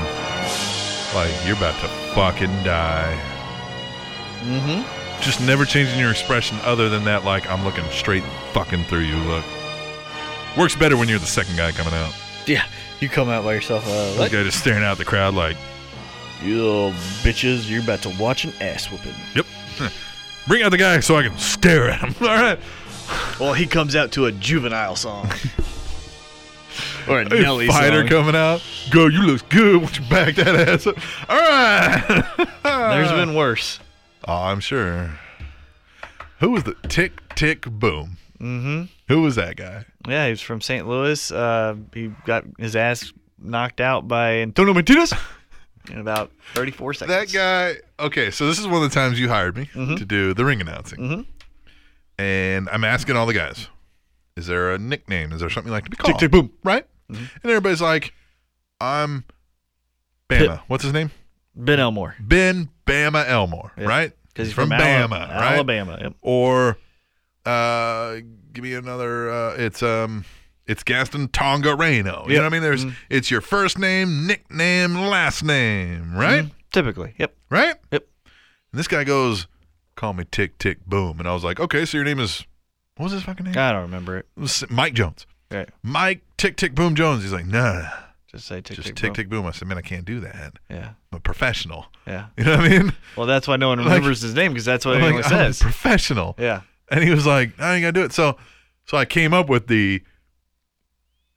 A: Like you're about to fucking die. Mm-hmm. Just never changing your expression other than that, like I'm looking straight fucking through you. Look. Works better when you're the second guy coming out.
B: Yeah, you come out by yourself. Uh,
A: This
B: what?
A: guy just staring out at the crowd like,
B: You little bitches, you're about to watch an ass whooping.
A: Yep. Bring out the guy so I can stare at him. All right.
B: Well, he comes out to a juvenile song. or a
A: Hey,
B: Nelly
A: fighter
B: song.
A: coming out. Go, you look good. Won't you back that ass up? All right.
B: There's been worse.
A: Oh, I'm sure. Who was the tick tick boom?
B: Mm-hmm.
A: Who was that guy?
B: Yeah, he was from St. Louis. Uh, he got his ass knocked out by Antonio Martinez in about 34
A: That
B: seconds.
A: guy. Okay, so this is one of the times you hired me
B: Mm-hmm.
A: to do the ring announcing, and I'm asking all the guys, "Is there a nickname? Is there something you like to be called?"
B: Tick, tick, boom.
A: right? And everybody's like, "I'm Bama. What's his name?
B: Ben Elmore.
A: Ben Bama Elmore, right?
B: Because he's
A: from,
B: from,
A: Bama,
B: Ala-
A: right?
B: Alabama. Yep.
A: Or uh, give me another. Uh, it's um, it's Gaston Tongareno. You know what I mean? There's
B: Mm-hmm.
A: it's your first name, nickname, last name, right?
B: Typically, Mm-hmm. yep.
A: Right? Yep. And this guy goes, "Call me Tick Tick Boom," and I was like, "Okay, so your name is what was his fucking name?
B: I don't remember it.
A: It was Mike Jones.
B: Right.
A: Mike Tick Tick Boom Jones." He's like, "Nah."
B: Just say tick,
A: Just
B: tick,
A: tick
B: boom.
A: tick boom. I said, man, I can't do that.
B: Yeah.
A: I'm a professional.
B: Yeah.
A: You know what I mean?
B: Well, that's why no one remembers his name because that's what
A: I'm like,
B: everyone
A: I'm a
B: says.
A: professional.
B: Yeah.
A: And he was like, I ain't gonna do it. So so I came up with the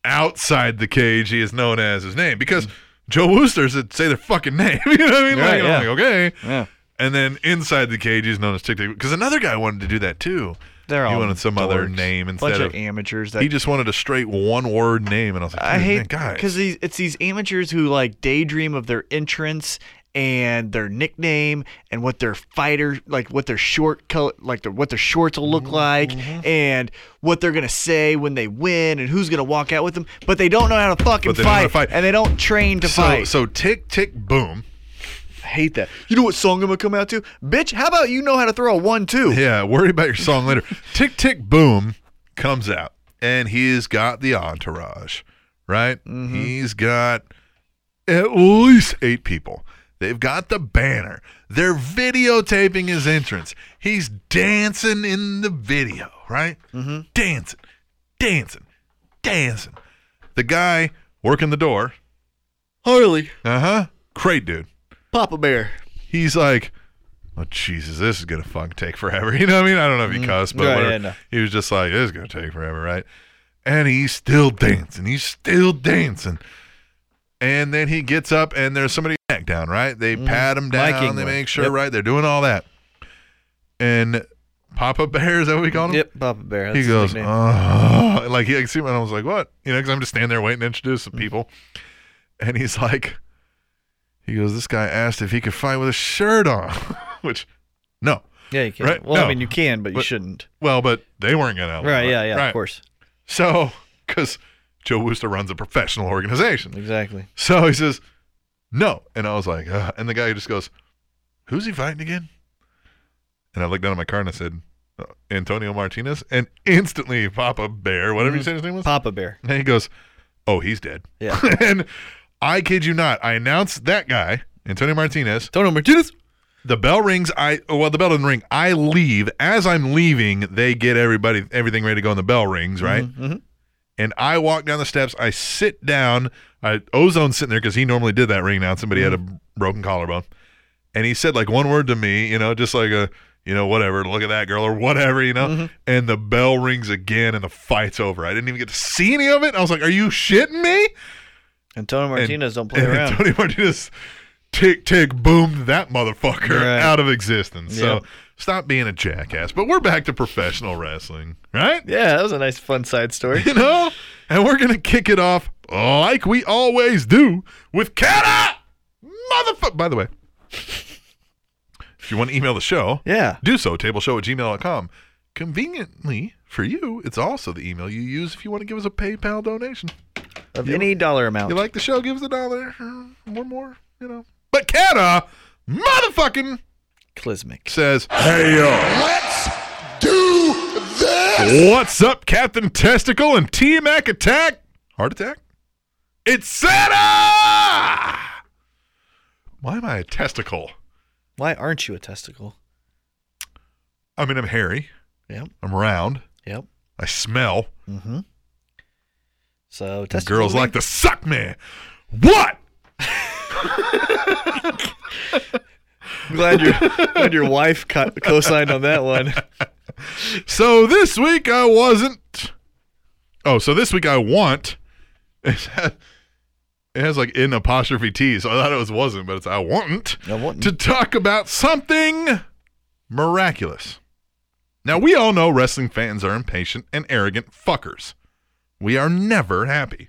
A: outside the cage he is known as his name because Joe Wooster said say their fucking name. you know what I mean? Like,
B: Mm. Right,
A: and
B: yeah.
A: I'm like, okay.
B: Yeah.
A: And then inside the cage he's known as Tick Tick because another guy wanted to do that too.
B: They're
A: he
B: all
A: wanted some other
B: dorks.
A: name instead
B: Bunch
A: of,
B: of amateurs that-
A: he just wanted a straight one word name and I was like,
B: I
A: dude, man,
B: hate
A: guys.
B: because these it's these amateurs who like daydream of their entrance and their nickname and what their fighter like what their short color like their, what their shorts will
A: Mm-hmm,
B: look like and what they're gonna say when they win and who's gonna walk out with them but they don't know how to fucking
A: they don't know how
B: fight,
A: to fight.
B: and they don't train to
A: so
B: fight
A: so tick tick boom.
B: I hate that you know what song I'm gonna come out to bitch how about you know how to throw a one two
A: Yeah, worry about your song later. tick Tick Boom comes out, and he's got the entourage, right? He's got at least eight people. They've got the banner. They're videotaping his entrance. He's dancing in the video, right? Dancing, dancing, dancing. The guy working the door,
B: Harley
A: uh huh, great dude.
B: Papa Bear
A: He's like, oh Jesus, this is gonna fucking take forever. You know what I mean? I don't know if he cussed, but
B: Right,
A: whatever.
B: Mm. yeah, no.
A: he was just like, this is gonna take forever, right? And he's still dancing. He's still dancing. And then he gets up, and there's somebody back down, right? They pat him down.
B: Mike
A: they
B: England.
A: make sure,
B: Mm. Yep.
A: right? They're doing all that. And Papa Bear is that what we call him?
B: yep Papa Bear
A: he
B: that's his
A: goes,
B: nickname.
A: oh, like he I see him, and I was like, what? You know, because I'm just standing there waiting to introduce
B: Mm-hmm.
A: some people, and he's like, he goes, this guy asked if he could fight with a shirt on, which, no,
B: yeah you can
A: right?
B: well
A: No.
B: I mean you can but you shouldn't
A: Well, but they weren't gonna, allow
B: Right,
A: it.
B: yeah, yeah, of
A: right.
B: course.
A: So, because Joe Wooster runs a professional organization,
B: exactly
A: so he says, no. And I was like, Ugh. and the guy just goes, who's he fighting again? And I looked down at my card and I said, "Uh,
B: Mm-hmm.
A: Antonio Martinez. And instantly, Papa Bear, whatever you said his name was,
B: Papa Bear
A: and he goes, oh, he's dead.
B: Yeah.
A: and I kid you not, I announced that guy, Antonio Martinez. Antonio Martinez. The bell rings. I oh, well, the bell doesn't ring. I leave. As I'm leaving, they get everybody everything ready to go, and the bell rings. Right. And I walk down the steps. I sit down. I, Ozone's sitting there because he normally did that ring announcing, but he had a broken collarbone. And he said like one word to me, you know, just like a, you know, whatever, look at that girl or whatever, you know.
B: Mm-hmm.
A: And the bell rings again and the fight's over. I didn't even get to see any of it. I was like, are you shitting me?
B: Antonio Martinez don't play
A: and
B: around.
A: Antonio Martinez tick tick boomed that motherfucker out of existence.
B: Yep.
A: So stop being a jackass. But we're back to professional wrestling, right?
B: Yeah, that was a nice fun side story.
A: You know? And we're gonna kick it off like we always do with Kata Motherfucker by the way. If you want to email the show,
B: yeah.
A: do so, tableshow at gmail.com. Conveniently for you, it's also the email you use if you want to give us a PayPal donation.
B: Of any dollar amount.
A: You like the show, give us a dollar or more, you know. But Kata, motherfucking
B: Clismic
A: says, Hey yo,
Q: Let's do this.
A: what's up, Captain Testicle and T Mac Attack? Heart attack? It's Santa! Why am I a testicle?
B: Why aren't you a testicle?
A: I mean, I'm hairy.
B: Yep.
A: I'm round.
B: Yep.
A: I smell.
B: Mm-hmm. So
A: And
B: testicle
A: girls
B: ring?
A: like to suck me. What?
B: I'm glad your glad your wife co- co-signed on that one.
A: So this week I wasn't. Oh, so this week I want. It has, it has like in apostrophe T, so I thought it was wasn't, but it's I want to talk about something miraculous. Now we all know wrestling fans are impatient and arrogant fuckers. We are never happy.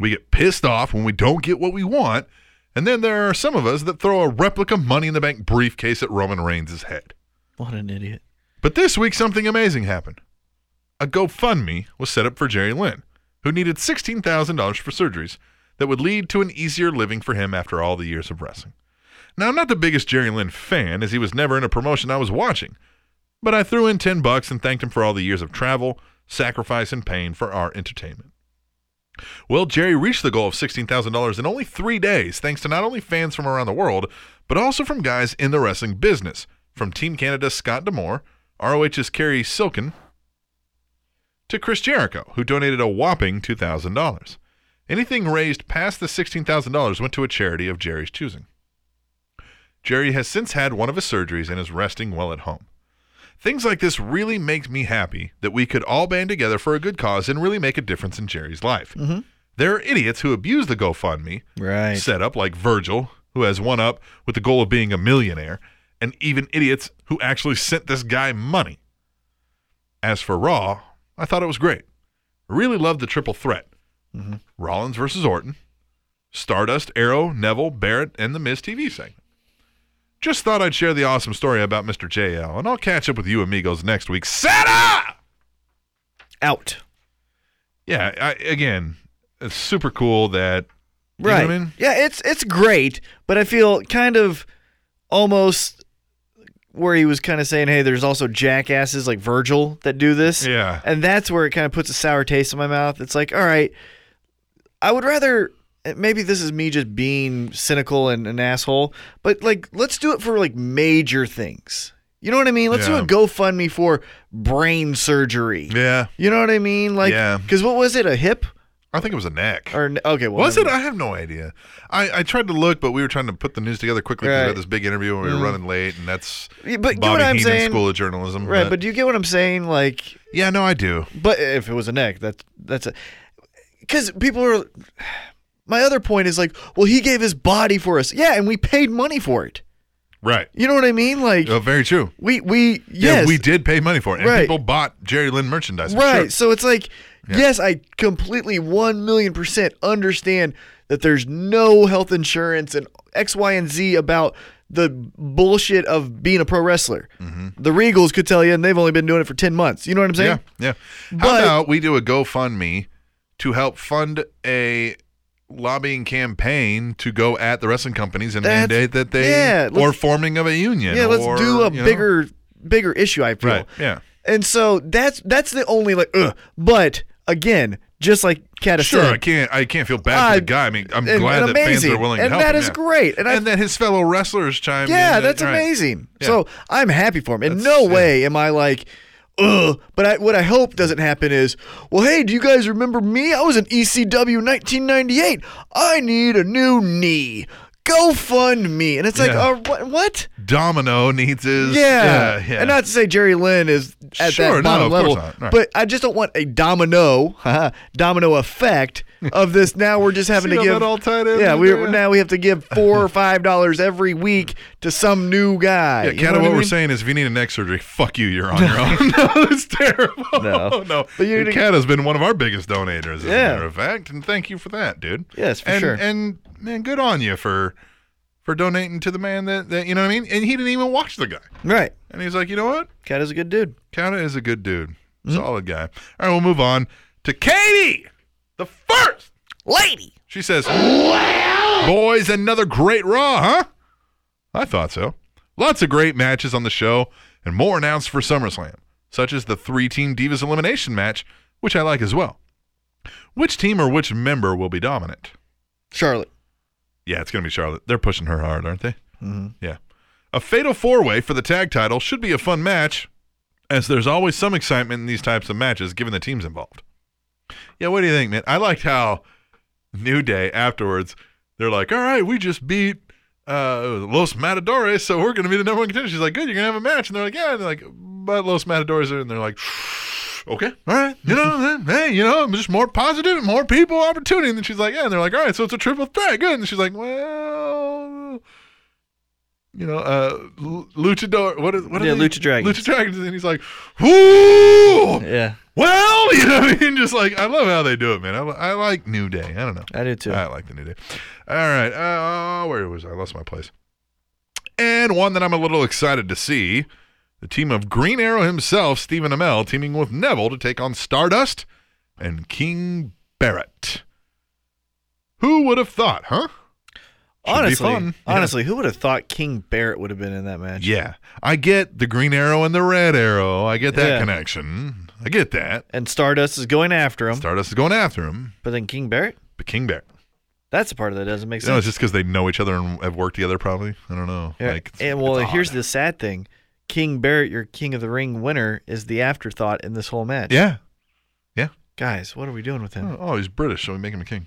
A: We get pissed off when we don't get what we want, and then there are some of us that throw a replica money in the bank briefcase at Roman Reigns' head.
B: What an idiot.
A: But this week, something amazing happened. A GoFundMe was set up for Jerry Lynn, who needed $16,000 for surgeries that would lead to an easier living for him after all the years of wrestling. Now, I'm not the biggest Jerry Lynn fan, as he was never in a promotion I was watching, but I threw in 10 bucks and thanked him for all the years of travel, sacrifice, and pain for our entertainment. Well, Jerry reached the goal of $16,000 in only three days, thanks to not only fans from around the world, but also from guys in the wrestling business, from Team Canada's Scott Demore, ROH's Kerry Silken, to Chris Jericho, who donated a whopping $2,000. Anything raised past the $16,000 went to a charity of Jerry's choosing. Jerry has since had one of his surgeries and is resting well at home. Things like this really makes me happy that we could all band together for a good cause and really make a difference in Jerry's life.
B: Mhm.
A: There are idiots who abuse the GoFundMe
B: Right.
A: set up, like Virgil, who has one up with the goal of being a millionaire, and even idiots who actually sent this guy money. As for Raw, I thought it was great. I really loved the triple threat
B: Mm-hmm.
A: Rollins versus Orton, Stardust, Arrow, Neville, Barrett, and the Miz TV segment. Just thought I'd share the awesome story about Mr. JL, and I'll catch up with you amigos next week. Santa!
B: Out.
A: Yeah, I, again, it's super cool that. you know what I
B: Right.
A: mean?
B: Yeah, it's it's great, but I feel kind of almost where he was kind of saying, "Hey, there's also jackasses like Virgil that do this."
A: Yeah.
B: And that's where it kind of puts a sour taste in my mouth. It's like, "All right, I would rather and maybe this is me just being cynical and an asshole, but like let's do it for like major things." You know what I mean? Let's
A: Yeah.
B: do a GoFundMe for brain surgery.
A: Yeah.
B: You know what I mean? Like
A: Yeah.
B: cuz what was it? A hip?
A: I think it was a neck.
B: Or okay, well,
A: was
B: never
A: it? I have no idea. I, I tried to look, but we were trying to put the news together quickly because we
B: Right.
A: had this big interview and we were
B: Mm.
A: running late, and that's
B: Yeah, but you know
A: Bobby
B: what I'm
A: Heenan's
B: saying?
A: School of Journalism.
B: Right, but do you get what I'm saying? Like,
A: yeah, no, I do.
B: But if it was a neck, that's that's a because people are. My other point is like, well, he gave his body for us, yeah, and we paid money for it.
A: right.
B: You know what I mean? Like,
A: Oh, very true.
B: we we
A: Yeah,
B: yes,
A: we did pay money for it, and
B: Right.
A: people bought Jerry Lynn merchandise. for
B: right.
A: sure.
B: So it's like, yes, I completely one million percent understand that there's no health insurance and X, Y, and Z about the bullshit of being a pro wrestler. The Regals could tell you, and they've only been doing it for ten months. You know what I'm saying?
A: Mm-hmm. Yeah, yeah. How about we do a GoFundMe to help fund a lobbying campaign to go at the wrestling companies and
B: That's-
A: mandate that they
B: yeah, let's-
A: or forming of a union.
B: Yeah, let's
A: or,
B: do a
A: you know-
B: bigger bigger issue. I feel.
A: Right. Yeah.
B: And so that's that's the only like, ugh. but again, Just like Cat
A: Sure,
B: said.
A: I can't. I can't feel bad for the
B: I-
A: guy. I mean, I'm
B: and-
A: glad
B: and
A: that fans
B: amazing.
A: are willing to
B: And
A: help.
B: that
A: him,
B: is
A: yeah.
B: great. And I-
A: that his fellow wrestlers chimed in.
B: yeah,
A: that-
B: that's
A: right.
B: amazing.
A: Yeah.
B: So I'm happy for him. In no way am I like, ugh. But I, what I hope doesn't happen is, well, hey, do you guys remember me? I was in E ECW 1998. I need a new knee. Go fund me. And it's like,
A: Yeah.
B: uh, what? what?
A: Domino needs his.
B: Yeah.
A: yeah, yeah.
B: And not to say Jerry Lynn is at
A: Sure, no,
B: that bottom
A: of course
B: level,
A: not. Right.
B: but I just don't want a domino domino effect of this. Now we're just having
A: See
B: to
A: how
B: give
A: that all tied in
B: Yeah, we
A: there?
B: now we have to give four or five dollars every week to some new guy.
A: Yeah,
B: You
A: kind of
B: know
A: what,
B: I
A: we're
B: mean?
A: saying is if you need a neck surgery, fuck you, you're on your own. no, it's terrible. No, no.
B: But you-
A: Cat has been one of our biggest donators, as
B: Yeah.
A: a matter of fact, and thank you for that, dude.
B: Yes, for
A: and,
B: sure.
A: And man, good on you for for donating to the man that, that you know what I mean. And he didn't even watch the guy,
B: right?
A: And he's like, you know what?
B: Cat is a good dude.
A: Cat is a good dude, solid guy. All right, we'll move on to Katie, the first
B: lady.
A: She says, Boys, another great Raw, huh? I thought so. Lots of great matches on the show, and more announced for SummerSlam, such as the three team Divas elimination match, which I like as well. Which team or which member will be dominant?
B: Charlotte.
A: Yeah, it's going to be Charlotte. They're pushing her hard, aren't they? Yeah. A fatal four way for the tag title should be a fun match, as there's always some excitement in these types of matches given the teams involved. Yeah, what do you think, man? I liked how New Day afterwards, they're like, all right, we just beat uh, Los Matadores, so we're going to be the number one contender. She's like, good, you're going to have a match. And they're like, yeah. And they're like, but Los Matadores are, and they're like, okay, all right, you know, then, hey, you know, just more positive, more people, opportunity. And then she's like, yeah. And they're like, all right, so it's a triple threat, good. And she's like, well, you know, uh, L- Luchador, what is, what are
B: Yeah,
A: they?
B: Lucha Dragons.
A: Lucha Dragons. And he's like, whoo,
B: Yeah.
A: well, you know what I mean? Just like, I love how they do it, man. I, li- I like New Day. I don't know.
B: I do too.
A: I like the New Day. All right. Uh, where was I? I lost my place. And one that I'm a little excited to see the team of Green Arrow himself, Stephen Amell, teaming with Neville to take on Stardust and King Barrett. Who would have thought, huh? Should be
B: Honestly,
A: fun. Yeah.
B: honestly, who would have thought King Barrett would have been in that match?
A: Yeah. I get the green arrow and the red arrow. I get that
B: Yeah.
A: connection. I get that.
B: And Stardust is going after him.
A: Stardust is going after him.
B: But then King Barrett?
A: But King Barrett.
B: That's the part of that doesn't make
A: You
B: sense.
A: know, it's just because they know each other and have worked together, probably. I don't know.
B: Yeah.
A: Like,
B: and well, here's the sad thing: King Barrett, your King of the Ring winner, is the afterthought in this whole match.
A: yeah. Yeah.
B: guys, what are we doing with him?
A: Oh, he's British, so we make him a king.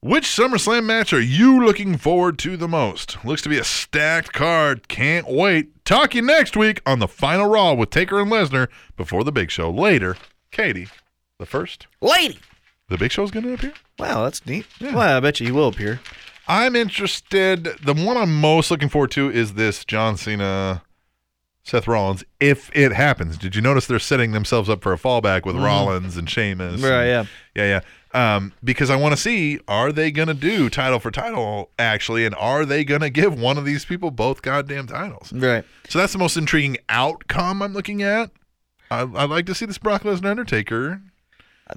A: Which SummerSlam match are you looking forward to the most? Looks to be a stacked card. Can't wait. Talk you next week on the final Raw with Taker and Lesnar before the Big Show. Later, Katie, the first
B: lady.
A: The Big Show's going to appear.
B: Wow, that's neat. Well, I bet you he will appear.
A: I'm interested. The one I'm most looking forward to is this John Cena, Seth Rollins, if it happens. Did you notice they're setting themselves up for a fallback with
B: Mhm.
A: Rollins and Sheamus?
B: Right,
A: and- Yeah, yeah. Um, because I want to see are they going to do title for title, actually, and are they going to give one of these people both goddamn titles?
B: Right.
A: So that's the most intriguing outcome I'm looking at. I, I'd like to see this Brock Lesnar Undertaker.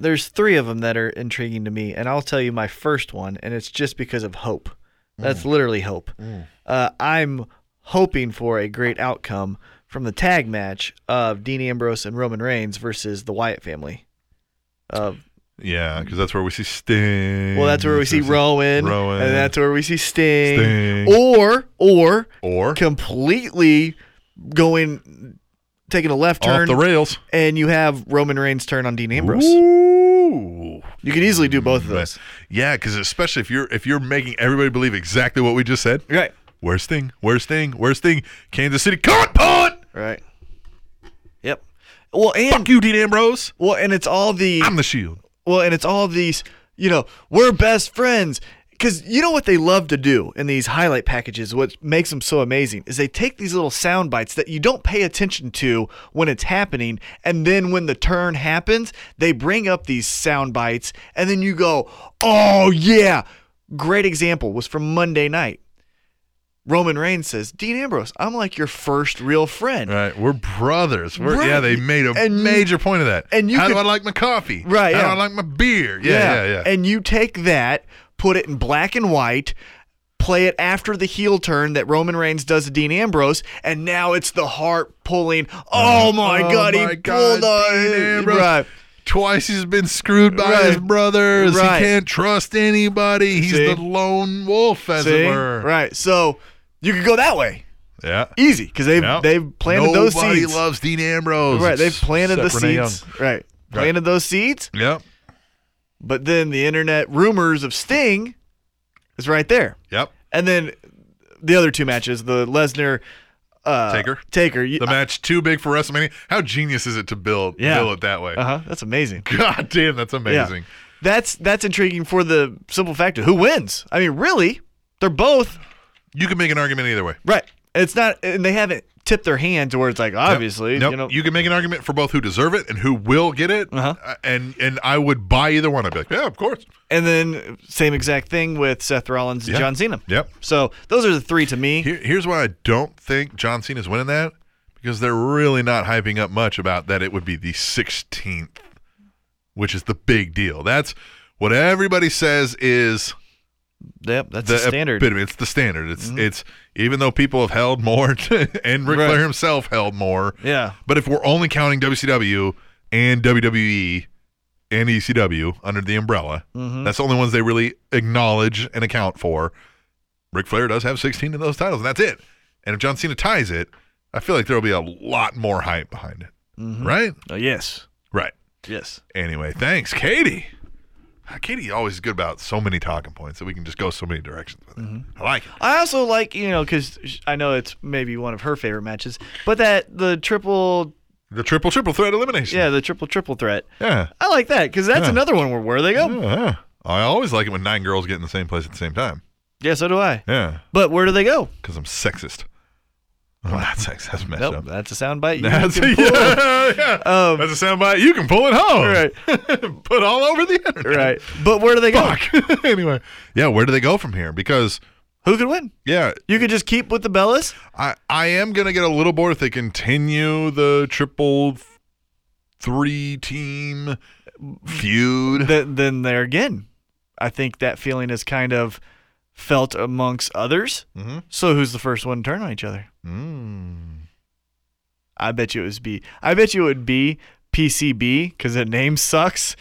B: There's three of them that are intriguing to me, and I'll tell you my first one, and it's just because of hope.
A: Mm.
B: That's literally hope. Uh, I'm hoping for a great outcome from the tag match of Dean Ambrose and Roman Reigns versus the Wyatt family. Of
A: Yeah, because that's where we see Sting.
B: Well, that's where we see Rowan,
A: Rowan.
B: and that's where we see Sting.
A: Sting.
B: Or or
A: or
B: completely going taking a left
A: Off
B: turn
A: the rails.
B: and you have Roman Reigns turn on Dean Ambrose.
A: Ooh.
B: You could easily do both of
A: But-
B: those.
A: Yeah, because especially if you're if you're making everybody believe exactly what we just said.
B: Right.
A: Where's Sting? Where's Sting? Where's Sting? Kansas City caught punt.
B: Right. Yep. Well, and
A: fuck you, Dean Ambrose.
B: Well, and it's all the
A: I'm the Shield.
B: Well, and it's all these. You know, we're best friends. Because you know what they love to do in these highlight packages, what makes them so amazing is they take these little sound bites that you don't pay attention to when it's happening. And then when the turn happens, they bring up these sound bites. And then you go, oh, yeah. Great example was from Monday night. Roman Reigns says, Dean Ambrose, I'm like your first real friend.
A: Right. We're brothers. We're, Yeah,
B: Right.
A: they made a
B: And you-
A: major point of that.
B: and you
A: How do
B: could-
A: I like my coffee?
B: Right,
A: How
B: yeah.
A: do I like my beer? Yeah, yeah, yeah.
B: And you take that, put it in black and white, play it after the heel turn that Roman Reigns does to Dean Ambrose, and now it's the heart pulling. Oh my
A: Oh
B: God,
A: my
B: he pulled
A: God,
B: on
A: Dean Ambrose.
B: Right.
A: Twice he's been screwed by his
B: Right.
A: brothers.
B: Right.
A: He can't trust anybody. He's
B: See?
A: the lone wolf, as
B: See?
A: it were.
B: Right. So you could go that way.
A: Yeah.
B: Easy, because they've
A: Yeah.
B: they've planted
A: Nobody
B: those seeds.
A: loves Dean Ambrose.
B: Right. They've planted the
A: except Renee
B: seeds.
A: Young.
B: Right. Planted those seeds.
A: Yep.
B: But then the internet rumors of Sting is right there.
A: Yep.
B: And then the other two matches, the Lesnar uh,
A: Taker.
B: Taker. you-
A: The match too big for WrestleMania. How genius is it to build
B: Yeah.
A: build it that way?
B: Uh-huh. That's amazing.
A: God damn, that's
B: Yeah.
A: amazing.
B: That's that's intriguing for the simple fact of who wins. I mean, really, they're both
A: You can make an argument either way.
B: right. It's not, and they haven't tipped their hand to where it's like obviously,
A: Nope.
B: you know, Uh-huh.
A: you can make an argument for both who deserve it and who will get it. Uh, And and I would buy either one. I'd be like, yeah, of course.
B: And then same exact thing with Seth Rollins and
A: Yeah.
B: John Cena.
A: Yep.
B: So those are the three to me.
A: Here, here's why I don't think John Cena's winning that because they're really not hyping up much about that. It would be the 16th, which is the big deal. That's what everybody says is
B: Yep, that's
A: the
B: the standard. Mm-hmm.
A: epitome. It's the standard. It's it's even though people have held more, and Ric
B: Right.
A: Flair himself held more.
B: Yeah.
A: But if we're only counting WCW and WWE and ECW under the umbrella,
B: Mhm.
A: that's the only ones they really acknowledge and account for. Ric Flair does have 16 of those titles, and that's it. And if John Cena ties it, I feel like there will be a lot more hype behind it. Right?
B: Uh, yes.
A: Right.
B: Yes.
A: Anyway, thanks, Katie. Ah, Katie always is good about so many talking points that we can just go so many directions with it.
B: Mm-hmm.
A: I like it.
B: I also like you know because I know it's maybe one of her favorite matches, but that the triple.
A: The triple triple threat elimination.
B: Yeah, the triple triple threat.
A: Yeah.
B: I like that because that's
A: Yeah.
B: another one where where they go.
A: Yeah. I always like it when nine girls get in the same place at the same time.
B: Yeah, so do I.
A: Yeah.
B: But where do they go?
A: Because I'm sexist. I'm not sexist. That's messed
B: Nope,
A: up.
B: that's a soundbite. you
A: That's,
B: can pull. Um,
A: yeah, yeah. that's a soundbite. You can pull it home.
B: Right.
A: Put all over the internet.
B: Right. But where do they go?
A: Fuck. anyway. Yeah, where do they go from here? Because
B: Who could win?
A: yeah,
B: You could just keep with the Bellas.
A: I I am gonna get a little bored if they continue the triple th- three team feud.
B: Th- then there again, I think that feeling is kind of felt amongst others.
A: Mhm.
B: So who's the first one to turn on each other?
A: Mm.
B: I bet you it was B. I bet you it would be PCB because the name sucks.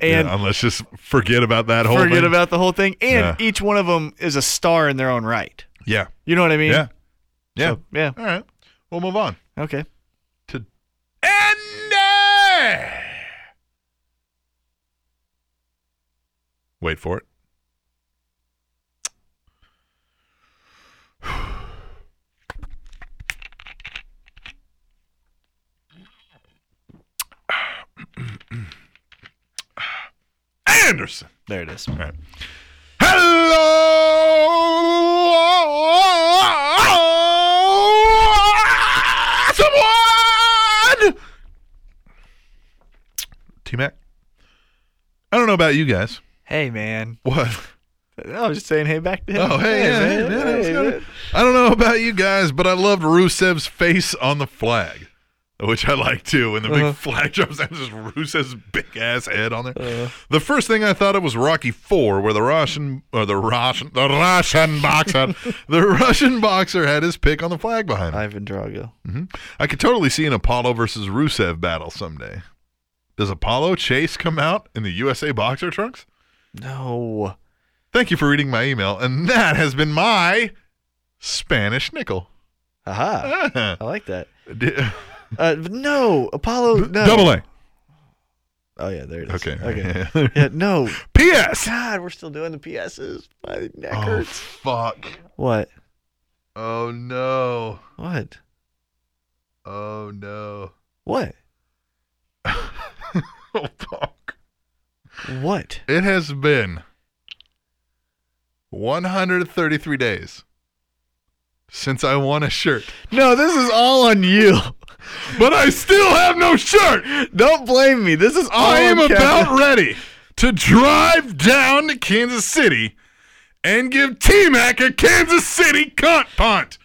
B: And
A: yeah, and let's just forget about that whole.
B: forget
A: thing.
B: about the whole thing.
A: Yeah.
B: And each one of them is a star in their own right.
A: Yeah.
B: You know what I mean?
A: Yeah. Yeah.
B: So, yeah.
A: All right. We'll move on.
B: Okay.
A: To Andy. Wait for it. Anderson.
B: There it is.
A: All right. Hello, someone. T Mac. I don't know about you guys.
B: Hey, man.
A: What?
B: I was just saying hey back to him.
A: Oh, hey, yeah, hey, yeah, that's good. I don't know about you guys, but I loved Rusev's face on the flag, which I like too. When the
B: Uh-huh.
A: big flag drops down, just Rusev's big ass head on there. The first thing I thought of was Rocky Four, where the Russian or the Russian the Russian boxer the Russian boxer had his pick on the flag behind him.
B: Ivan Drago.
A: hmm I could totally see an Apollo versus Rusev battle someday. Does Apollo Chase come out in the USA boxer trunks?
B: No.
A: Thank you for reading my email, and that has been my Spanish nickel.
B: Aha.
A: Ah.
B: I like that.
A: D-
B: Uh, but no, Apollo. No.
A: Double A.
B: Oh yeah, there it is.
A: Okay.
B: Okay.
A: Yeah.
B: yeah. No.
A: P.S.
B: God, we're still doing the PSs. My neck
A: Oh
B: hurts.
A: fuck.
B: What?
A: Oh no.
B: What?
A: Oh no.
B: What?
A: Oh fuck.
B: What?
A: It has been 133 days since I won a shirt,
B: No, this is all on you.
A: but I still have no shirt.
B: Don't blame me. This is all
A: I am
B: on Kevin.
A: about ready to drive down to Kansas City and give T Mac a Kansas City cunt punt.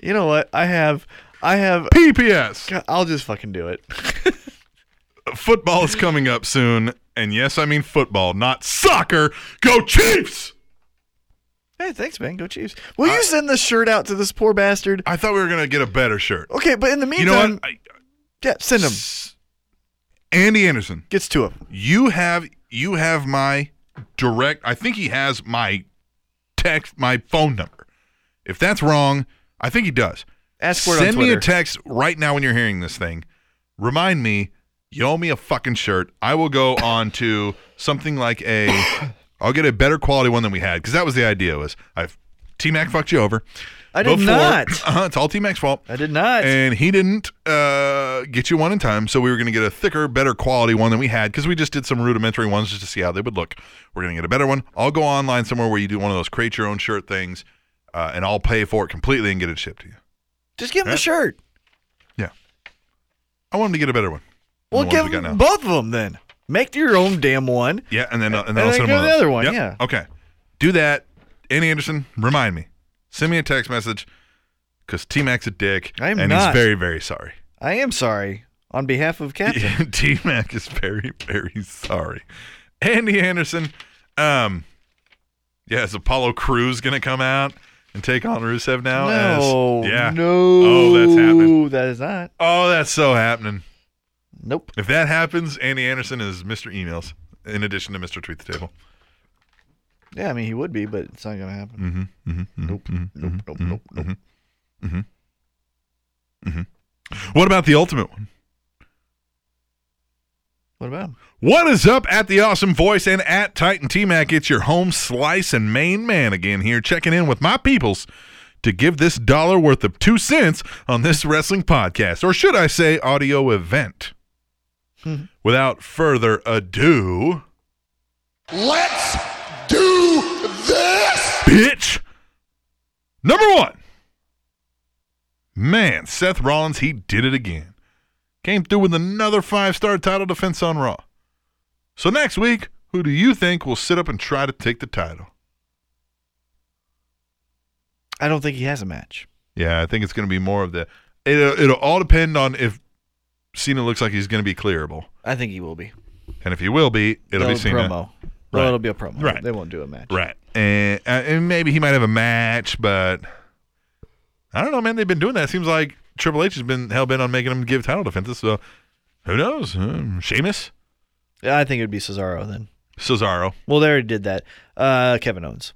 B: You know what? I have. I have.
A: PPS.
B: God, I'll just fucking do it.
A: Football is coming up soon, and yes, I mean football, not soccer. Go Chiefs!
B: Hey, thanks, man. Go Chiefs. Will you send this shirt out to this poor bastard?
A: I thought we were gonna get a better shirt.
B: Okay, but in the
A: you know
B: meantime,
A: what? I,
B: yeah, send him.
A: Andy Anderson
B: gets two of them.
A: You have you have my direct. I think he has my text, my phone number. If that's wrong, I think he does.
B: Ask for it on
A: Send me a
B: Twitter.
A: text right now when you're hearing this thing. Remind me, you owe me a fucking shirt. I will go on to something like a. I'll get a better quality one than we had because that was the idea. Was I've T Mac fucked you over?
B: I did not.
A: Uh-huh, it's all T Mac's fault.
B: I did not.
A: And he didn't uh, get you one in time, so we were going to get a thicker, better quality one than we had because we just did some rudimentary ones just to see how they would look. We're going to get a better one. I'll go online somewhere where you do one of those create your own shirt things, uh, and I'll pay for it completely and get it shipped to you.
B: Just give him
A: Yeah.
B: the shirt.
A: I want him to get a better one. than
B: We'll
A: the ones
B: give
A: we got now.
B: him both of them then. Make your own damn one.
A: Yeah, and then uh, and then
B: And
A: I'll
B: then
A: send him
B: go
A: one
B: to
A: of
B: the
A: those.
B: other one,
A: Yep.
B: yeah.
A: Okay. Do that. Andy Anderson, remind me. Send me a text message because T Mac's a dick.
B: I am
A: and
B: not.
A: he's very, very sorry.
B: I am sorry on behalf of Captain.
A: T Mac is very, very sorry. Andy Anderson, um, yeah, is Apollo Crews gonna come out and take on Rusev now?
B: No,
A: as, yeah,
B: no.
A: Oh, that's happening.
B: That is not.
A: Oh, that's so happening.
B: Nope.
A: If that happens, Andy Anderson is Mr. Emails in addition to Mr. Tweet the Table.
B: Yeah, I mean he would be, but it's not gonna happen.
A: Mm-hmm. Mm-hmm. Nope. Nope. Nope. Nope. Nope. Mm-hmm. Mm-hmm. What about the ultimate one?
B: What about him?
A: What is up at the Awesome Voice and at Titan T Mac? It's your home slice and main man again here, checking in with my peoples to give this dollar worth of two cents on this wrestling podcast, or should I say audio event. Hmm. Without further ado,
R: Let's do this!
A: bitch. Number one, man, Seth Rollins, he did it again. Came through with another five star title defense on Raw. So next week, who do you think will sit up and try to take the title?
B: I don't think he has a match.
A: Yeah, I think it's going to be more of the. It'll, it'll all depend on if Cena looks like he's going to be clearable.
B: I think he will be.
A: And if he will be, it'll be
B: They'll
A: Cena.
B: promo.
A: Right.
B: Well, it'll be a promo.
A: Right.
B: They won't do a match.
A: Right. And, uh, and maybe he might have a match, but I don't know, man. They've been doing that. seems like Triple H has been hell bent on making him give title defenses. So who knows? Um, Sheamus?
B: Yeah, I think it would be Cesaro then.
A: Cesaro.
B: Well, they already did that. Uh, Kevin Owens.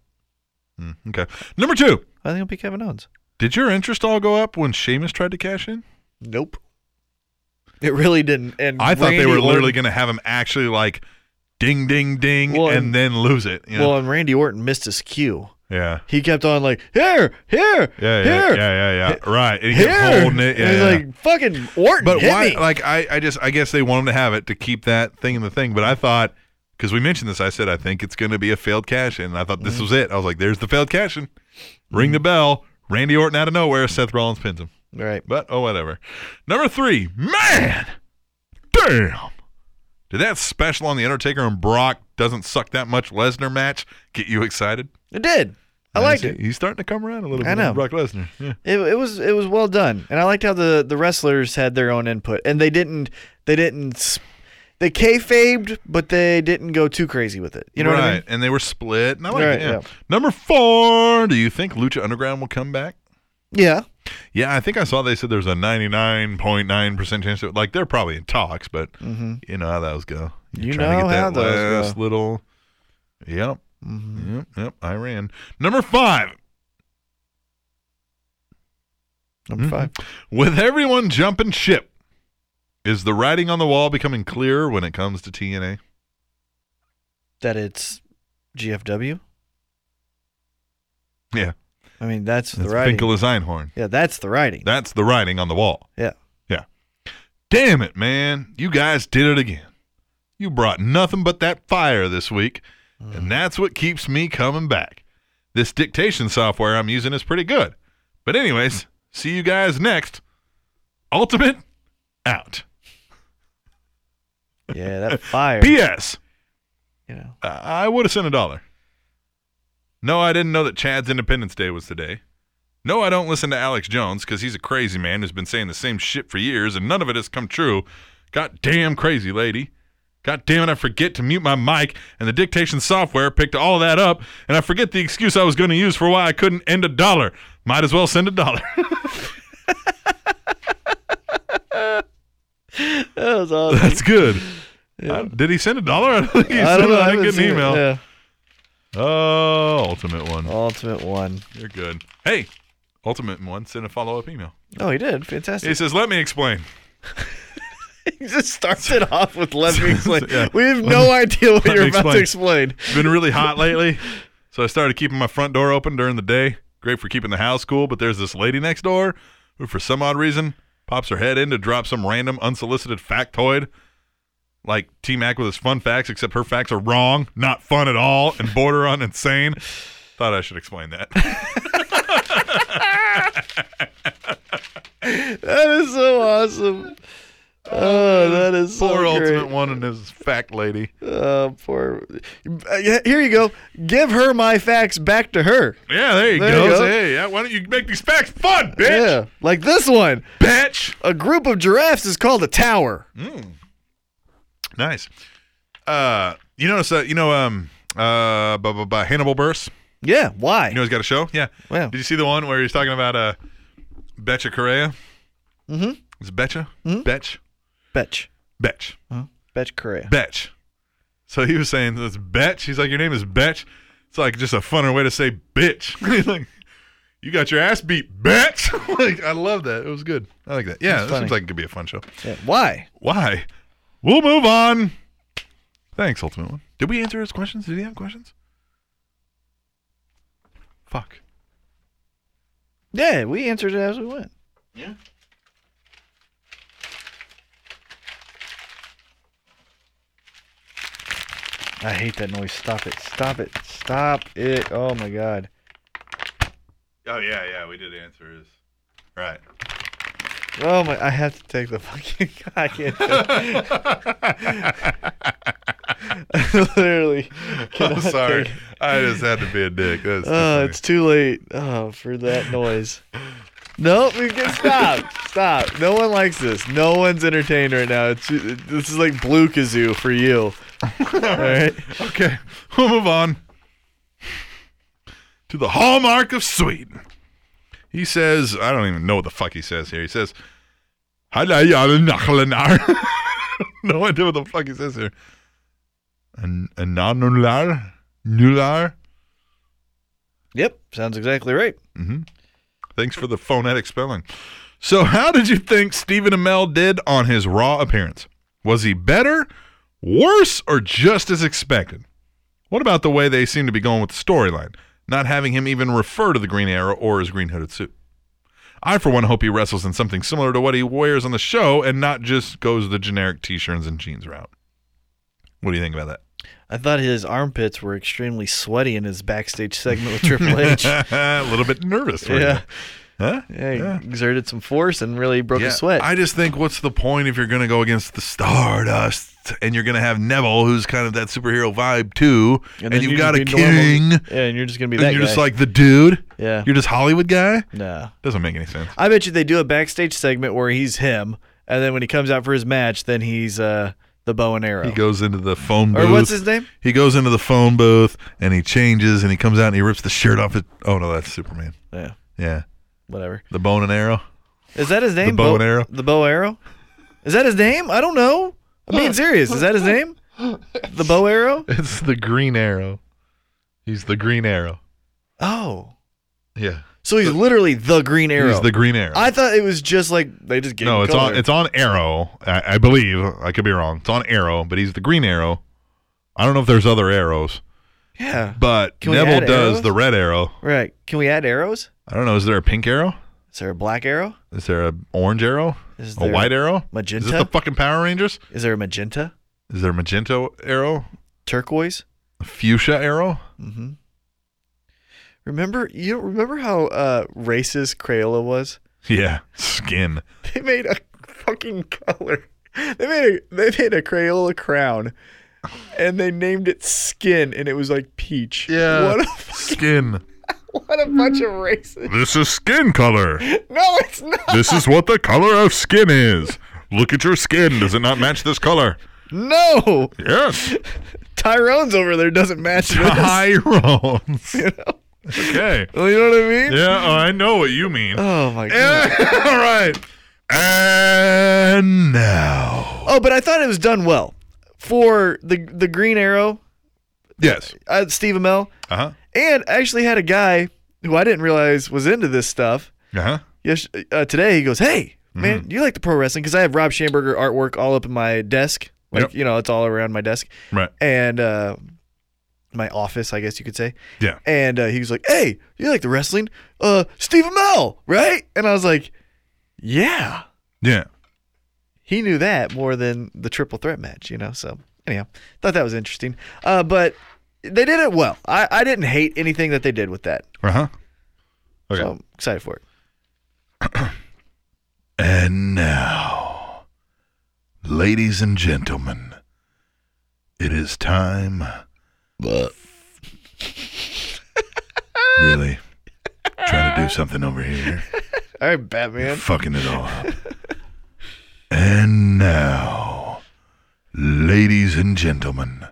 A: Mm, okay. Number two.
B: I think it'll be Kevin Owens.
A: Did your interest all go up when Sheamus tried to cash in?
B: Nope. It really didn't. And
A: I thought they
B: Randy
A: were literally
B: Orton-
A: going to have him actually like ding, ding, ding,
B: Well,
A: and,
B: and-
A: then lose it. You know?
B: Well, and Randy Orton missed his cue.
A: yeah.
B: He kept on like here, here,
A: Yeah, yeah,
B: here,
A: yeah, yeah, yeah. Right. And he
B: here.
A: kept holding it. Yeah,
B: and he's
A: yeah.
B: like fucking Orton.
A: But
B: hit
A: why?
B: me."
A: Like I, I just I guess they want him to have it to keep that thing in the thing. But I thought because we mentioned this, I said I think it's going to be a failed cash in. And I thought
B: Mm-hmm.
A: this was it. I was like, there's the failed cash in. Ring the bell. Randy Orton out of nowhere. Seth Rollins pins him.
B: Right.
A: But oh whatever. Number three, man, damn. Did that special on the Undertaker and Brock doesn't suck that much Lesnar match get you excited?
B: It did. I liked
A: see.
B: it.
A: He's starting to come around a little
B: I
A: bit.
B: know.
A: Brock Lesnar. Yeah.
B: It, it was it was well done, and I liked how the, the wrestlers had their own input, and they didn't they didn't s- they kayfabed, but they didn't go too crazy with it. You know
A: right.
B: what I mean?
A: And they were split. And I like
B: Right,
A: it, yeah.
B: yeah.
A: Number four. Do you think Lucha Underground will come back?
B: Yeah.
A: Yeah, I think I saw they said there's a 99.9% chance that, like, they're probably in talks, but
B: Mhm.
A: you know how those go.
B: You
A: trying
B: know how those go.
A: last little. Yep.
B: Mm-hmm.
A: Yep. Yep. I ran. Number five.
B: Number
A: Mm-hmm.
B: five.
A: With everyone jumping ship, is the writing on the wall becoming clearer when it comes to TNA?
B: That it's GFW.
A: Yeah.
B: I mean that's the
A: That's
B: writing.
A: Finkel is Einhorn.
B: Yeah, that's the writing.
A: That's the writing on the wall.
B: Yeah.
A: Yeah. Damn it, man. You guys did it again. You brought nothing but that fire this week, and that's what keeps me coming back. This dictation software I'm using is pretty good. But, anyways, see you guys next. Ultimate out.
B: Yeah, that fire.
A: P.S.
B: You know.
A: I would have sent a dollar. No, I didn't know that Chad's Independence Day was today. No, I don't listen to Alex Jones because he's a crazy man who's been saying the same shit for years and none of it has come true. God damn crazy lady. God damn it, I forget to mute my mic and the dictation software picked all that up and I forget the excuse I was going to use for why I couldn't end a dollar. Might as well send a dollar.
B: that was awesome.
A: That's good. Uh, did he send a dollar? I don't think he
B: I
A: sent
B: don't know,
A: it.
B: I
A: I didn't
B: haven't
A: get an
B: seen it,
A: email.
B: yeah.
A: Oh, ultimate one.
B: Ultimate one.
A: You're good. Hey, ultimate one sent a follow up email.
B: Oh, he did. Fantastic.
A: He says, "Let me explain."
B: He just starts it off with "Let me explain."
A: Yeah.
B: We have no idea what
A: Let
B: you're
A: me
B: about to explain.
A: It's been really hot lately, so I started keeping my front door open during the day. Great for keeping the house cool, but there's this lady next door who, for some odd reason, pops her head in to drop some random unsolicited factoid. Like T Mac with his fun facts, except her facts are wrong, not fun at all, and border on insane. Thought I should explain that.
B: that is so awesome. Oh, that is so
A: Uh, Poor
B: great.
A: ultimate one and his fact lady.
B: Oh, poor. Uh, yeah, Here you go. Give her my facts back to her.
A: Yeah, there you
B: There
A: go.
B: you go.
A: Hey, yeah, why don't you make these facts fun, bitch?
B: Yeah, like this one.
A: Bitch.
B: A group of giraffes is called a tower.
A: Hmm? Nice. Uh, you notice that you know um uh by, by, by Hannibal Buress.
B: Yeah. Why? You
A: know he's got a show. Yeah. Wow. Did you see the one where he's talking about uh Betcha Correa?
B: Mm-hmm.
A: Is it Betcha? Betch.
B: Betch.
A: Betch.
B: Betch Correa.
A: Betch. So he was saying this Betch. He's like, your name is Betch. It's like just a funner way to say bitch. He's like, you got your ass beat, bitch. like I love that. It was good. I like that. Yeah,
B: That's
A: that seems
B: funny.
A: like it could be a fun show.
B: Yeah, Why?
A: Why? We'll move on. Thanks, Ultimate One. Did we answer his questions? Did he have questions? Fuck.
B: Yeah, we answered it as we went.
A: Yeah.
B: I hate that noise. Stop it. Stop it. Stop it. Oh my god.
A: Oh yeah, yeah, we did answer his. Right.
B: Oh my! I have to take the fucking. I can't. Literally.
A: I'm
B: cannot
A: sorry.
B: take-
A: I just had to be a dick. That's too
B: Oh,
A: funny.
B: it's too late. Oh, for that noise. Nope, we can stop. Stop. No one likes this. No one's entertained right now. It's, this is like blue kazoo for you. All right.
A: Okay. We'll move on to the hallmark of Sweden. He says, I don't even know what the fuck he says here. He says, "Halajalajakalanar." no idea what the fuck he says here. An- Ananular? Nular?
B: Yep. Sounds exactly right.
A: Mm-hmm. Thanks for the phonetic spelling. So, how did you think Stephen Amell did on his Raw appearance? Was he better, worse, or just as expected? What about the way they seem to be going with the storyline, not having him even refer to the Green Arrow or his green hooded suit? I, for one, hope he wrestles in something similar to what he wears on the show and not just goes the generic t shirts and jeans route. What do you think about that?
B: I thought his armpits were extremely sweaty in his backstage segment with Triple H.
A: a little bit nervous. weren't
B: yeah.
A: you? Huh?
B: Yeah, he
A: Yeah.
B: exerted some force and really broke
A: Yeah,
B: a sweat.
A: I just think, what's the point if you're going to go against the Stardust and you're going to have Neville, who's kind of that superhero vibe too, and,
B: then
A: you've
B: you
A: got a
B: just be normal.
A: king,
B: Yeah, and you're just gonna be
A: and
B: that
A: you're just
B: guy.
A: like the dude.
B: Yeah.
A: you're just Hollywood guy.
B: No.
A: doesn't make any sense.
B: I bet you they do a backstage segment where he's him, and then when he comes out for his match, then he's uh, the bow and arrow.
A: He goes into the phone booth.
B: Or what's his name?
A: He goes into the phone booth and he changes and he comes out and he rips the shirt off. His, oh no, that's Superman.
B: Yeah.
A: Yeah,
B: Whatever.
A: the bone and arrow.
B: Is that his name?
A: bow and arrow?
B: The bow arrow. Is that his name? I don't know. I'm being serious. Is that his name? The bow arrow.
A: It's the Green Arrow. He's the Green Arrow.
B: Oh,
A: Yeah,
B: so he's literally the Green Arrow.
A: he's the Green Arrow.
B: I thought it was just like they just gave.
A: no,
B: him
A: it's
B: color.
A: on it's on Arrow, I, I believe. I could be wrong. It's on Arrow, but he's the Green Arrow. I don't know if there's other arrows,
B: yeah.
A: but
B: Can we
A: Neville
B: add
A: does
B: arrows?
A: the Red Arrow.
B: Right? Can we add arrows?
A: I don't know. Is there a pink arrow?
B: Is there a black arrow?
A: Is there a orange arrow?
B: Is
A: a
B: there
A: white arrow?
B: Magenta.
A: Is it the fucking Power Rangers?
B: Is there a magenta?
A: Is there a magenta arrow?
B: Turquoise.
A: A fuchsia arrow?
B: Mm-hmm. Remember you remember how uh, racist Crayola was?
A: Yeah, skin.
B: They made a fucking color. They made a they made a Crayola crown, and they named it Skin, and it was like peach.
A: Yeah,
B: What a
A: skin.
B: what a bunch of racists.
S: This is skin color.
B: No, it's not.
S: This is what the color of skin is. Look at your skin. Does it not match this color?
B: No.
S: Yes.
B: Tyrone's over there doesn't match this.
A: Tyrone's. Okay. oh,
B: You know what I mean?
A: Uh, Yeah, I know what you mean.
B: Oh my
A: god. All right. And now.
B: Oh, but I thought it was done well for the the Green Arrow.
A: Yes.
B: Uh, Steve Amell.
A: Uh huh.
B: And I actually had a guy who I didn't realize was into this stuff.
A: Uh-huh.
B: Yes. Uh, today he goes, "Hey, man, you like the pro wrestling?" Because I have Rob Schamberger artwork all up in my desk. Like
A: Yep.
B: you know, it's all around my desk.
A: Right.
B: And uh, my office, I guess you could say.
A: Yeah.
B: And uh, he was like, "Hey, you like the wrestling? Uh, Steve Amell, right?" And I was like, "Yeah."
A: Yeah.
B: He knew that more than the triple threat match, you know. So anyhow, thought that was interesting. Uh, but they did it well. I, I didn't hate anything that they did with that.
A: Uh huh. Okay.
B: So I'm excited for it.
A: And now, ladies and gentlemen, it is time. really trying to do something over here.
B: All right, Batman.
A: Fucking it all up. and now, ladies and gentlemen,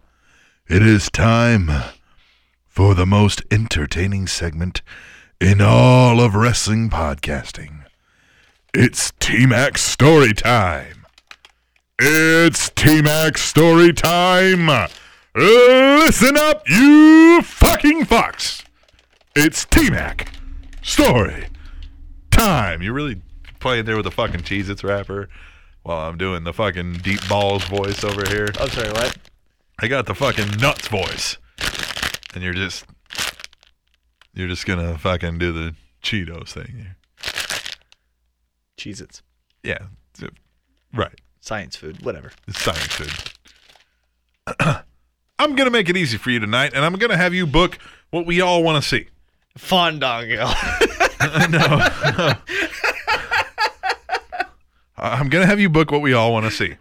A: it is time for the most entertaining segment in all of wrestling podcasting. It's T Mac story time. It's T Mac story time. Listen up, you fucking fucks. It's T Mac story time. You're really playing there with a fucking Cheez Its wrapper while I'm doing the fucking deep balls voice over here.
B: I'm Oh, sorry, what?
A: I got the fucking nuts voice. And you're just you're just gonna fucking do the Cheetos thing here.
B: Cheez Its.
A: Yeah. so- Right.
B: Science food, whatever.
A: It's science food. I'm gonna make it easy for you tonight, and I'm gonna have you book what we all wanna see.
B: Fandango.
A: I- I'm going to have you book what we all want to see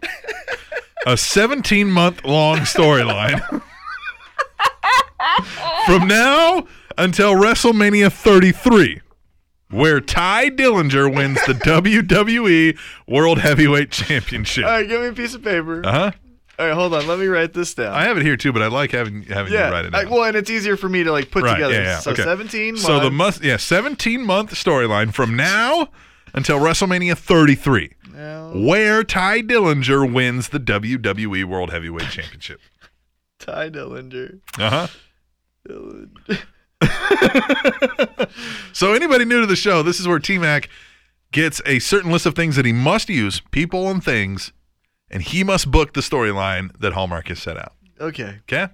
A: a 17 month long storyline from now until WrestleMania 33, where Ty Dillinger wins the WWE World Heavyweight Championship.
B: All right, give me a piece of paper.
A: Uh huh.
B: All right, hold on. Let me write this down.
A: I have it here too, but I like having having
B: yeah.
A: you write it
B: I-
A: down.
B: well, and it's easier for me to like put
A: Right,
B: together.
A: yeah, yeah,
B: So
A: okay.
B: 17
A: So the
B: months.
A: must yeah, 17 month storyline from now until WrestleMania 33. Where Ty Dillinger wins the WWE World Heavyweight Championship.
B: Ty Dillinger.
A: Uh huh. so, anybody new to the show, this is where T Mac gets a certain list of things that he must use, people and things, and he must book the storyline that Hallmark has set out.
B: Okay.
A: Okay?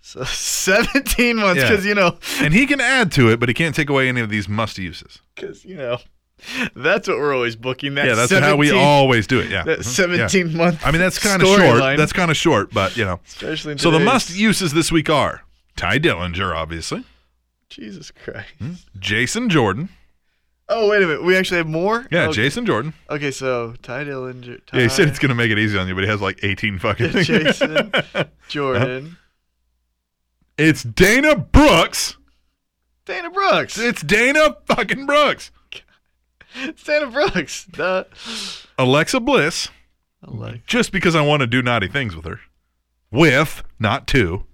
B: So 17 months
A: Yeah.
B: because you know
A: And he can add to it, but he can't take away any of these must uses.
B: because you know that's what we're always booking. That
A: yeah, that's how we
B: 17
A: always do it. Yeah,
B: That
A: Mhm.
B: 17
A: Yeah.
B: month.
A: I mean, that's kind of short.
B: storyline.
A: That's kind of short, but you know.
B: Especially in
A: so the
B: today's-
A: must uses this week are Ty Dillinger, obviously,
B: Jesus Christ.
A: Hmm? Jason Jordan.
B: Oh wait a minute. We actually have more.
A: Yeah,
B: okay.
A: Jason Jordan.
B: Okay, so Ty Dillinger. Ty,
A: Yeah, he said it's gonna make it easy on you, but he has like 18 fucking. things.
B: Jason Jordan.
A: Uh-huh. it's Dana Brooks.
B: Dana Brooks.
A: It's Dana fucking Brooks.
B: It's Dana Brooks. The
A: Alexa Bliss. Just because I want to do naughty things with her, with not two,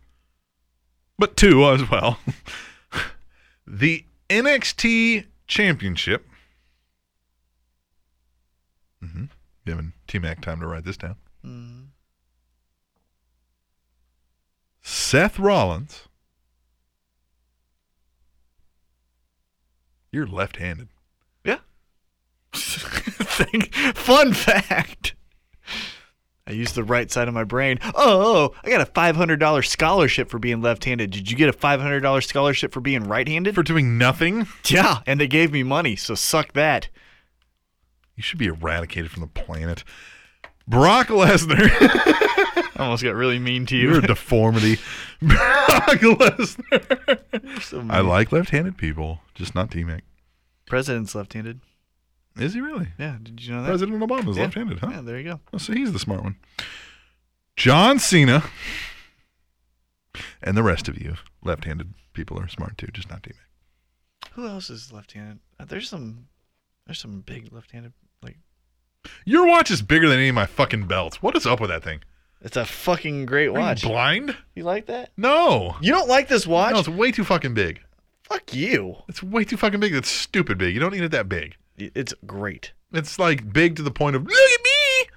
A: but two as well. the NXT Championship. hmm Giving T Mac time to write this down. Seth Rollins. You're left-handed. Mm-hmm.
B: Yeah. Thank- Fun fact. I used the right side of my brain. Oh, I got a $500 scholarship for being left-handed. Did you get a $500 scholarship for being right-handed?
A: For doing nothing?
B: Yeah, and they gave me money, so suck that.
A: You should be eradicated from the planet. Brock Lesnar.
B: I almost got really mean to you.
A: You're a deformity. Brock Lesnar.
B: So
A: I
B: mean.
A: like left-handed people, just not T-Mac.
B: President's left-handed.
A: Is he really?
B: Yeah, did you know that?
A: President Obama's
B: Yeah.
A: left-handed, huh?
B: Yeah, there you go.
A: Oh, so he's the smart one. John Cena and the rest of you left-handed people are smart too, just not T-Mac.
B: Who else is left-handed? Uh, There's some there's some big left-handed like
A: Your watch is bigger than any of my fucking belts. What is up with that thing?
B: it's a fucking great
A: Are you
B: watch.
A: blind?
B: You like that?
A: No.
B: You don't like this watch?
A: No, it's way too fucking big.
B: Fuck you.
A: It's way too fucking big. That's stupid big. You don't need it that big.
B: It's great.
A: It's like big to the point of look at me.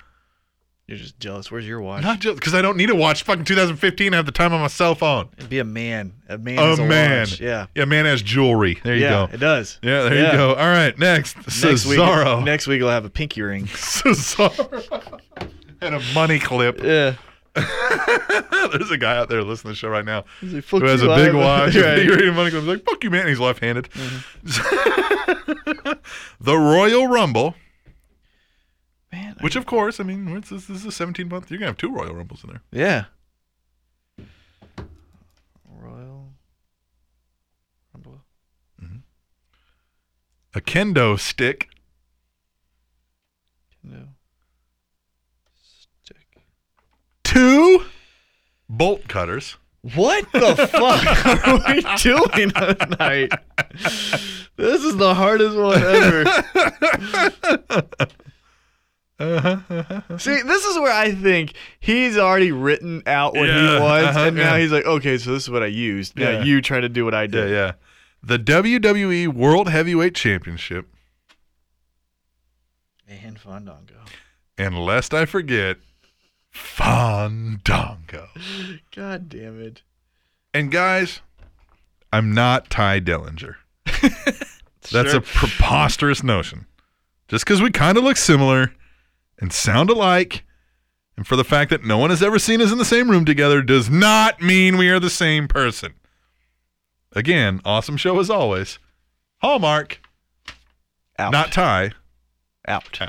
B: You're just jealous. Where's your watch?
A: Not just because I don't need a watch. Fucking 2015. I have the time on my cell phone.
B: Be a man. A man.
A: A
B: is a
A: man.
B: watch. Yeah.
A: Yeah, man has jewelry. There you
B: Yeah,
A: go.
B: it does.
A: Yeah, there
B: Yeah.
A: you go. All right, next Cesaro
B: Week, next week we'll have a pinky ring.
A: Cesaro. and a money clip.
B: Yeah.
A: There's a guy out there listening to the show right now
B: He's like,
A: who
B: "Fuck
A: has
B: you,
A: a
B: I
A: big
B: have a-"
A: watch.
B: Right.
A: You're reading money clip. He's like, fuck you, man. and He's left handed. the Royal Rumble. Man, which of course, I mean, it's, this is a 17 month. You're gonna have two Royal Rumbles in there.
B: Yeah. Royal Rumble.
A: A kendo stick.
B: No.
A: Two bolt cutters.
B: What the fuck are we doing tonight? This is the hardest one ever. See, this is where I think he's already written out what
A: Yeah,
B: he wants,
A: uh-huh,
B: and now
A: yeah.
B: he's like, okay, so this is what I used. Now
A: Yeah.
B: you try to do what I did.
A: Yeah, yeah. The WWE World Heavyweight Championship.
B: And Fandango.
A: And lest I forget, Fandango.
B: God damn it.
A: And guys, I'm not Ty Dillinger. That's a preposterous notion. Just because we kind of look similar and sound alike, and for the fact that no one has ever seen us in the same room together, does not mean we are the same person. Again, awesome show as always. Hallmark.
B: Out.
A: Not Ty.
B: Out.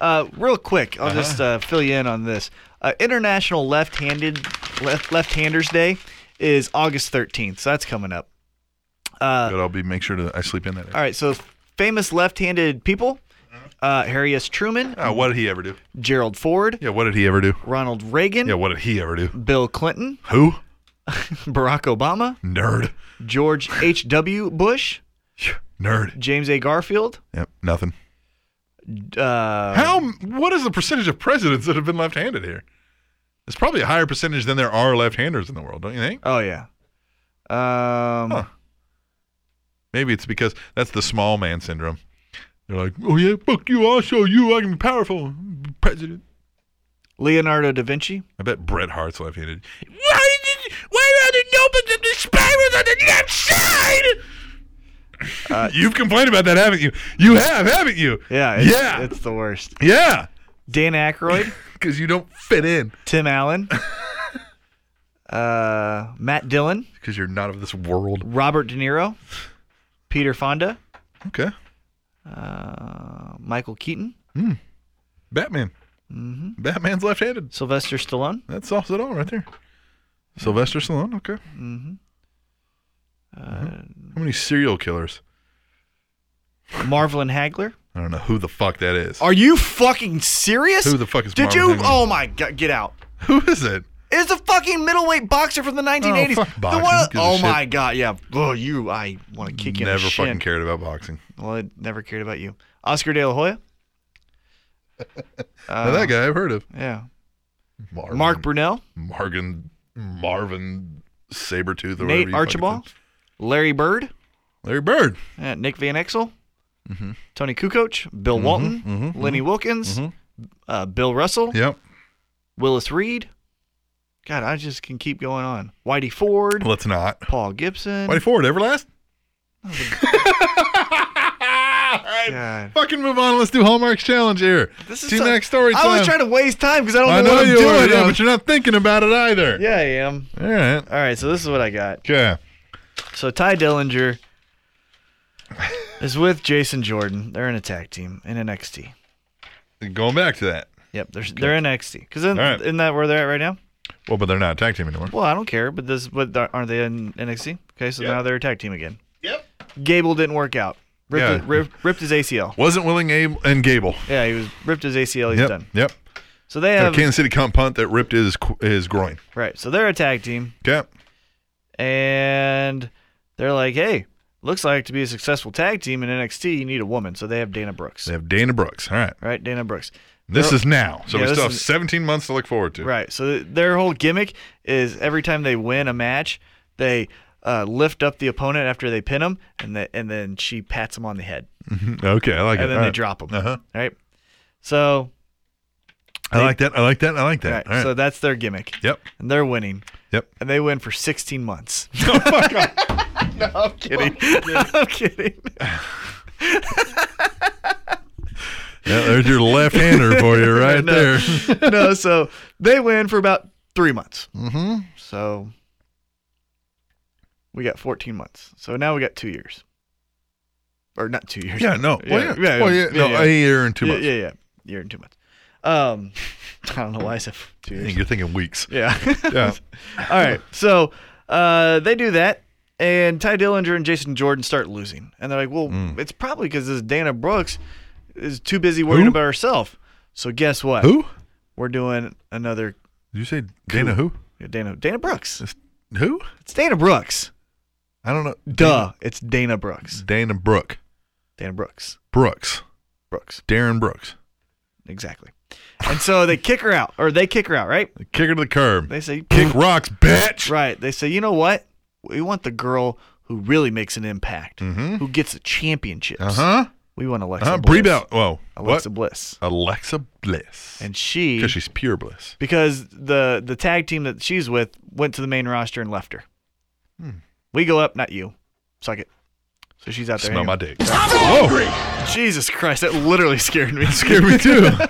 B: Uh, real quick, I'll just uh, fill you in on this. Uh, International Left-handed Left Left-handers Day is August 13th, so that's coming up. Uh,
A: Good. I'll be make sure to I sleep in that.
B: All right, so famous left-handed people: uh, Harry S. Truman,
A: Uh, what did he ever do?
B: Gerald Ford,
A: Yeah. What did he ever do?
B: Ronald Reagan,
A: Yeah. What did he ever do?
B: Bill Clinton,
A: Who?
B: Barack Obama,
A: Nerd.
B: George H. W. Bush,
A: Nerd.
B: James A. Garfield.
A: Yep. Nothing.
B: Uh,
A: How? What is the percentage of presidents that have been left-handed here? It's probably a higher percentage than there are left-handers in the world, don't you think?
B: Oh yeah. Um,
A: Huh. Maybe it's because that's the small man syndrome. They're like, oh yeah, fuck you, I'll show you, I can be powerful, president.
B: Leonardo da Vinci.
A: I bet Bret Hart's left-handed.
T: Why did you, why are the nobles and the spirals on the left side?
B: Uh,
A: You've complained about that, haven't you? You have, haven't you?
B: Yeah, it's,
A: Yeah.
B: it's the worst.
A: Yeah.
B: Dan Aykroyd,
A: Because you don't fit in.
B: Tim Allen, uh, Matt Dillon,
A: Because you're not of this world.
B: Robert De Niro, Peter Fonda,
A: Okay.
B: uh, Michael Keaton,
A: Batman. Mm-hmm. Batman's left-handed.
B: Sylvester Stallone.
A: That solves it all right there. Sylvester Stallone. Okay. Mm-hmm.
B: Mm-hmm. Uh,
A: How many serial killers?
B: Marvelin Hagler.
A: I don't know who the fuck that is.
B: Are you fucking serious?
A: Who the fuck is
B: Did
A: Marvin
B: you?
A: Hagler?
B: Oh my god! Get out.
A: Who is it?
B: It's a fucking middleweight boxer from the 1980s.
A: Oh, fuck
B: The
A: boxing.
B: one-
A: Who gives a
B: oh
A: shit?
B: my god! Yeah. Oh, you. I want to kick you. in the
A: Never
B: shin.
A: fucking cared about boxing.
B: Well, I never cared about you. Oscar De La Hoya. Uh,
A: Now, that guy I've heard of.
B: Yeah.
A: Marvin,
B: Mark Brunell,
A: Marvin, Marvin Sabretooth or whatever you
B: Nate
A: fucking
B: Archibald, Larry Bird,
A: Larry Bird.
B: uh, Nick Van Exel,
A: Mm-hmm.
B: Tony Kukoc, Bill Walton,
A: mhm,
B: Lenny Wilkins,
A: Mm-hmm.
B: uh, Bill Russell,
A: think. Yep.
B: Willis Reed. God, I just can keep going on. Whitey Ford,
A: Let's not.
B: Paul Gibson.
A: Whitey Ford, Everlast?
B: God.
A: Fucking move on. Let's do Hallmark's challenge here.
B: This is
A: Team
B: so-
A: next story time.
B: I was trying to waste time because I don't
A: I
B: know,
A: know
B: what I'm
A: you
B: doing.
A: are, yeah,
B: I'm-
A: but you're not thinking about it either.
B: yeah, I am.
A: All right.
B: All right, so this is what I got.
A: Okay.
B: So Ty Dillinger is with Jason Jordan. They're in a tag team in NXT.
A: Going back to that.
B: Yep, they're they're in NXT. Because isn't,
A: All right.
B: isn't that where they're at right now?
A: Well, but they're not a tag team anymore.
B: Well, I don't care, but this but aren't they in NXT? Okay, so
A: Yep.
B: now they're a tag team again. Yep. Gable didn't work out. Ripped,
A: Yeah.
B: his- rip, ripped his ACL.
A: Wasn't willing Abe and Gable.
B: Yeah, he was ripped his ACL. Oh, He's
A: yep.
B: done.
A: Yep.
B: So they
A: A
B: have
A: Kansas City comp punt that ripped his qu- his groin.
B: right. So they're a tag team.
A: Okay.
B: and they're like, "Hey, looks like to be a successful tag team in NXT, you need a woman." So they have Dana Brooks,
A: They have Dana Brooks. All right.
B: right? Dana Brooks.
A: This
B: They're-
A: is now. So
B: Yeah,
A: we
B: this
A: still have
B: is-
A: 17 months to look forward to.
B: right. So th- their whole gimmick is every time they win a match, they uh, lift up the opponent after they pin him, and the, and then she pats him on the head.
A: okay, I like it.
B: and then
A: All
B: they
A: right.
B: drop him.
A: Uh-huh.
B: All right. So
A: I like that. I like that. I like that.
B: Right,
A: All right.
B: So that's their gimmick.
A: Yep.
B: And they're winning.
A: Yep.
B: And they win for 16 months.
U: No, I'm kidding.
B: I'm kidding.
A: yeah, there's your left hander for you right
B: No.
A: there.
B: no, so they win for about three months.
A: Mm-hmm.
B: So we got 14 months. So now we got two years. Or not two years.
A: Yeah, no. Well, yeah. Well, yeah, no, a year and two
B: Yeah,
A: months.
B: Yeah, yeah. Year and two months. Um, I don't know why I said two years.
A: You're thinking weeks.
B: Yeah.
A: Yeah.
B: All right. So uh, they do that, and Ty Dillinger and Jason Jordan start losing, and they're like, "Well,
A: Mm.
B: it's probably because this Dana Brooks is too busy worrying
A: Who?
B: about herself." So guess what?
A: Who?
B: We're doing another.
A: Did you say Dana who?
B: Yeah, Dana Dana Brooks.
A: who?
B: It's Dana Brooks.
A: I don't know.
B: Duh! It's Dana Brooks.
A: Dana Brooke.
B: Dana Brooks.
A: Brooks.
B: Brooks.
A: Darren Brooks.
B: Exactly. And so they kick her out, or they kick her out, right?
A: Kick her to the curb.
B: They say,
A: Kick rocks, bitch.
B: Right. They say, you know what? We want the girl who really makes an impact, who gets the championships.
A: Uh huh.
B: We want Alexa
A: Mm-hmm. Uh-huh.
B: Bliss.
A: Brie Bell. Whoa.
B: Alexa
A: what?
B: Bliss.
A: Alexa Bliss.
B: And she,
A: Because she's pure bliss.
B: because the the tag team that she's with went to the main roster and left her.
A: Hmm.
B: We go up, not you. Suck it. So she's out there.
A: Smell
B: hanging-
A: my dick.
B: Oh, Jesus Christ! That literally scared me.
A: Scared me too.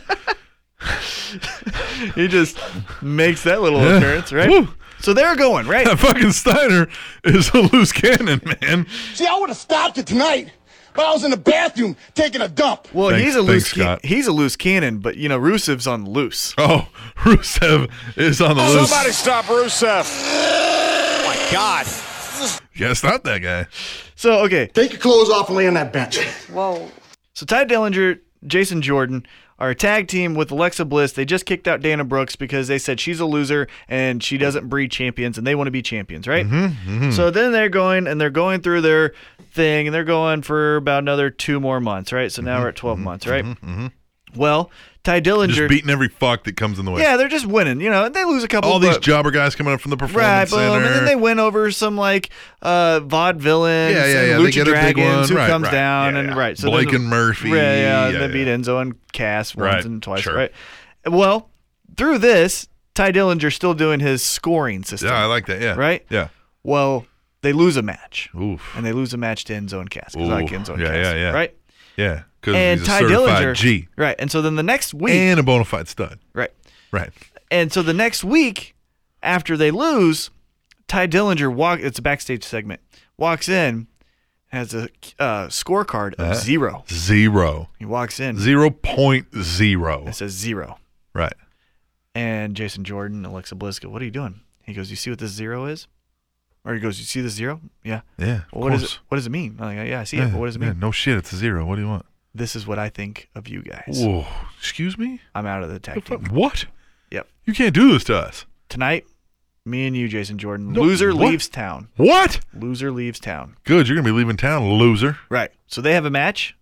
B: he just makes that little
A: Yeah.
B: occurrence, right?
A: Woo.
B: So they're going right.
A: That fucking Steiner is a loose cannon, man.
R: See, I would have stopped it tonight, but I was in the bathroom taking a dump.
B: Well,
A: Thanks-
B: he's a
A: thanks,
B: loose can-
A: Scott.
B: he's a loose cannon, but you know Rusev's on the loose.
A: Oh, Rusev is on the loose.
R: Somebody stop Rusev. Oh my God.
A: Yeah, stop that guy.
B: So okay,
R: Take your clothes off and lay on that bench.
V: Whoa.
B: So Ty Dillinger, Jason Jordan are a tag team with Alexa Bliss. They just kicked out Dana Brooks because they said she's a loser and she doesn't breed champions and they want to be champions, right?
A: Mm-hmm,
B: So then they're going and they're going through their thing and they're going for about another two more months, right? So now we're at 12 months, right?
A: Mm-hmm.
B: Well, Ty Dillinger.
A: Just beating every fuck that comes in the way.
B: yeah, they're just winning. You know, and they lose a couple
A: All these
B: but-
A: jobber guys coming up from the
B: Right,
A: performance
B: boom,
A: center.
B: and then they win over some like uh, vaudevillains,
A: Yeah, yeah,
B: and
A: yeah, they
B: Lucha
A: get a big
B: Dragons,
A: one.
B: who
A: Right,
B: comes
A: right.
B: down
A: Yeah,
B: and
A: yeah.
B: right, so
A: Blake
B: then-
A: and Murphy.
B: yeah, yeah, and
A: Yeah,
B: they beat Enzo and Cass once
A: Right,
B: and twice,
A: sure.
B: right? Well, through this, Ty Dillinger still doing his scoring system,
A: yeah, I like that. Yeah.
B: right?
A: Yeah.
B: Well, they lose a match,
A: Oof.
B: and they lose a match to Enzo and Cass because
A: Ooh,
B: I like Enzo and
A: yeah,
B: Cass,
A: yeah, yeah.
B: right?
A: Yeah. Because
B: And
A: he's a
B: Ty
A: certified
B: Dillinger,
A: G.
B: right? And so then the next week,
A: And a bona fide stud.
B: right?
A: Right.
B: And so the next week, after they lose, Ty Dillinger walk. It's a backstage segment. Walks in, has a uh, scorecard of
A: Uh,
B: zero.
A: Zero.
B: He walks in.
A: Zero point zero.
B: It says zero.
A: Right.
B: And Jason Jordan, Alexa Bliss go, "What are you doing?" He goes, "You see what this zero is?" Or he goes, "You see the zero? Yeah.
A: Yeah, of
B: Well, what is
A: course.
B: it? What does it mean?" I'm like, "Yeah, I see
A: yeah,
B: it. But what does it
A: yeah,
B: mean?"
A: no shit. It's a zero. What do you want?
B: This is what I think of you guys.
A: Whoa. Excuse me?
B: I'm out of the tag team.
A: What?
B: Yep.
A: You can't do this to us.
B: Tonight, me and you, Jason Jordan.
A: No,
B: loser
A: what?
B: leaves town.
A: What?
B: Loser leaves town.
A: Good. You're going to be leaving town, loser.
B: Right. So they have a match.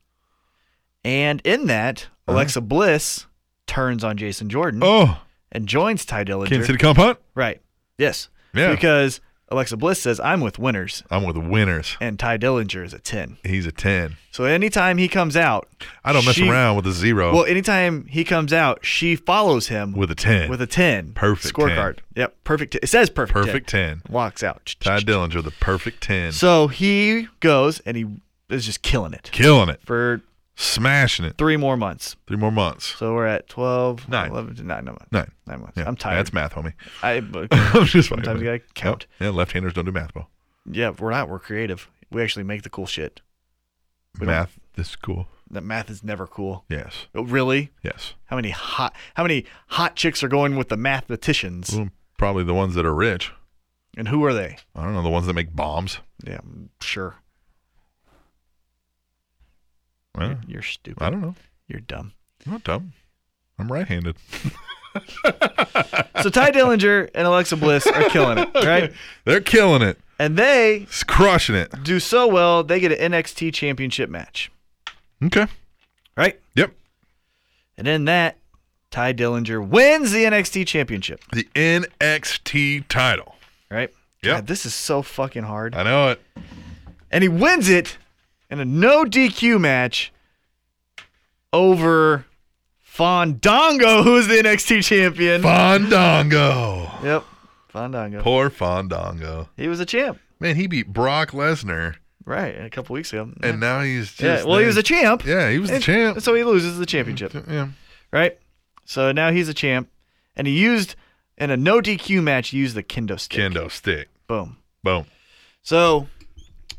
B: And in that, Alexa Bliss turns on Jason Jordan
A: Uh-huh. Oh.
B: and joins Ty Dillinger.
A: Kansas City Comp Hunt?
B: Right. Yes.
A: Yeah.
B: Because Alexa Bliss says, I'm with winners,
A: I'm with winners.
B: and Ty Dillinger is a 10.
A: He's a 10.
B: So anytime he comes out,
A: I don't mess
B: she-
A: around with a zero.
B: Well, anytime he comes out, she follows him
A: with a 10.
B: with a 10.
A: Perfect
B: Scorecard. Yep. Perfect. 10. It says perfect 10.
A: perfect 10.
B: Walks out.
A: Ty Dillinger, the perfect 10.
B: So he goes and he is just killing it
A: Killing it.
B: for
A: Smashing it.
B: three more months.
A: Three more months.
B: So we're at 12,
A: Nine.
B: 11, to 9, no, no,
A: Nine.
B: nine months.
A: Yeah.
B: I'm tired.
A: That's math, homie.
B: I, but-
A: I'm just fucking with
B: sometimes you gotta
A: Yep.
B: count.
A: Yeah, left handers don't do math well.
B: Yeah, we're not. We're creative. We actually make the cool shit. We don't-
A: Math is cool.
B: That math is never cool.
A: Yes.
B: Oh, Really?
A: Yes.
B: How many hot? How many hot chicks are going with the mathematicians?
A: Well, probably the ones that are rich.
B: And who are they?
A: I don't know, the ones that make bombs.
B: Yeah, I'm sure.
A: Well,
B: You're, you're stupid.
A: I don't know.
B: You're dumb.
A: I'm not dumb. I'm right handed.
B: So Ty Dillinger and Alexa Bliss are killing it, right?
A: They're killing it.
B: And they
A: It's crushing it.
B: do so well, they get an NXT championship match,
A: Okay.
B: right?
A: Yep.
B: And in that, Ty Dillinger wins the NXT championship,
A: The NXT title.
B: right? Yeah, this is so fucking hard.
A: I know it.
B: And he wins it in a no DQ match over Fandango, who's the NXT champion.
A: Fandango.
B: Yep. Fandango.
A: Poor Fandango.
B: He was a champ.
A: Man, he beat Brock Lesnar.
B: Right, a couple weeks ago.
A: And now he's just.
B: yeah, well, he
A: there.
B: was a champ.
A: Yeah, he was the
B: And
A: champ.
B: So he loses the championship.
A: Yeah.
B: Right? So now he's a champ. And he used, in a no DQ match, he used the kendo stick.
A: Kendo stick.
B: Boom.
A: Boom.
B: So.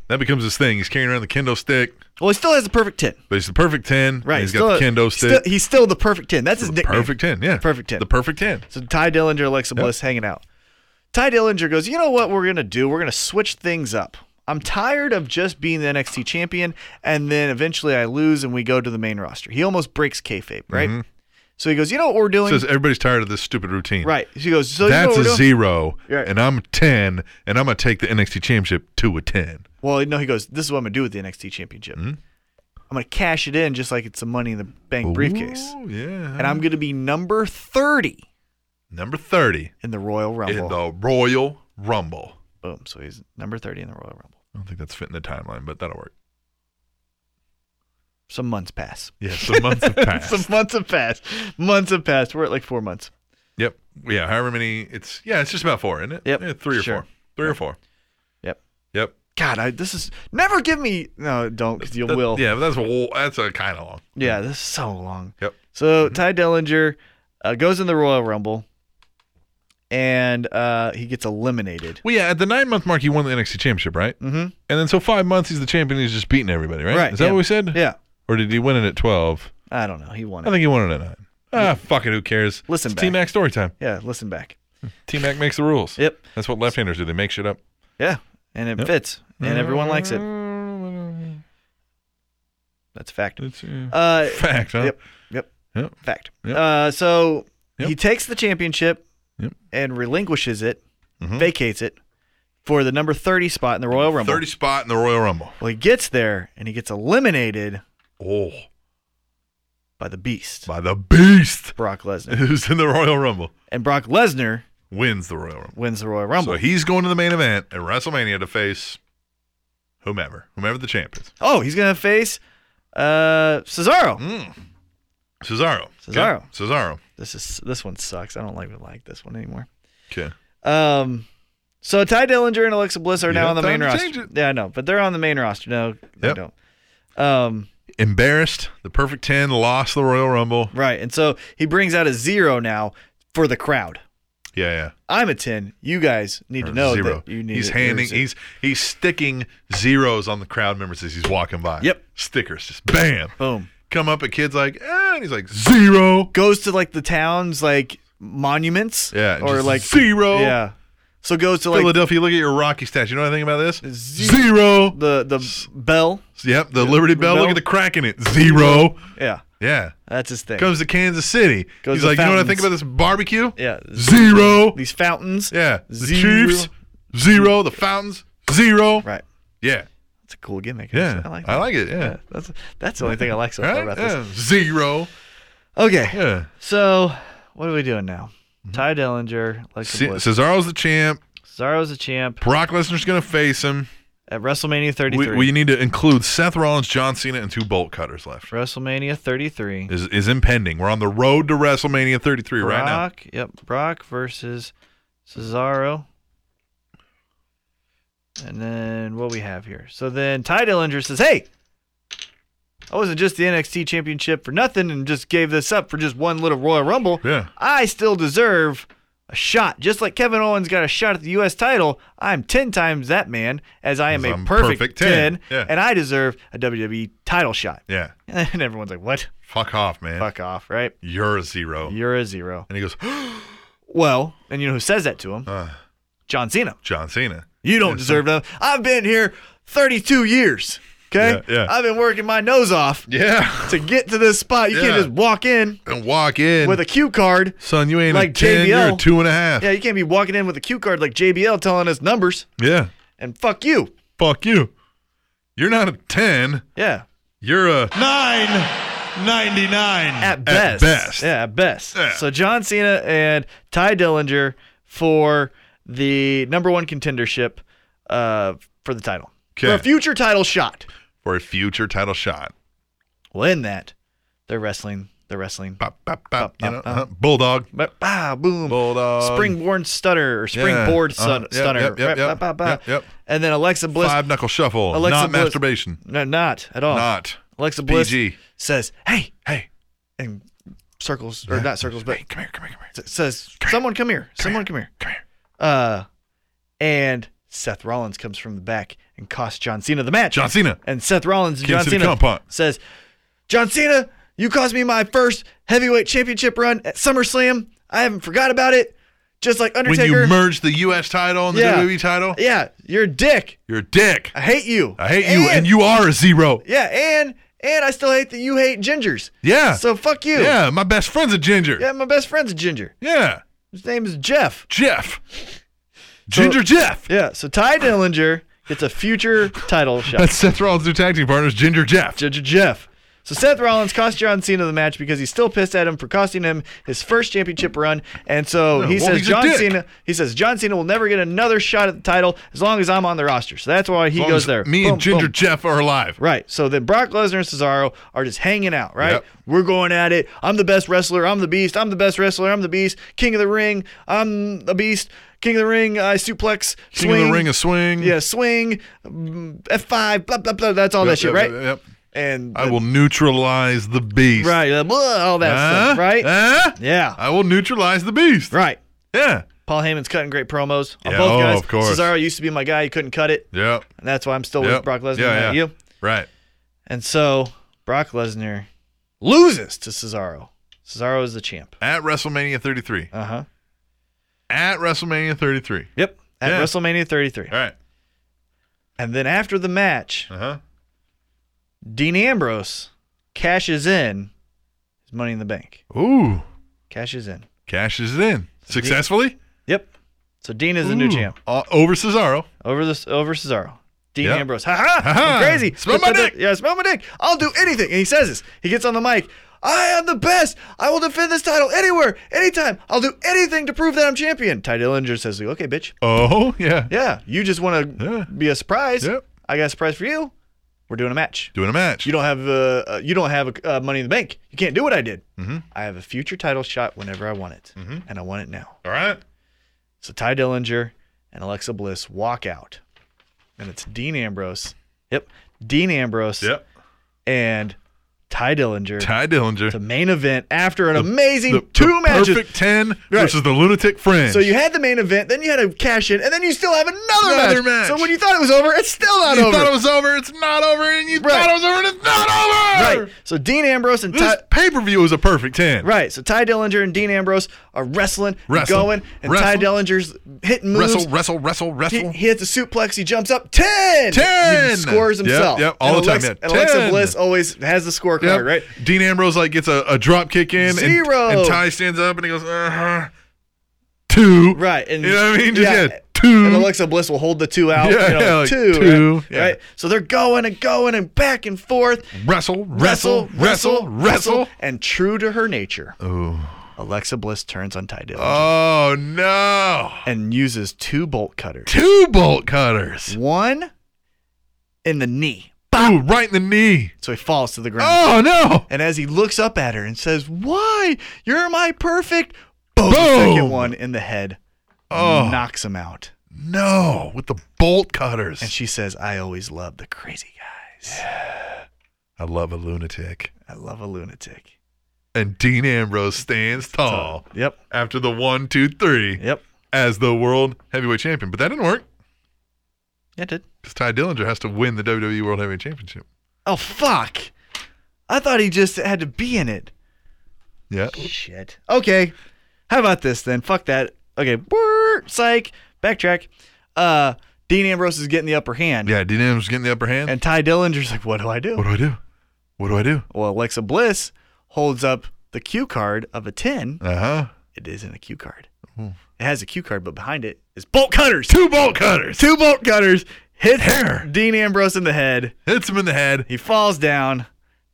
A: That becomes his thing. He's carrying around the kendo stick,
B: Well, he still has the perfect 10.
A: but he's the perfect 10. and
B: Right.
A: He's got the
B: still a-
A: kendo
B: still-
A: stick.
B: he's still the perfect 10. That's his nickname.
A: perfect 10. Yeah.
B: Perfect 10.
A: The perfect 10.
B: So Ty Dillinger, Alexa Bliss hanging out. Ty Dillinger goes, You know what we're going to do? We're going to switch things up. I'm tired of just being the NXT champion and then eventually I lose and we go to the main roster. He almost breaks kayfabe, right?
A: Mhm.
B: So he goes, You know what we're doing?
A: Says everybody's tired of this stupid routine.
B: right. She goes, So you know
A: That's
B: what
A: a
B: we're doing?
A: zero,
B: Right.
A: and I'm 10, and I'm going to take the NXT Championship to a 10.
B: Well, no, he goes, This is what I'm going to do with the NXT championship.
A: Mm-hmm.
B: I'm going to cash it in just like it's some money in the bank briefcase.
A: Oh, yeah.
B: And I'm going to be number 30
A: Number 30
B: in the Royal Rumble.
A: in the Royal Rumble.
B: Boom. So he's number 30 in the Royal Rumble.
A: I don't think that's fitting the timeline, but that'll work.
B: Some months pass.
A: Yeah, some months have passed.
B: some months have passed. Months have passed. We're at like four months.
A: Yep. Yeah, however many. It's Yeah, it's just about four, isn't it?
B: Yep.
A: Yeah, three or
B: Sure.
A: four. Three or four.
B: Yep.
A: Yep.
B: God, I, this is never give me. No, don't, because you
A: That-
B: will.
A: Uh, Yeah, but that's a, that's a kind of long.
B: Yeah, this is so long.
A: Yep.
B: So
A: Mm-hmm.
B: Ty Dillinger uh, goes in the Royal Rumble, and uh, he gets eliminated.
A: Well, yeah, at the nine month mark, he won the NXT Championship, right?
B: Mm-hmm. And
A: then so five months, he's the champion. He's just beating everybody, right?
B: Right,
A: Is that
B: yeah.
A: what we said?
B: Yeah.
A: Or did he win it at 12?
B: I don't know. He won
A: I
B: it.
A: think he won it at nine. Ah, fuck it. Who cares?
B: Listen
A: it's
B: back.
A: T Mac story time.
B: yeah, listen back.
A: T Mac makes the rules.
B: Yep.
A: That's what left handers do. They make shit up.
B: Yeah, and it
A: Yep. Mm-hmm.
B: fits, and everyone likes it. That's a fact. Uh,
A: Fact, huh?
B: Yep. Yep.
A: Yep.
B: Fact.
A: Yep.
B: Uh, so he takes the championship and relinquishes it,
A: Mm-hmm.
B: vacates it for the number 30 spot in the Royal Rumble.
A: 30 spot in the Royal Rumble.
B: Well, he gets there and he gets eliminated
A: Oh.
B: by the Beast,
A: By the Beast.
B: Brock Lesnar.
A: Who's in the Royal Rumble?
B: and Brock Lesnar
A: Wins the Royal Rumble.
B: wins the Royal Rumble.
A: So he's going to the main event at WrestleMania to face whomever, whomever the champ is.
B: oh, he's going to face uh, Cesaro.
A: Mm-hmm. Cesaro.
B: Cesaro.
A: Okay. Cesaro.
B: This is this one sucks. I don't like like this one anymore.
A: Okay.
B: Um, so Ty Dillinger and Alexa Bliss are
A: You
B: now
A: have
B: on the main
A: time to change
B: roster. Yeah, I know, but they're on the main roster. No, they
A: Yep.
B: don't. Um,
A: Embarrassed. The perfect 10 lost the Royal Rumble.
B: right, and so he brings out a zero now for the crowd.
A: Yeah, yeah.
B: I'm a ten. You guys need to
A: Or
B: know
A: zero.
B: that you need.
A: he's
B: to-
A: handing.
B: you're a
A: He's he's sticking zeros on the crowd members as he's walking by.
B: Yep.
A: Stickers, just bam.
B: Boom.
A: Come up at kids like, eh, and he's like zero.
B: Goes to like the town's like monuments.
A: Yeah,
B: or
A: just
B: like
A: zero.
B: Yeah. So goes to like
A: Philadelphia, look at your Rocky statue. You know anything about this?
B: Zero. The the bell.
A: Yep, the Liberty Bell.
B: Bell.
A: Look at the crack in it. Zero.
B: Yeah,
A: Yeah.
B: that's his thing.
A: Comes to Kansas City.
B: Goes
A: he's
B: to
A: like, you know what I
B: fountains.
A: think about this barbecue?
B: yeah.
A: Zero.
B: These fountains.
A: Yeah. The
B: Zero.
A: Chiefs. Zero. The fountains. Zero.
B: Right.
A: Yeah.
B: It's a cool gimmick.
A: Yeah.
B: I like. That.
A: I like it. Yeah.
B: That's that's the only thing I like so far
A: Right?
B: about this.
A: Yeah. Zero.
B: Okay.
A: Yeah.
B: So what are we doing now?
A: Mm-hmm.
B: Ty Dillinger, Alexa
A: C-
B: Bliss.
A: Cesaro's the champ.
B: Cesaro's a champ
A: Brock Lesnar's going to face him.
B: at WrestleMania 33.
A: We, we need to include Seth Rollins, John Cena, and two bolt cutters left.
B: WrestleMania 33.
A: Is is impending. We're on the road to WrestleMania 33
B: Brock,
A: right now.
B: Yep. Brock versus Cesaro. And then what we have here. So then Ty Dillinger says, "Hey, I wasn't just the NXT Championship for nothing, and just gave this up for just one little Royal Rumble.
A: Yeah.
B: I still deserve a shot. Just like Kevin Owens got a shot at the U.S. title, I'm 10 times that man, as I am
A: As
B: a
A: I'm
B: perfect,
A: perfect
B: 10,
A: 10, yeah.
B: and I deserve a WWE title shot.
A: Yeah.
B: And everyone's like, what?
A: Fuck off, man.
B: Fuck off, right?
A: You're a zero.
B: You're a zero.
A: and he goes,
B: Well, and you know who says that to him?
A: Uh.
B: John Cena.
A: John Cena.
B: You don't deserve that. I've been here 32 years, okay?
A: Yeah, yeah.
B: I've been working my nose off
A: Yeah.
B: to get to this spot. You
A: Yeah.
B: can't just walk in
A: And walk in.
B: with a cue card.
A: Son, you ain't a
B: like
A: 10. You're a
B: JBL.
A: two and a half.
B: Yeah, you can't be walking in with a cue card like JBL telling us numbers.
A: Yeah.
B: And fuck you.
A: Fuck you. You're not a 10.
B: Yeah.
A: You're a nine ninety nine
B: At best.
A: At Mm, best.
B: Yeah, at best. So John Cena and Ty Dillinger for the number one contendership uh, for the title. For a future title shot.
A: For a future title shot.
B: Well, in that, they're wrestling. They're wrestling.
A: Bop, bop, you know, uh-huh. Bulldog.
B: Bop, bah, boom.
A: Bulldog.
B: Springboard stunner or springboard
A: Yeah, uh-huh.
B: stun-
A: Yep,
B: stunner.
A: yep, yep,
B: Bah,
A: yep,
B: bah, bah.
A: yep, yep.
B: And then Alexa Bliss.
A: Five knuckle shuffle.
B: Alexa
A: not
B: Bliss-
A: masturbation.
B: No, not at all.
A: Not.
B: Alexa
A: It's
B: Bliss
A: PG.
B: says, "Hey, hey," and circles or
A: Yeah.
B: not circles, but
A: come here, come here, come
B: here. Says, "Someone come here, someone come here,
A: come here."
B: Uh, and Seth Rollins comes from the back and costs John Cena the match.
A: John Cena.
B: and Seth Rollins and John
A: Kansas City
B: Cena
A: Compound.
B: says, "John Cena, you caused me my first heavyweight championship run at SummerSlam. I haven't forgot about it. Just like
A: When
B: Undertaker,
A: you merge the U.S. title and the
B: Yeah.
A: WWE title,
B: yeah, you're a dick.
A: you're a dick.
B: I hate you.
A: I hate you, and you are a zero.
B: Yeah, and and I still hate that you hate gingers.
A: Yeah.
B: So fuck you.
A: Yeah, my best friend's a ginger.
B: Yeah, my best friend's a ginger.
A: Yeah.
B: His name is Jeff.
A: Jeff.
B: So-
A: Ginger Jeff.
B: Yeah. So Ty Dillinger gets a future title shot.
A: That's Seth Rollins' new tag team partners, Ginger Jeff.
B: Ginger Jeff. So Seth Rollins cost John Cena the match because he's still pissed at him for costing him his first championship run, and so
A: Yeah,
B: he
A: well,
B: says
A: he's a
B: John
A: dick.
B: Cena. He says John Cena will never get another shot at the title as long as I'm on the roster. So that's why he
A: As long
B: goes
A: as
B: there.
A: Me
B: Boom,
A: and Ginger
B: boom.
A: Jeff are alive.
B: Right. So then Brock Lesnar and Cesaro are just hanging out, right?
A: Yep.
B: We're going at it. I'm the best wrestler. I'm the beast. I'm the best wrestler. I'm the beast. King of the ring. I'm the beast. King of the ring. I suplex.
A: King
B: swing.
A: of the Ring, a swing.
B: Yeah, swing. mm, F5. Blah, blah, blah. That's all
A: Yep,
B: that shit,
A: yep,
B: right?
A: yep, yep.
B: And
A: I will neutralize the beast.
B: Right. uh, blah, all that
A: Huh?
B: stuff, right?
A: Huh?
B: yeah.
A: I will neutralize the beast.
B: Right.
A: Yeah.
B: Paul Heyman's cutting great promos on
A: Yeah,
B: both
A: oh,
B: guys.
A: of course.
B: Cesaro used to be my guy. He couldn't cut it.
A: Yeah.
B: And that's why I'm still with
A: Yep.
B: Brock Lesnar,
A: Yeah,
B: not
A: yeah.
B: you.
A: Right.
B: And so Brock Lesnar loses to Cesaro. Cesaro is the champ.
A: At WrestleMania 33.
B: Uh huh.
A: At WrestleMania 33.
B: Yep. At
A: Yeah.
B: WrestleMania 33.
A: All right.
B: And then after the match,
A: Uh-huh.
B: Dean Ambrose cashes in his money in the bank.
A: Ooh.
B: Cashes in.
A: Cashes it in. Successfully?
B: Yep. So Dean is the new
A: Ooh.
B: champ.
A: Uh, over Cesaro.
B: Over this over Cesaro. Dean
A: Yep.
B: Ambrose. Ha ha!
A: Ha-ha.
B: I'm crazy.
A: Smell my dick.
B: Yeah, smell my dick. I'll do anything. And he says this. He gets on the mic. I am the best. I will defend this title anywhere, anytime. I'll do anything to prove that I'm champion. Ty Dillinger says, okay, bitch.
A: Oh, yeah.
B: Yeah, you just want to be a surprise.
A: Yep.
B: I got a surprise for you. We're doing a match.
A: Doing a match.
B: You don't have uh, uh, you don't have uh, money in the bank. You can't do what I did.
A: Mhm.
B: I have a future title shot whenever I want it,
A: Mm-hmm.
B: and I want it now.
A: All right.
B: So Ty Dillinger and Alexa Bliss walk out, and it's Dean Ambrose. Yep, Dean Ambrose.
A: Yep.
B: and Ty Dillinger.
A: Ty Dillinger.
B: The main event after an amazing
A: The- the
B: two matches.
A: Perfect 10
B: Right.
A: versus the Lunatic Fringe.
B: So you had the main event, then you had a cash in, and then you still have another,
A: Another match.
B: match. So when you thought it was over, it's still not
A: You
B: over.
A: thought it was over. It's not over. And you
B: Right.
A: thought it was over. And it's not over.
B: Right. So Dean Ambrose and
A: This
B: Ty.
A: pay per view is a perfect 10.
B: Right. So Ty Dillinger and Dean Ambrose are wrestling, and
A: Wrestling.
B: going, and Ty
A: Wrestling.
B: Dillinger's hitting moves.
A: Wrestle, wrestle, wrestle,
B: He,
A: wrestle.
B: he hits a suplex. He jumps up. Ten.
A: 10!
B: He scores
A: Yep,
B: himself.
A: yep, all
B: and
A: the time,
B: Alexa,
A: yeah,
B: and Alexa
A: 10.
B: Bliss always has the scorecard,
A: Yep.
B: right?
A: Dean Ambrose like gets a, a drop kick in, and-
B: Zero.
A: And, Ty stands up and he goes, uh-huh. two.
B: Right. And
A: You know what I mean? Just,
B: yeah,
A: yeah, two.
B: And Alexa Bliss will hold the two out.
A: Yeah,
B: you know,
A: yeah, like
B: two.
A: two,
B: Right?
A: yeah.
B: right? So they're going and going and back and forth.
A: Wrestle, wrestle, wrestle, wrestle.
B: And true to her nature,
A: Oh.
B: Alexa Bliss turns on Ty Dillinger
A: Oh no.
B: and uses two bolt cutters.
A: Two bolt cutters.
B: One in the knee.
A: Ooh, right in the knee.
B: So he falls to the ground.
A: Oh no.
B: And as he looks up at her and says, Why? You're my perfect. Boom. The
A: Boom.
B: Second one in the head.
A: Oh.
B: Knocks him out.
A: No. With the bolt cutters.
B: And she says, I always love the crazy guys.
A: I love a lunatic.
B: I love a lunatic.
A: And Dean Ambrose stands tall.
B: Yep.
A: After the one, two, three.
B: Yep.
A: As the world heavyweight champion. But that didn't work.
B: It did.
A: Because Ty Dillinger has to win the WWE World Heavyweight Championship.
B: Oh fuck! I thought he just had to be in it.
A: Yeah.
B: Shit. Okay. How about this then? Fuck that. Okay. brrr, Psych. Backtrack. Uh, Dean Ambrose is getting the upper hand,
A: Yeah, Dean Ambrose getting the upper hand.
B: and Ty Dillinger's like, "What do I do?"
A: what do I do? What do I do?
B: Well, Alexa Bliss holds up the cue card of a ten.
A: Uh huh.
B: It isn't a cue card.
A: Hmm.
B: It has a cue card, but behind it is bolt cutters.
A: Two bolt cutters.
B: Two bolt cutters. Hits
A: Hair.
B: Dean Ambrose in the head.
A: Hits him in the head.
B: He falls down.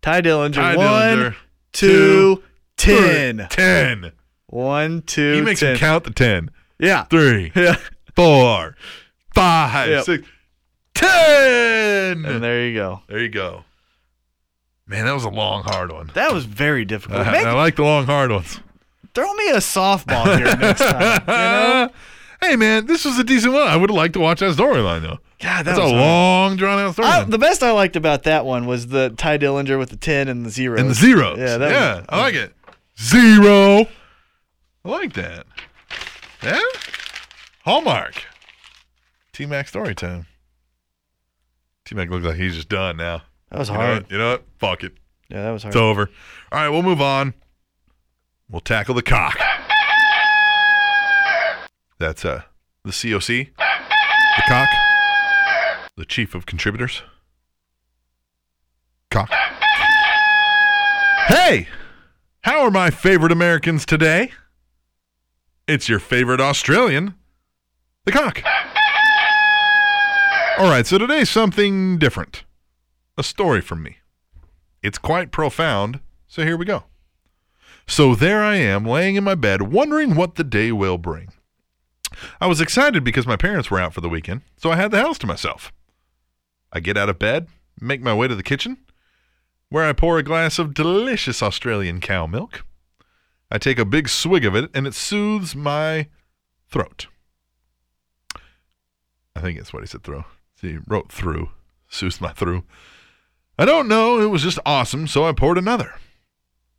B: Ty Dillinger.
A: Ty
B: one,
A: Dillinger.
B: two, ten.
A: Ten.
B: One, two,
A: He makes
B: ten.
A: him count the ten.
B: Yeah.
A: Three.
B: Yeah.
A: four, five,
H: Yep.
A: six, ten.
B: And there you go.
A: There you go. Man, that was a long, hard one.
B: That was very difficult.
A: I-
B: Make-
A: I like the long, hard ones.
B: throw me a softball here next time. You know?
A: Hey, man, this was a decent one. I would have liked to watch that storyline, though.
B: God, that
A: That's
B: was
A: a
B: hard.
A: long, drawn out
B: I-
A: storyline.
B: the best I liked about that one was the Ty Dillinger with the ten and the zero
A: And the zeros.
B: Yeah, that
A: yeah,
B: was-
A: I like it. Zero. I like that. Yeah. Hallmark. T Mac story time. T Mac looks like he's just done now.
B: That was
A: You know
B: hard.
A: what? You know what? Fuck it.
B: Yeah, that was hard.
A: It's over. All right, we'll move on. We'll tackle the cock. That's uh the COC, the cock, the chief of contributors. Cock. Hey, how are my favorite Americans today? It's your favorite Australian, the cock. All right, so today's something different. A story from me. It's quite profound, so here we go. So there I am, laying in my bed, wondering what the day will bring. I was excited because my parents were out for the weekend, so I had the house to myself. I get out of bed, make my way to the kitchen, where I pour a glass of delicious Australian cow milk. I take a big swig of it, and it soothes my throat. I think that's what he said, throw. See, he wrote through, soothes my through. I don't know, it was just awesome, so I poured another.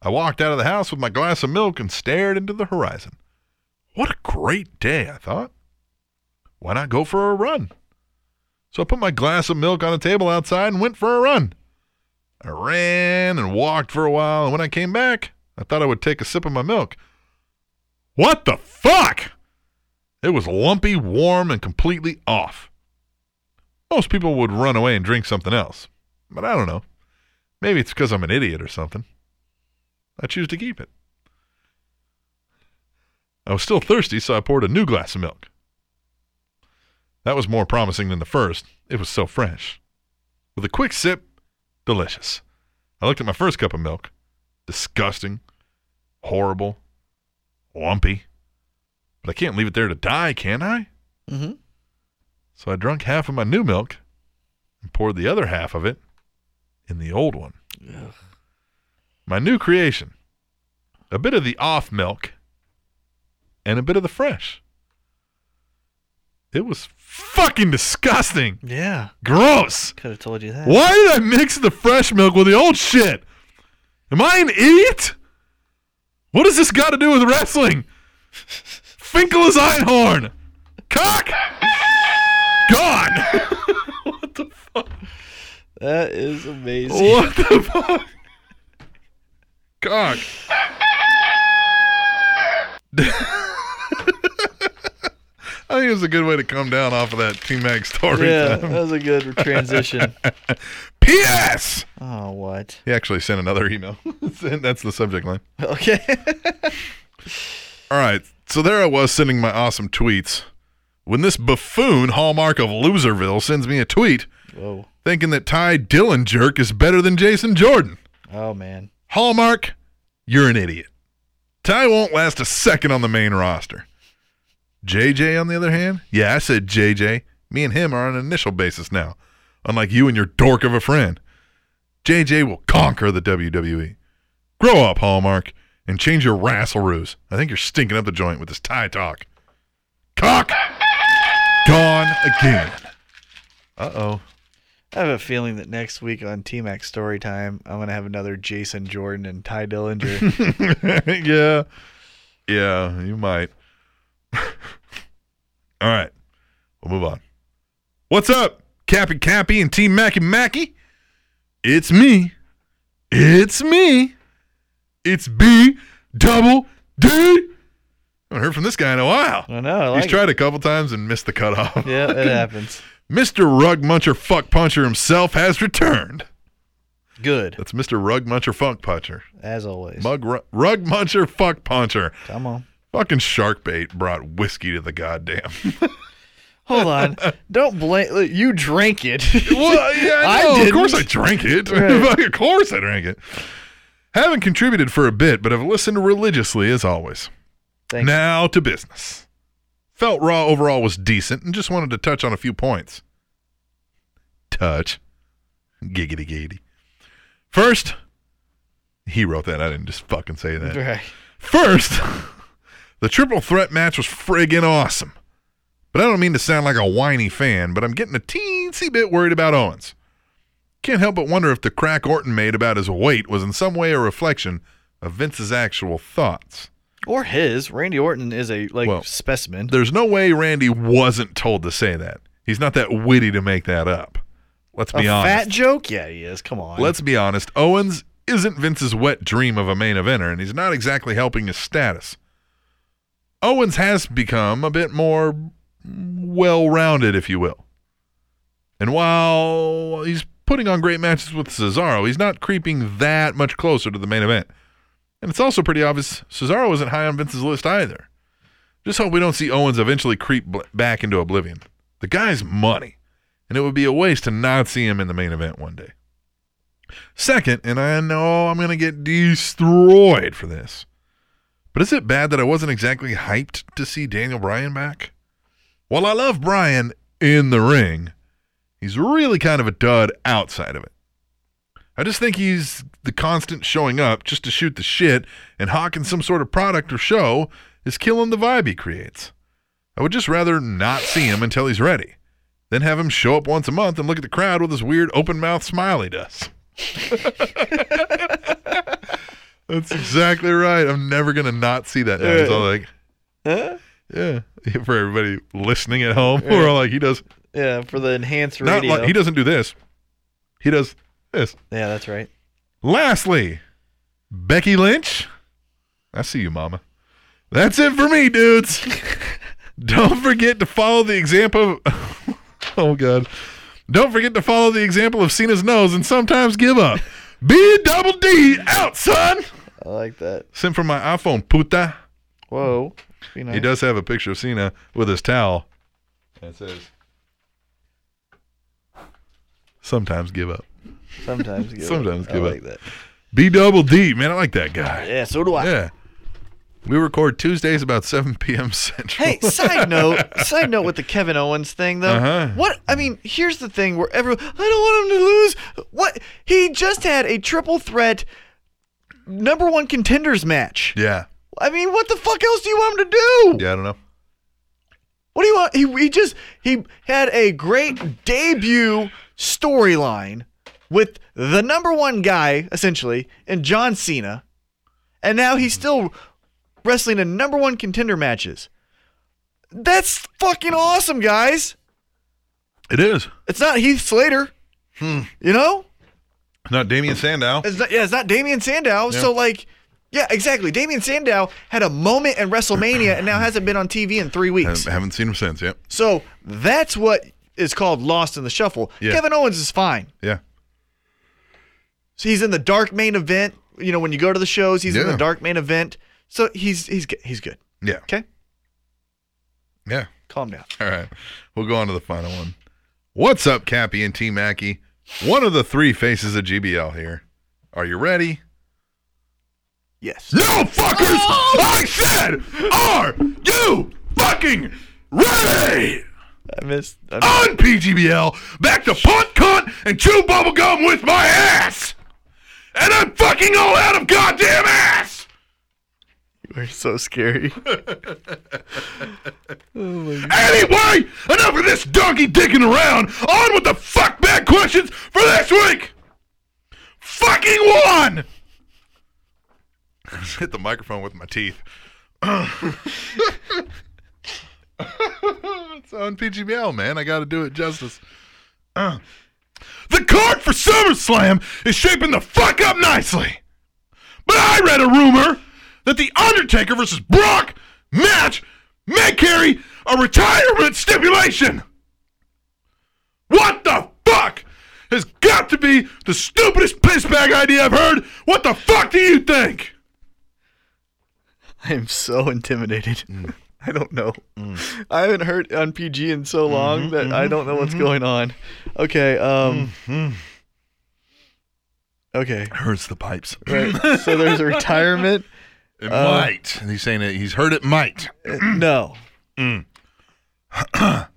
A: I walked out of the house with my glass of milk and stared into the horizon. What a great day, I thought. Why not go for a run? So I put my glass of milk on a table outside and went for a run. I ran and walked for a while, and when I came back, I thought I would take a sip of my milk. What the fuck? It was lumpy, warm, and completely off. Most people would run away and drink something else, but I don't know. Maybe it's because I'm an idiot or something. I choose to keep it. I was still thirsty, so I poured a new glass of milk. That was more promising than the first. It was so fresh. With a quick sip, delicious. I looked at my first cup of milk. Disgusting, horrible, lumpy. But I can't leave it there to die, can I?
B: Mm-hmm.
A: So I drunk half of my new milk and poured the other half of it in the old one. My new creation a bit of the off milk and a bit of the fresh. It was fucking disgusting.
B: Yeah.
A: Gross.
B: Could have told you that.
A: Why did I mix the fresh milk with the old shit? Am I an idiot? What does this got to do with wrestling? Finkel is Einhorn. Cock. Gone.
B: That is amazing.
A: What the fuck? Cock. I think it was a good way to come down off of that T Mac story.
B: Yeah,
A: time.
B: that was a good transition.
A: P.S.
B: Oh, what?
A: He actually sent another email. That's the subject line.
B: Okay.
A: All right. So there I was sending my awesome tweets when this buffoon hallmark of Loserville sends me a tweet
B: Whoa.
A: thinking that Ty Dillon jerk is better than Jason Jordan.
B: Oh man.
A: Hallmark, you're an idiot. Ty won't last a second on the main roster. JJ, on the other hand, yeah, I said JJ. Me and him are on an initial basis now, unlike you and your dork of a friend. JJ will conquer the WWE. Grow up, Hallmark, and change your rassle ruse. I think you're stinking up the joint with this tie talk. Cock! Gone again. Uh oh.
B: I have a feeling that next week on T Mac Story Time, I'm gonna have another Jason Jordan and Ty Dillinger.
A: yeah. Yeah, you might. All right. We'll move on. What's up, Cappy Cappy and Team Macky Mackey? It's me. It's me. It's B double D. I haven't heard from this guy in a while.
B: I know. I like
A: He's tried a couple times and missed the cutoff.
B: it. Yeah, it happens.
A: Mr. Rug Muncher Fuck Puncher himself has returned.
B: Good
A: That's Mr. Rug Muncher Fuck Puncher.
B: as always.
A: Mug ru- rug muncher, fuck puncher.
B: Come on.
A: Fucking shark bait brought whiskey to the goddamn.
B: Hold on. Don't blame you. Drank it.
A: well, yeah, I know. Of course I
B: didn't.
A: drank it.
B: Right.
A: of course I drank it. Haven't contributed for a bit, but have listened religiously as always.
B: Thank you.
A: now to business. Felt Raw overall was decent and just wanted to touch on a few points. Touch. Giggity giggity. First, he wrote that. I didn't just fucking say that.
B: Right.
A: First, the triple threat match was friggin' awesome. But I don't mean to sound like a whiny fan, but I'm getting a teensy bit worried about Owens. Can't help but wonder if the crack Orton made about his weight was in some way a reflection of Vince's actual thoughts.
B: Or his. Randy Orton is a like specimen.
A: There's no way Randy wasn't told to say that. He's not that witty to make that up. Let's be
B: a
A: honest.
B: fat joke? Yeah, he is. Come on.
A: Let's be honest. Owens isn't Vince's wet dream of a main eventer, and he's not exactly helping his status. Owens has become a bit more well rounded, if you will. And while he's putting on great matches with Cesaro, he's not creeping that much closer to the main event. And it's also pretty obvious Cesaro isn't high on Vince's list either. Just hope we don't see Owens eventually creep bl- back into oblivion. The guy's money, and it would be a waste to not see him in the main event one day. Second, and I know I'm going to get destroyed for this, but is it bad that I wasn't exactly hyped to see Daniel Bryan back? While I love Bryan in the ring, he's really kind of a dud outside of it. I just think he's the constant showing up just to shoot the shit and hawking some sort of product or show is killing the vibe he creates. I would just rather not see him until he's ready, then have him show up once a month and look at the crowd with his weird open mouth smile he does. That's exactly right. I'm never gonna not see that. Now. It's all like,
B: Huh?
A: yeah, for everybody listening at home, we're all like, he does
B: Yeah, for the enhanced
A: not
B: radio.
A: like he doesn't do this. He does this.
B: Yeah, that's right.
A: Lastly, Becky Lynch. I see you, Mama. That's it for me, dudes. Don't forget to follow the example. Of, oh God! Don't forget to follow the example of Cena's nose and sometimes give up. B double D out, son.
B: I like that.
A: Sent from my iPhone, puta.
B: Whoa. Be
A: He
B: nice.
A: does have a picture of Cena with his towel. That says. Sometimes give up.
B: Sometimes give up.
A: Sometimes
B: I
A: give up.
B: like that.
A: B double D, man, I like that guy.
B: Yeah, so do I.
A: Yeah. We record Tuesdays about 7 p.m. Central.
B: Hey, side note, side note with the Kevin Owens thing though.
A: Uh-huh.
B: What I mean, here's the thing where everyone, I don't want him to lose. What he just had a triple threat number one contenders match.
A: Yeah.
B: I mean, what the fuck else do you want him to do?
A: Yeah, I don't know.
B: What do you want? He, he just he had a great debut storyline with the number one guy essentially and John Cena, and now he's still wrestling in number one contender matches. That's fucking awesome, guys.
A: It is.
B: It's not Heath Slater, you know.
A: Not Damian Sandow.
B: It's not, yeah, it's not Damian
A: Yeah.
B: Sandow. So like, yeah, exactly. Damian Sandow had a moment in WrestleMania and now hasn't been on TV in three weeks.
A: I haven't seen him since, yep.
B: So that's what is called lost in the shuffle.
A: Yeah.
B: Kevin Owens is fine.
A: Yeah.
B: So he's in the dark main event. You know, when you go to the shows, he's in the
A: Yeah.
B: dark main event. So he's he's g- he's good.
A: Yeah.
B: Okay.
A: Yeah.
B: Calm down.
A: All right. We'll go on to the final one. What's up, Cappy and T Mackey? One of the three faces of GBL here. Are you ready?
B: Yes.
A: No fuckers! I said, are you fucking ready?
B: I missed.
A: on PGBL back to punt, cunt, and chew bubblegum with my ass. And I'm fucking all out of goddamn ass.
B: You are so scary.
A: Anyway, enough of this donkey dicking around. On with the fuck bad questions for this week. Fucking one. I just hit the microphone with my teeth. it's on PGBL, man. I got to do it justice. Uh. The card for SummerSlam is shaping the fuck up nicely. But I read a rumor that The Undertaker versus Brock match may carry a retirement stipulation. What the fuck has got to be the stupidest pissbag idea I've heard? What the fuck do you think?
B: I am so intimidated.
A: Mm.
B: I don't know. I haven't heard on PG in
A: Mm-hmm,
B: so long that I don't know what's going on. Okay. Um.
A: Mm-hmm.
B: Okay.
A: Hurts the pipes.
B: Right. So there's a retirement.
A: It
B: Uh,
A: might. And he's saying that he's heard it might.
B: no.
A: Mm.
B: But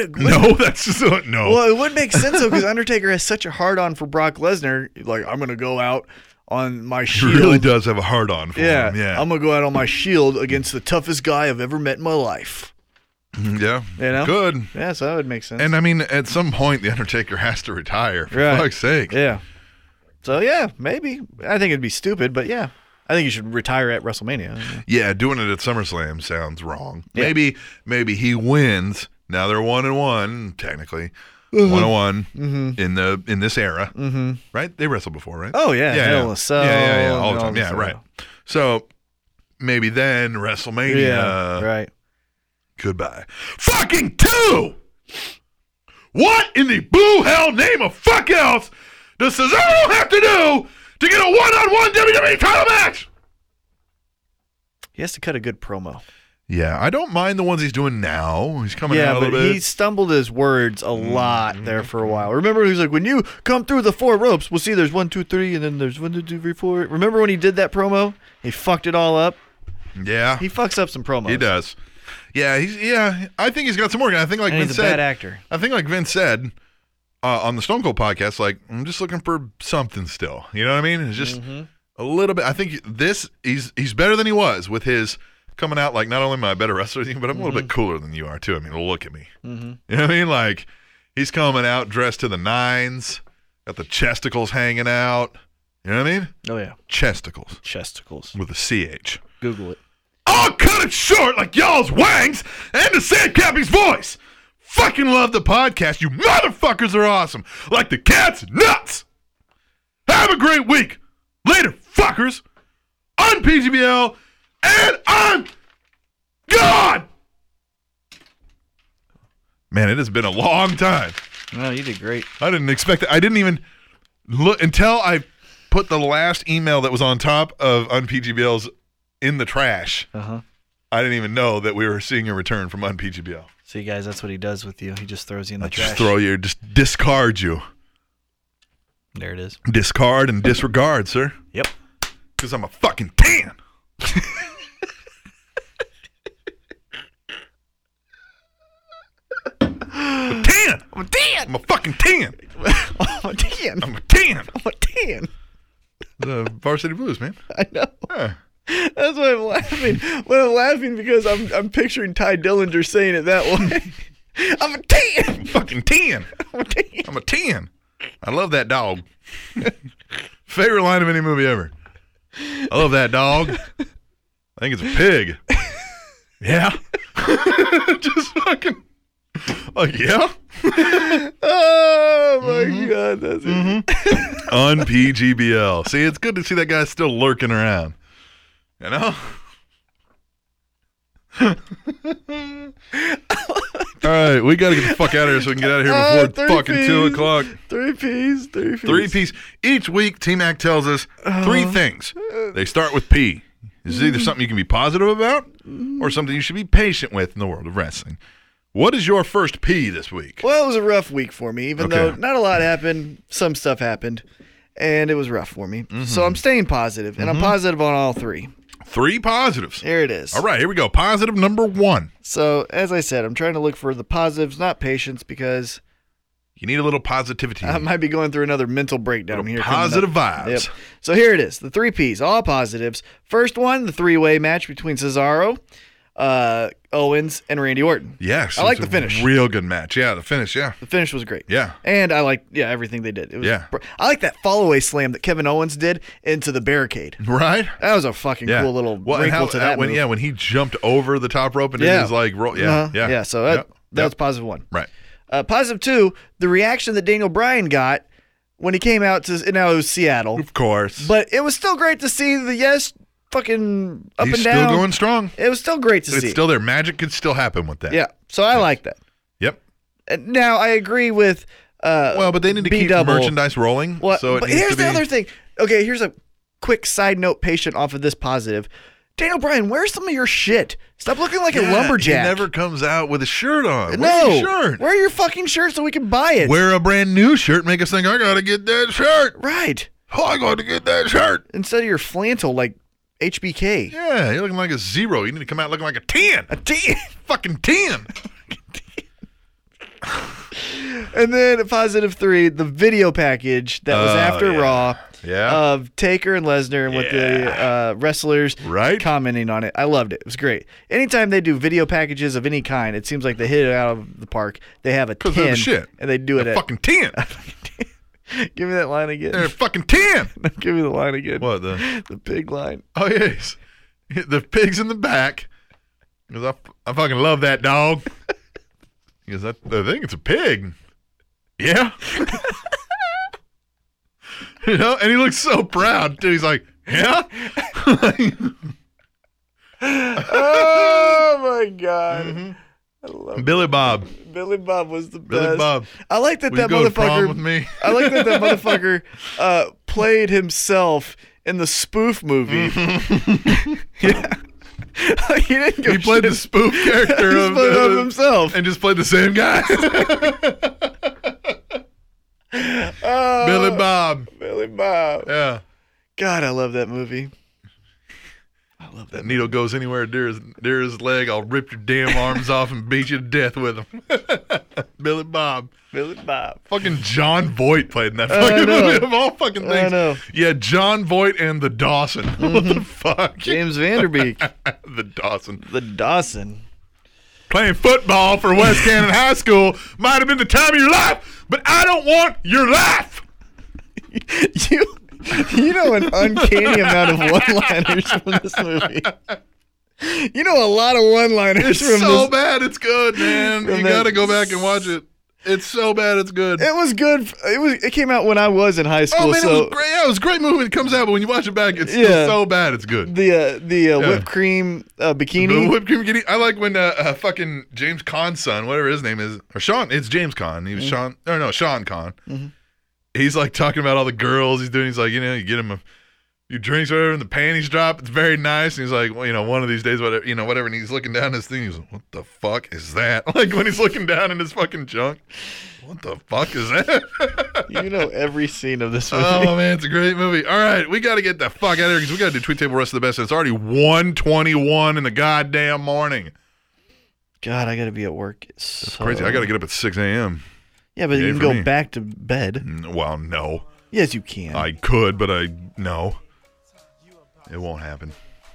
B: it,
A: No, that's just uh, no.
B: Well, it would make sense though because Undertaker has such a hard on for Brock Lesnar. Like I'm gonna go out on my
A: She
B: shield.
A: really does have a hard on for
B: yeah,
A: him. Yeah.
B: I'm gonna go out on my shield against the toughest guy I've ever met in my life.
A: Mm-hmm. yeah.
B: You know?
A: Good.
B: Yeah, so that would make sense.
A: And I mean, at some point, The Undertaker has to retire. For
B: Right.
A: fuck's sake.
B: Yeah. So yeah, maybe I think it'd be stupid, but yeah, I think you should retire at WrestleMania.
A: Yeah, doing it at SummerSlam sounds wrong. Maybe maybe he wins. Now they're one and one, technically.
B: Mhm.
A: One and one
B: Mhm.
A: in the in this era.
B: Mm-hmm.
A: Right? They wrestled before, right?
B: Oh, yeah, Hell in a Cell
A: yeah, yeah, yeah, all
B: and
A: the
B: all
A: time.
B: this
A: Yeah,
B: and
A: right.
B: all.
A: So maybe then WrestleMania.
B: Yeah, right.
A: Goodbye. Fucking two. What in the boo hell name of fuck else does Cesaro have to do to get a one-on-one WWE title match?
B: He has to cut a good promo.
A: Yeah, I don't mind the ones he's doing now. He's coming
B: yeah,
A: out a
B: but
A: little bit. Mm-hmm.
B: he stumbled his words a lot there for a while. Remember, he was like, "When you come through the four ropes, we'll see. There's one, two, three, and then there's one, two, three, four. Remember when he did that promo? He fucked it all up.
A: Yeah,
B: he fucks up some promos.
A: He does. Yeah, he's yeah. I think he's got some work. And I think like
B: And
A: Vince
B: he's a
A: said,
B: bad actor.
A: I think like Vince said uh, on the Stone Cold podcast, like I'm just looking for something still. You know what I mean? It's just
B: Mm-hmm.
A: a little bit. I think this he's he's better than he was with his coming out. Like not only am I a better wrestler than you, but I'm a little bit
B: Mm-hmm.
A: cooler than you are too. I mean, look at me. You know what I mean? Like he's coming out dressed to the nines, got the chesticles hanging out. You know what I mean?
B: Oh yeah,
A: chesticles.
B: Chesticles
A: with a ch.
B: Google it.
A: I'll cut it short like y'all's wangs and to Sand Cappy's voice. Fucking love the podcast. You motherfuckers are awesome. Like the cat's nuts. Have a great week. Later, fuckers. On PGBL and on God. Man, it has been a long time.
B: No, you did great.
A: I didn't expect that. I didn't even look until I put the last email that was on top of unpgbl's in the trash.
B: Uh-huh.
A: I didn't even know that we were seeing a return from unpgbl.
B: See, guys, that's what he does with you. He just throws you in the
A: Just
B: trash.
A: throw you, just discard you,
B: there it is.
A: discard and disregard, sir.
B: Yep.
A: Because I'm a fucking tan. I'm a tan. I'm a tan. I'm a fucking tan.
B: I'm a tan.
A: I'm a tan.
B: I'm a tan.
A: The Varsity Blues, man.
B: I know. That's why I'm laughing. When I'm laughing because I'm I'm picturing Ty Dillinger saying it that way. I'm a tan.
A: fucking tan. I'm a
B: tan.
A: I'm a tan. I love that dog. Favorite line of any movie ever. I love that dog. I think it's a pig. Yeah. Just fucking. Like, yeah. Mm-hmm.
B: oh my god, that's
A: On PGBL. See, it's good to see that guy still lurking around. You know? All right, we got to get the fuck out of here so we can get out of
B: Ah,
A: here before
B: three
A: fucking 2
B: Ps.
A: o'clock.
B: three P's, three P's.
A: Three piece. Each week, T Mac tells us
B: Uh-huh.
A: three things. They start with P. This is either something you can be positive about or something you should be patient with in the world of wrestling. What is your first P this week?
B: Well, it was a rough week for me, even
A: Okay.
B: though not a lot happened. Some stuff happened, and it was rough for me.
A: Mm-hmm.
B: So I'm staying positive, and
A: Mhm.
B: I'm positive on all three.
A: Three positives.
B: Here it is.
A: All right, here we go. Positive number one.
B: So as I said, I'm trying to look for the positives, not patience, because
A: You need a little positivity.
B: I might be going through another mental breakdown here. coming up.
A: Mm-hmm. positive vibes.
B: Yep. So here it is. The three P's, all positives. First one, the three way match between Cesaro, uh, Owens, and Randy Orton.
A: Yes.
B: I like
A: it's
B: the
A: a
B: finish.
A: Real good match. Yeah, the finish. Yeah.
B: The finish was great.
A: Yeah.
B: And I like yeah everything they did. It was
A: Yeah.
B: br- I like that follow away slam that Kevin Owens did into the barricade.
A: Right?
B: That was a fucking
A: Yeah.
B: cool little
A: Well, and
B: wrinkle
A: how-
B: to that.
A: when,
B: move.
A: Yeah, when he jumped over the top rope and did
B: Yeah.
A: his like roll. Yeah.
B: Uh-huh.
A: Yeah.
B: Yeah, so that,
A: Yep.
B: that
A: Yep.
B: was positive one.
A: Right.
B: Uh, positive two, the reaction that Daniel Bryan got when he came out to now it was Seattle,
A: Of course.
B: but it was still great to see the yes fucking up
A: He's
B: and
A: still
B: down.
A: going strong.
B: It was still great to
A: it's
B: see.
A: still there. Magic could still happen with that.
B: yeah, so I like that.
A: Yep.
B: And now I agree with. Uh,
A: Well, but they need to keep
B: B-double.
A: merchandise rolling.
B: Well,
A: so it
B: but
A: needs
B: here's
A: to be,
B: the other thing. Okay, here's a quick side note patient off of this positive. Daniel Bryan, where's some of your shit? Stop looking like
A: Yeah,
B: a lumberjack.
A: He never comes out with a shirt on.
B: no,
A: Where's your shirt?
B: wear your fucking shirt so we can buy it.
A: Wear a brand new shirt. Make us think I gotta get that shirt.
B: right.
A: Oh, I gotta get that shirt.
B: Instead of your flannel like HBK.
A: Yeah, you're looking like a zero. You need to come out looking like a 10.
B: A 10.
A: Fucking 10.
B: And then positive three, the video package that was
A: Oh,
B: after
A: yeah.
B: Raw
A: Yeah.
B: of Taker and Lesnar and with the uh, wrestlers right. commenting on it. I loved it. It was great. Anytime they do video packages of any kind, it seems like they hit it out of the park. They have a 10
A: they're the shit.
B: and they do it at
A: fucking 10.
B: Give me that line again.
A: They're fucking 10.
B: Give me the line again.
A: What, the?
B: The pig line.
A: Oh, yes. The pig's in the back. He goes, I, f- I fucking love that dog. He goes, I, I think it's a pig. Yeah. you know, and he looks so proud, dude. He's like, yeah.
B: oh my god. I love it.
A: Billy Bob.
B: Billy Bob was the
A: Mm-hmm. Billy
B: best.
A: Bob,
B: I like that
A: will you
B: that
A: go to prom
B: motherfucker.
A: with me?
B: I like that that motherfucker uh, played himself in the spoof movie. yeah. he didn't give
A: Mm-hmm. He played the spoof character
B: He's
A: of,
B: played
A: the-
B: of himself.
A: and just played the same guy.
B: Oh,
A: Billy Bob.
B: Billy Bob.
A: Yeah.
B: God, I love that movie.
A: That needle goes anywhere dear as dear as leg. I'll rip your damn arms off and beat you to death with them. Billy Bob.
B: Billy Bob.
A: Fucking John Voight played in that
H: I
A: fucking
H: know.
A: movie of all fucking
H: I
A: things.
H: know.
A: Yeah, John Voight and the Dawson. what the fuck?
B: James Vanderbeek.
A: the Dawson.
B: The Dawson.
A: Playing football for West Cannon High School might have been the time of your life, but I don't want your life.
B: you you know an uncanny amount of one-liners from this movie. You know a lot of
A: It's
B: one-liners from
A: so
B: this.
A: bad it's good, man.
B: From
A: You
B: that-
A: gotta go back and watch it. It's so bad it's good.
B: It was good. f- It was. It came out when I was in high school.
A: oh man,
B: so
A: it was great. Yeah, it was a great movie when it comes out, but when you watch it back, it's
B: Yeah.
A: still so bad it's good.
B: the uh, the uh,
A: Yeah.
B: whipped cream uh, bikini.
A: The whipped cream bikini. I like when uh, uh, fucking James Conn's son, whatever his name is, or Sean. It's James Conn. He was
B: Mm-hmm.
H: Mhm.
A: Sean. Or no, Sean Conn.
H: Mhm.
A: He's like talking about all the girls he's doing. He's like, you know, you get him a few drinks, or whatever, and the panties drop. It's very nice. And he's like, well, you know, one of these days, whatever, you know, whatever. And he's looking down at his thing. He's like, what the fuck is that? Like when he's looking down in his fucking junk. What the fuck is that?
B: you know every scene of this movie.
A: Oh man, it's a great movie. All right, we got to get the fuck out of here because we got to do tweet table rest of the best. It's already one twenty one in the goddamn morning.
B: God, I gotta be at work. It's That's
A: Crazy. I got to get up at six a.m.
B: Yeah, but
A: Yay
B: you can
A: for
B: go
A: me.
B: back to bed.
A: N- Well, no,
B: Yes, you can.
A: I could, but I no. It won't happen.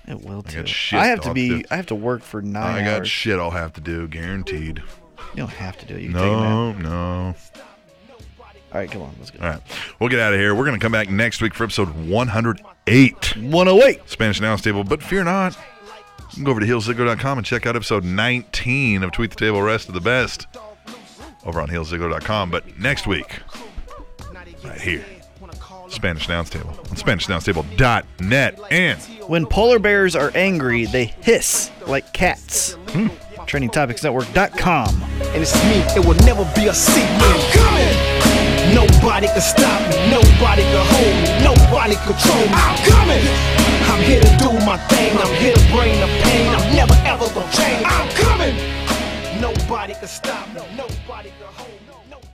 B: It will
A: I
B: too.
A: got shit.
B: I have
A: I'll
B: to be.
A: do.
B: I have to work for
A: I
B: nine
A: got
B: hours.
A: shit. I'll have to do guaranteed.
B: you don't have to do it. You can take a nap.
A: No, no.
B: All right, come on, let's go.
A: All right, we'll get out of here. We're gonna come back next week for episode one hundred eight.
B: One hundred eight.
A: Spanish Announce Table, but fear not. You can go over to heelzigler.com and check out episode 19 of Tweet the Table Rest of the Best over on heelzigler.com. But next week, right here, Spanish Announce Table on SpanishAnnounceTable.net. And
B: When polar bears are angry, they hiss like cats.
A: Hmm.
B: TrainingTopicsNetwork.com.
R: and it's me. It will never be a secret. I'm coming. Nobody can stop me. Nobody can hold me. Nobody control me. I'm coming. I'm here to do my thing. I'm here to bring the pain. I'm never ever gonna change. I'm coming. Nobody can stop me. Nobody can hold me. Nobody-